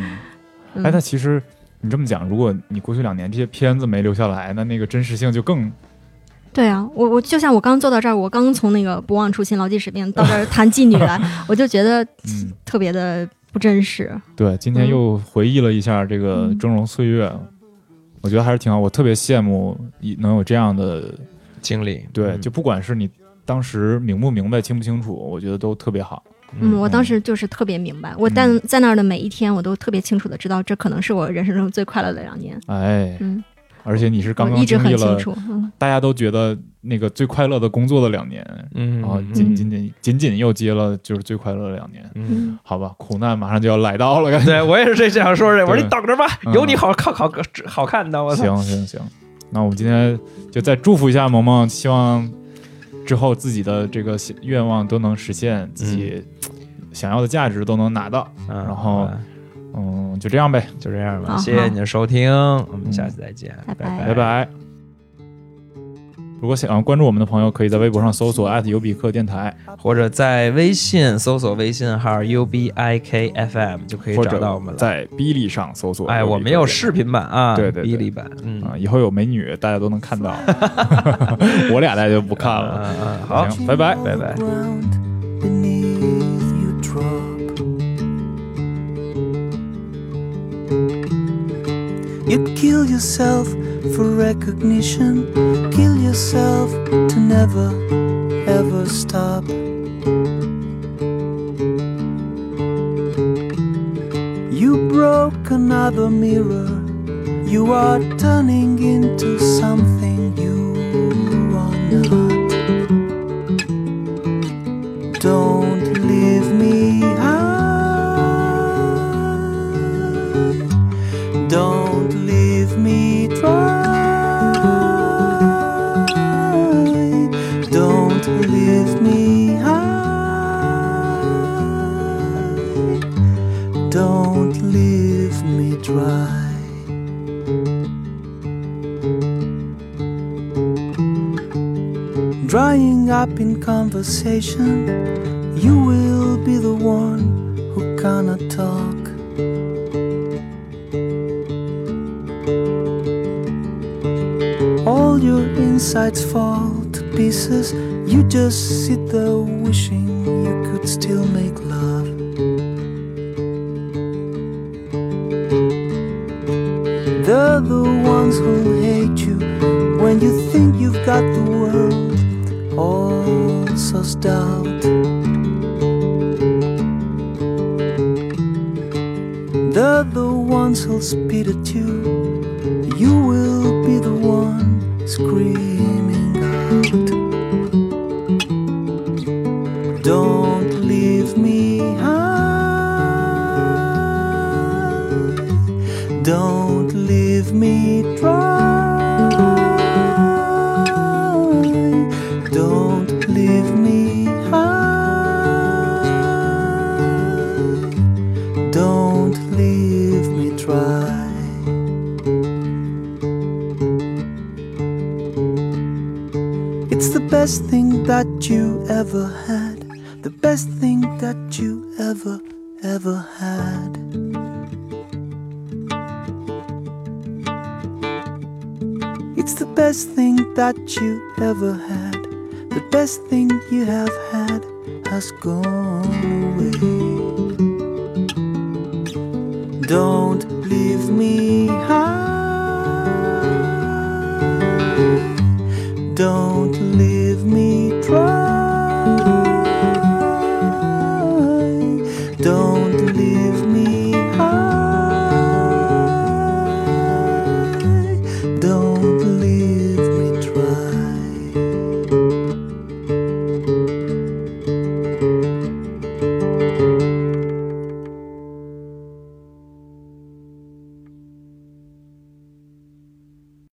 A: 嗯
C: 哎，那其实你这么讲，如果你过去两年这些片子没留下来，那那个真实性就更嗯
A: 对啊，我我就像我刚坐到这儿，我刚从那个不忘初心、牢记使命到这儿谈妓女 来，我就觉得
C: 嗯。
A: 特别的不真实。嗯
C: 对，今天又回忆了一下这个峥嵘岁月，我觉得还是挺好。我特别羡慕一能有这样的，
D: 经历
C: 对，
D: 嗯
C: 就不管是你当时明不明白、清不清楚，我觉得都特别好。
A: 嗯，我当
C: 嗯
A: 时就是特别明白，我
C: 嗯
A: 但在那儿的每一天，我都特别清楚的知道，这可能是我人生中最快乐的两年。
C: 哎，
A: 嗯，
C: 而且你是刚
A: 我
C: 刚
A: 一直
C: 经历
A: 很清
C: 了
A: 楚。嗯，
C: 大家都觉得那个最快乐的工作的两年，
D: 嗯
C: 然后
D: 嗯
C: 仅仅仅仅仅又接了就是最快乐的两年。
D: 嗯。
C: 好吧，苦难马上就要来到了，感觉。
D: 对我也是这这样说的，我说
C: 对
D: 你等着吧，
C: 嗯
D: 有你好看好好看的，我操！
C: 行行行，那我们今天就再祝福一下萌萌，希望之后自己的这个愿望都能实现，自己想要的价值都能拿到。
D: 嗯，
C: 然
D: 好
C: 后
D: 吧
C: 嗯，就这样呗，
D: 就这样吧，
A: 好
D: 谢谢你的收听，我
C: 嗯
D: 们下次再见，
A: 拜拜
D: 拜
C: 拜拜。如果想要关注我们的朋友，可以在微博上搜
D: 嗯
C: 索尤比克电台，
D: 或者在微信搜索微信号 U B I K F M 就可以
C: 或
D: 找到我
C: 者
D: 们了。
C: 在哔哩上搜索。
D: 哎，我们有视频版啊，
C: 对对对
D: 哔哩版，嗯
C: 啊，以后有美女大家都能 看到，我俩大家就不看
D: 嗯
C: 了。
D: 嗯，好，
C: 行拜拜
D: 拜拜。
B: ground beneath you drop. You kill yourself for recognition, kill yourself to never ever stop. You broke another mirror, you are turning into something you are not. Don't leave me high. Don't leave me dry. Don't leave me high. Don't leave me dry. Drying up in conversation, you will be the one who cannot talk. All your insights fall to pieces, you just sit there wishing you could still make love. They're the ones who hate you when you think you've got the world all sussed out. They're the ones who'll spit at you. You will be the one screaming out. Don't leave me high. Don't leave me dry. Don't leave me high. Don't leave me dry. It's the best thing that you ever had. The best thing that you ever, ever had. It's the best thing that you ever had. The best thing you have had has gone away. Don't leave me